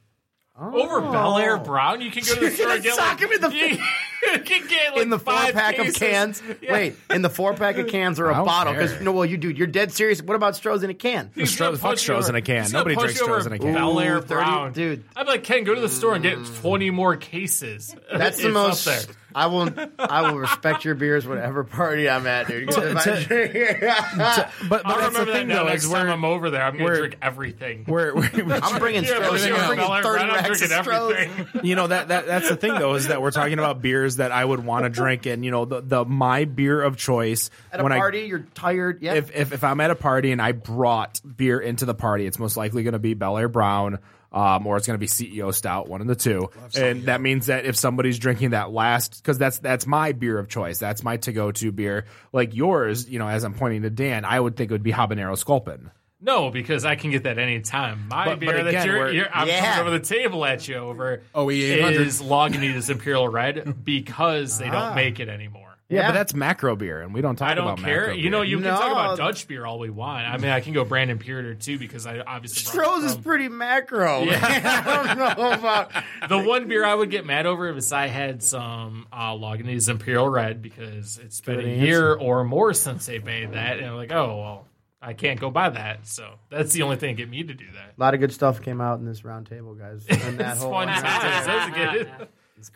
Over Bel Air Brown, you can go to the You're store gonna and get like, sock him in the- you, can get like in the four five pack cases. of cans. Wait, in the four pack of cans or I a don't bottle? Because care. no, well, you dude, you're dead serious. What about Stroh's in a can? He's Stroh's- gonna fuck punch you Stroh's over- in a can. he's gonna Nobody punch drinks you over Stroh's in a can. Bel Air Ooh, 30 Brown, dude. I'm like Ken, go to the store and get 20 more cases. That's the It's most. Up there. I will. I will respect your beers, whatever party I'm at, dude. 'Cause if I drink- But, but I that's the remember thing that now. though Next is time we're, I'm over there, I'm gonna we're- drink everything. we're, we're I'm bringing Yeah, but Stroh's. I'm you're bringing Bel Air 30 Brown, I'm racks of drinking Stroh's. everything. you know that, that that's the thing though is that we're talking about beers that I would want to drink and you know the, the my beer of choice At a when party, I. you're tired. Yeah. If, if if I'm at a party and I brought beer into the party, it's most likely going to be Bel Air Brown, um, or it's going to be CEO Stout, one of the two. E And that means that if somebody's drinking that last, because that's that's my beer of choice, that's my to go to beer. Like yours, you know, as I'm pointing to Dan, I would think it would be Habanero Sculpin. No, because I can get that anytime. My But- but beer again, that you're, we're- Oh, you're I'm Yeah. coming over the table at you over OE 800. is Lagunitas Imperial Red because they Ah. don't make it anymore. Yeah, but that's macro beer, and we don't talk I don't about care. macro You know, beer. you can talk about No. Dutch beer all we want. I mean, I can go Brandon Imperator too because I obviously brought Stroh's it is from- pretty macro. I don't know about. the one beer I would get mad over is I had some uh, Lagunitas Imperial Red because it's been a year or more since they made that, and I'm like, oh well, I can't go buy that. So that's the only thing that get me to do that. A lot of good stuff came out in this round table, guys. And that It's whole fun times. That's good.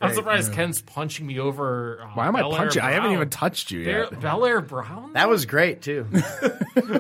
I'm surprised Ken's punching me over. Uh, Why am I Bel Air punching? I haven't Brown. even touched you Bear- yet. Bel Air Brown? That was great too. really?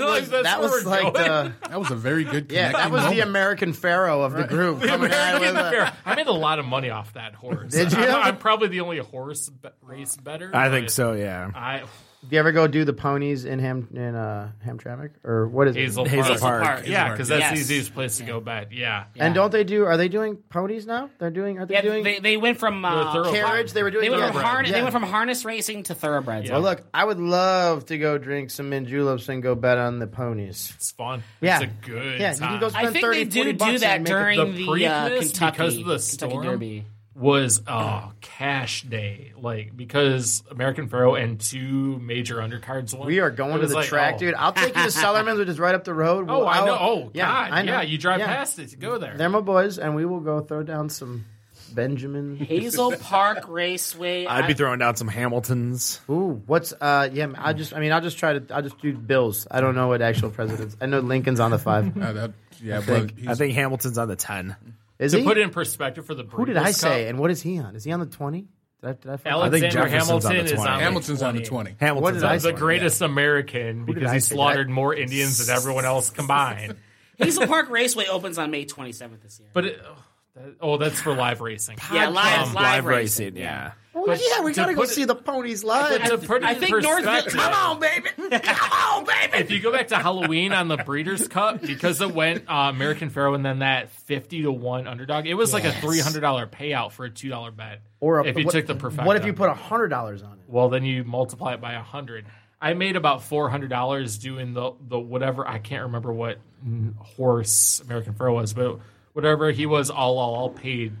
Like, was that's that where was we're like uh, going? the That was a very good yeah. That connecting was the moment. American Pharaoh of the group. coming out with uh, a- Fair. I made a lot of money off that horse. Did you? I'm, I'm probably the only horse be- race better. I think but so. Yeah. I Do you ever go do the ponies in Ham in uh, Hamtramck or what is Hazel, it? Hazel Park. Park. Yeah, because that's Yes. the easiest place to go bet. Yeah. And don't they do? Are they doing ponies now? They're doing. Are they yeah, doing they, they went from They're uh, thorough. carriage? They were doing. they went from thoroughbred. harness Yeah. they went from harness racing to thoroughbreds. Well, look, I would love to go drink some mint juleps and go bet on the ponies. It's fun. Yeah. It's a good Yeah, you time. can go I spend think 30, they 40 do bucks do and that make it- during The the, uh, Preakness, Kentucky because of the Kentucky storm, Derby. was uh, cash day. Like, because American Pharaoh and two major undercards won. We are going it to was the like, track, oh. dude. I'll take you to Sellerman's, which is right up the road. Oh, Well, I I'll- know. Oh, yeah, God. I know. Yeah, you drive Yeah. past it to go there. They're my boys, and we will go throw down some Benjamin. Hazel Park Raceway. uh, I'd I- be throwing down some Hamiltons. Ooh, what's uh? Yeah, I just, I mean, I'll just try to, I'll just do Bills. I don't know what actual presidents. I know Lincoln's on the five. Uh, that- yeah, but I he's- think Hamilton's on the ten. Is to he? put it in perspective for the Who did I say? And what is he on? Is he on the twenty? Did I? Did I? find- Alexander Jefferson's on the Hamilton is 20. on Hamilton's on the 20. Hamilton's What did on I the say? the 20, greatest American did because I he say? slaughtered more Indians than everyone else combined. Hazel Park Raceway opens on May 27th this year. But it, oh, that- oh, that's for live racing. yeah, live, Um, live, yeah. Live racing. racing. Yeah. Oh, But yeah, we to gotta go put it- see the ponies live. But to put it I in think Northville. perspective- Come on, baby. Come on, baby. If you go back to Halloween on the Breeders' Cup, because it went uh, American Pharaoh and then that fifty to one underdog, it was like a three hundred dollar payout for a two dollar bet. Or a, if you what, took the perfect, What if you put hundred dollars on it? Well, then you multiply it by a hundred. I made about four hundred dollars doing the the whatever I can't remember what mm, horse American Pharaoh was, but whatever he was, all all all paid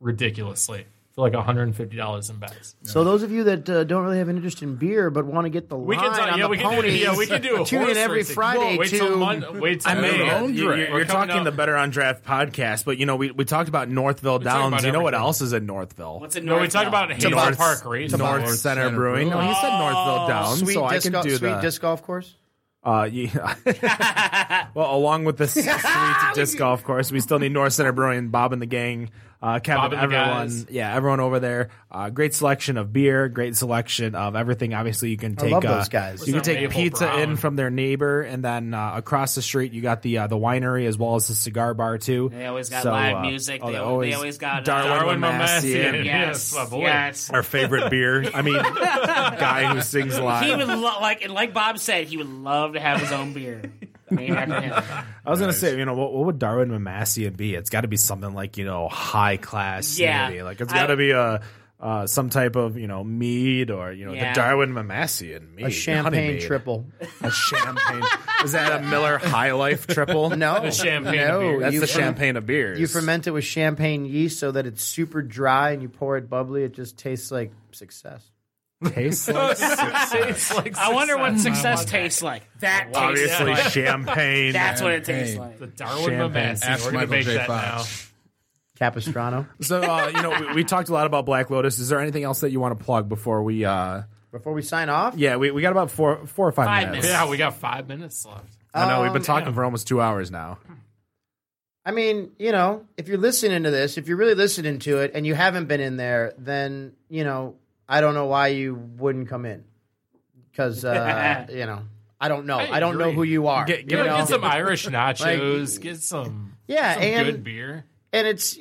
ridiculously for like one hundred and fifty dollars in bets. So those of you that uh, don't really have an interest in beer but want to get the We line can talk, on yeah, the we can ponies, do, yeah, we can do a tune in horse every racing. Friday Whoa, wait till to- Mon- wait till I mean, Monday. own you're, drink. you're We're coming talking up. the Better on Draft podcast, but you know we, we talked about Northville talking Downs. about you know what everything. else is in Northville? What's in No, we talk Northville? about Hazel North- Park Race. North Center, Center Brewing. Brewing. No, he said Northville Downs, Sweet so I disc can do sweet the disc golf course. Uh, yeah. well, along with this sweet disc golf course, we still need North Center Brewing, Bob and the gang. uh, Kevin, Bob and the everyone, guys. yeah, everyone over there. Uh, great selection of beer, great selection of everything. Obviously, you can take love uh, those guys. You can What's that take Mabel pizza in Brown? from their neighbor, and then uh, across the street you got the uh, the winery as well as the cigar bar too. uh, oh, They always got live music. They al- they always got, uh, Darwin, Darwin Mamassian. Mamassian. Yes, Yes, my boy. yes. Our favorite beer. I mean, guy who sings He live. would lo- like, and like Bob said, he would love to have his own beer. Named after him. I was gonna say, you know, what, what would Darwin Mamassian be? It's got to be something like you know high class. Yeah. Yeah, like it's I- got to be a. Uh, some type of you know mead or you know Yeah. the Darwin Mamassian mead, A honey champagne mead. triple. a champagne. Is that a Miller High Life triple? No, The champagne No, of beer. that's you the fer- champagne of beers. You ferment it with champagne yeast so that it's super dry, and you pour it bubbly. It just tastes like success. Tastes like Tastes like I wonder what success. success tastes like. That tastes obviously like. champagne. That's what it tastes Hey. like. The Darwin Champagne. Mamassi. Ask We're Michael gonna make J. that Fox. Capistrano. so. Uh, you know, we, we talked a lot about Black Lotus. Is there anything else that you want to plug before we? uh Before we sign off, Yeah, we, we got about four four or five, Five minutes. minutes. now. Yeah, we got five minutes left. I know we've Um, been talking for almost two hours now. I mean, you know, if you're listening to this, if you're really listening to it, and you haven't been in there, then you know, I don't know why you wouldn't come in, because uh, you know, I don't know, I, don't know agree. who you are. Get- you Get, know? get some Irish nachos. get some yeah, some and good beer. and it's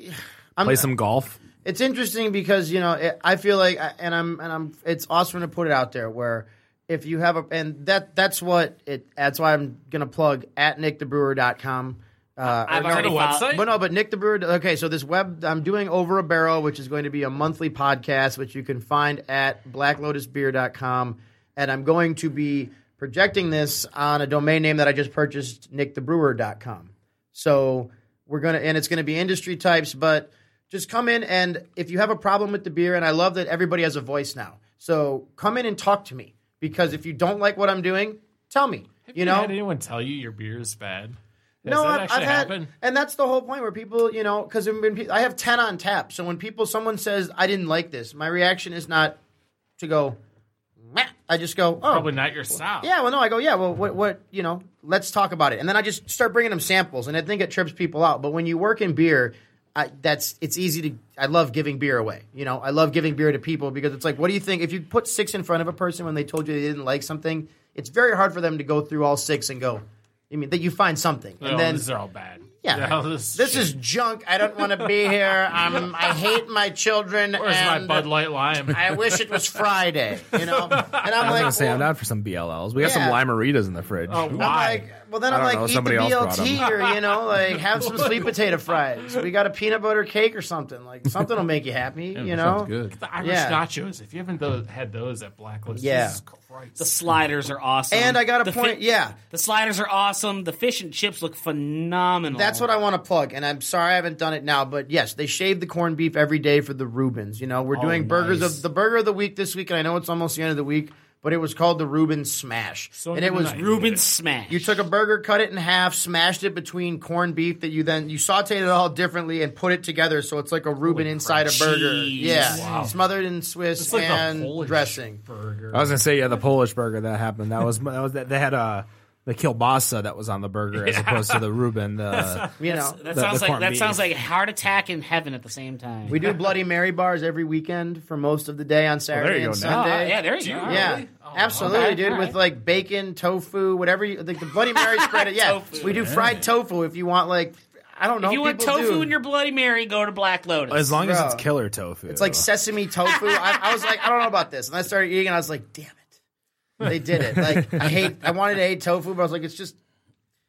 Play some golf. it's interesting because you know it, I feel like and I'm and I'm it's awesome to put it out there where if you have a and that that's what it that's why I'm gonna plug at nickthebrewer.com. Uh, I've or already The followed- website. But no, but Nick the Brewer. Okay, so this web I'm doing over a barrel, which is going to be a monthly podcast, which you can find at blacklotusbeer.com, and I'm going to be projecting this on a domain name that I just purchased, nickthebrewer.com. So we're gonna, and it's gonna be industry types, but just come in and if you have a problem with the beer, and I love that everybody has a voice now. So come in and talk to me because if you don't like what I'm doing, tell me. you know, had anyone tell you your beer is bad? Has no, that I've, actually I've had, happened? and that's the whole point where people, you know, because I have ten on tap. So when people, someone says I didn't like this, my reaction is not to go. "Meh." I just go, oh, Probably not your style. yeah, well, no, I go, yeah, well, what, what, you know, let's talk about it, and then I just start bringing them samples, and I think it trips people out. But when you work in beer, I, that's it's easy to. I love giving beer away. You know, I love giving beer to people because it's like, what do you think if you put six in front of a person when they told you they didn't like something? It's very hard for them to go through all six and go. I mean, that you find something, No, and then Oh, these are all bad. yeah. No, this, this is junk. I don't want to be here. Um, I hate my children. Where's my and Bud Light Lime? I wish it was Friday, you know. And I'm I'm like, gonna say I'm well, down for some BLLs. We got Yeah. some limeritas in the fridge. oh, I'm why? like, well, then I'm don't like, know, eat the somebody else brought BLT or you know, like have some sweet potato fries. We got a peanut butter cake or something. Like something will make you happy, you know. Sounds good. the Irish yeah. nachos. If you haven't tho- had those at Blacklist, Yeah. Jesus Christ. The sliders are awesome. And I got a The fi- point. yeah, The sliders are awesome. The fish and chips look phenomenal. That's Oh. what I want to plug, and I'm sorry I haven't done it now, but yes, they shave the corned beef every day for the Rubens. You know, Oh, we're doing burgers of the burger of the week this week, and I know it's almost the end of the week, but it was called the Reuben Smash, and it was Ruben smash. You took a burger, cut it in half, smashed it between corned beef that you then you sauteed it all differently and put it together, so it's like a Reuben inside a burger. Jeez. Yeah, smothered in Swiss It's like the and Polish dressing. burger. I was gonna say yeah, the Polish burger that happened. That was that was that they had a the kielbasa that was on the burger as opposed to the Reuben. The, You know, that the- sounds the like corned that beef. sounds like heart attack in heaven at the same time. we do Bloody Mary bars every weekend for most of the day on Saturday you and go now. Oh, Sunday. yeah, there you go. Oh, Yeah, absolutely, okay. dude. All With right. like bacon, tofu, whatever. You, like the Bloody Mary spread. It. Yeah, Tofu. we do fried tofu. If you want, like, I don't know. If you want people tofu do. in your Bloody Mary, go to Black Lotus. as long as Bro. it's killer tofu, it's like sesame tofu. I, I was like, I don't know about this, and I started eating, and I was like, damn it, they did it. Like, I hate. I wanted to hate tofu, but I was like, it's just,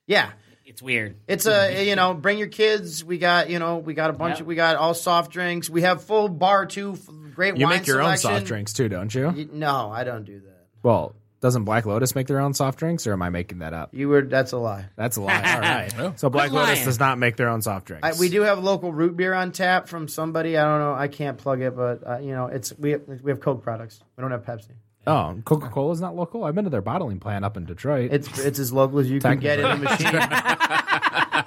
yeah. it's weird. It's a you know bring your kids. We got you know we got a bunch. Yeah. Of, we got all soft drinks. We have full bar too. f- Great. you wine make your own soft selection. drinks too, don't you? Y- No, I don't do that. Well, doesn't Black Lotus make their own soft drinks, or am I making that up? You were. That's a lie. That's a lie. All right. So Black Quit Lotus lying. does not make their own soft drinks. I, we do have local root beer on tap from somebody. I don't know. I can't plug it, but uh, you know, it's we we have Coke products. We don't have Pepsi. Oh, Coca Cola is not local. I've been to their bottling plant up in Detroit. It's it's as local as you can get in the machine.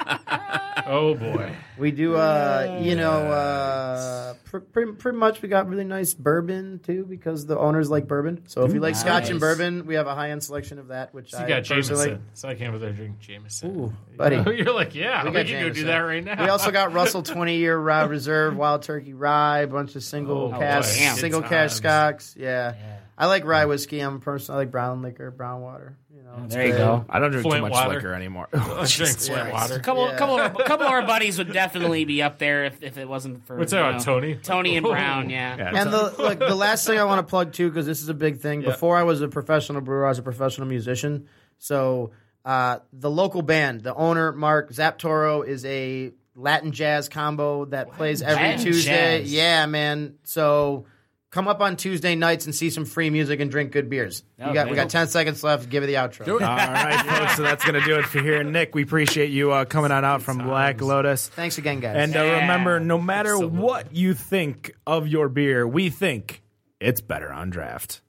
Oh boy. We do, uh, you know, uh, pr- pretty, pretty much we got really nice bourbon too because the owners like bourbon. So if you like scotch and Nice. bourbon, we have a high end selection of that, which So I you got Jameson. Oh, personally. So I came over there drinking Jameson. Ooh, buddy. You're like, yeah, we, got can go do Jameson. that right now. We also got Russell 20 year rye reserve, wild turkey rye, a bunch of single Oh, cash, boy. Damn. single Good cash times. scotch. Yeah. I like rye whiskey. I'm personally, I like brown liquor, brown water. You know, it's There you good. go. I don't drink Flint too much water. liquor anymore. I drink sweat Christ. water. Couple, Yeah. couple, of, our- couple of our buddies would definitely be up there if, if it wasn't for What's you that about know, Tony? Oh. Tony and Brown. Yeah, Yeah. And the like, the last thing I want to plug too, because this is a big thing. Before I was a professional brewer, I was a professional musician. So uh, the local band, the owner Mark Zaptoro, is a Latin jazz combo that plays every Latin Tuesday. jazz. Yeah, man. So come up on Tuesday nights and see some free music and drink good beers. you got we got ten seconds left. Give it the outro. All right, folks. So that's gonna do it for here. Nick, we appreciate you uh, coming on out from Black Lotus. Thanks again, guys. And uh, Yeah. remember, no matter what you think of your beer, we think it's better on draft.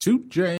Toot J.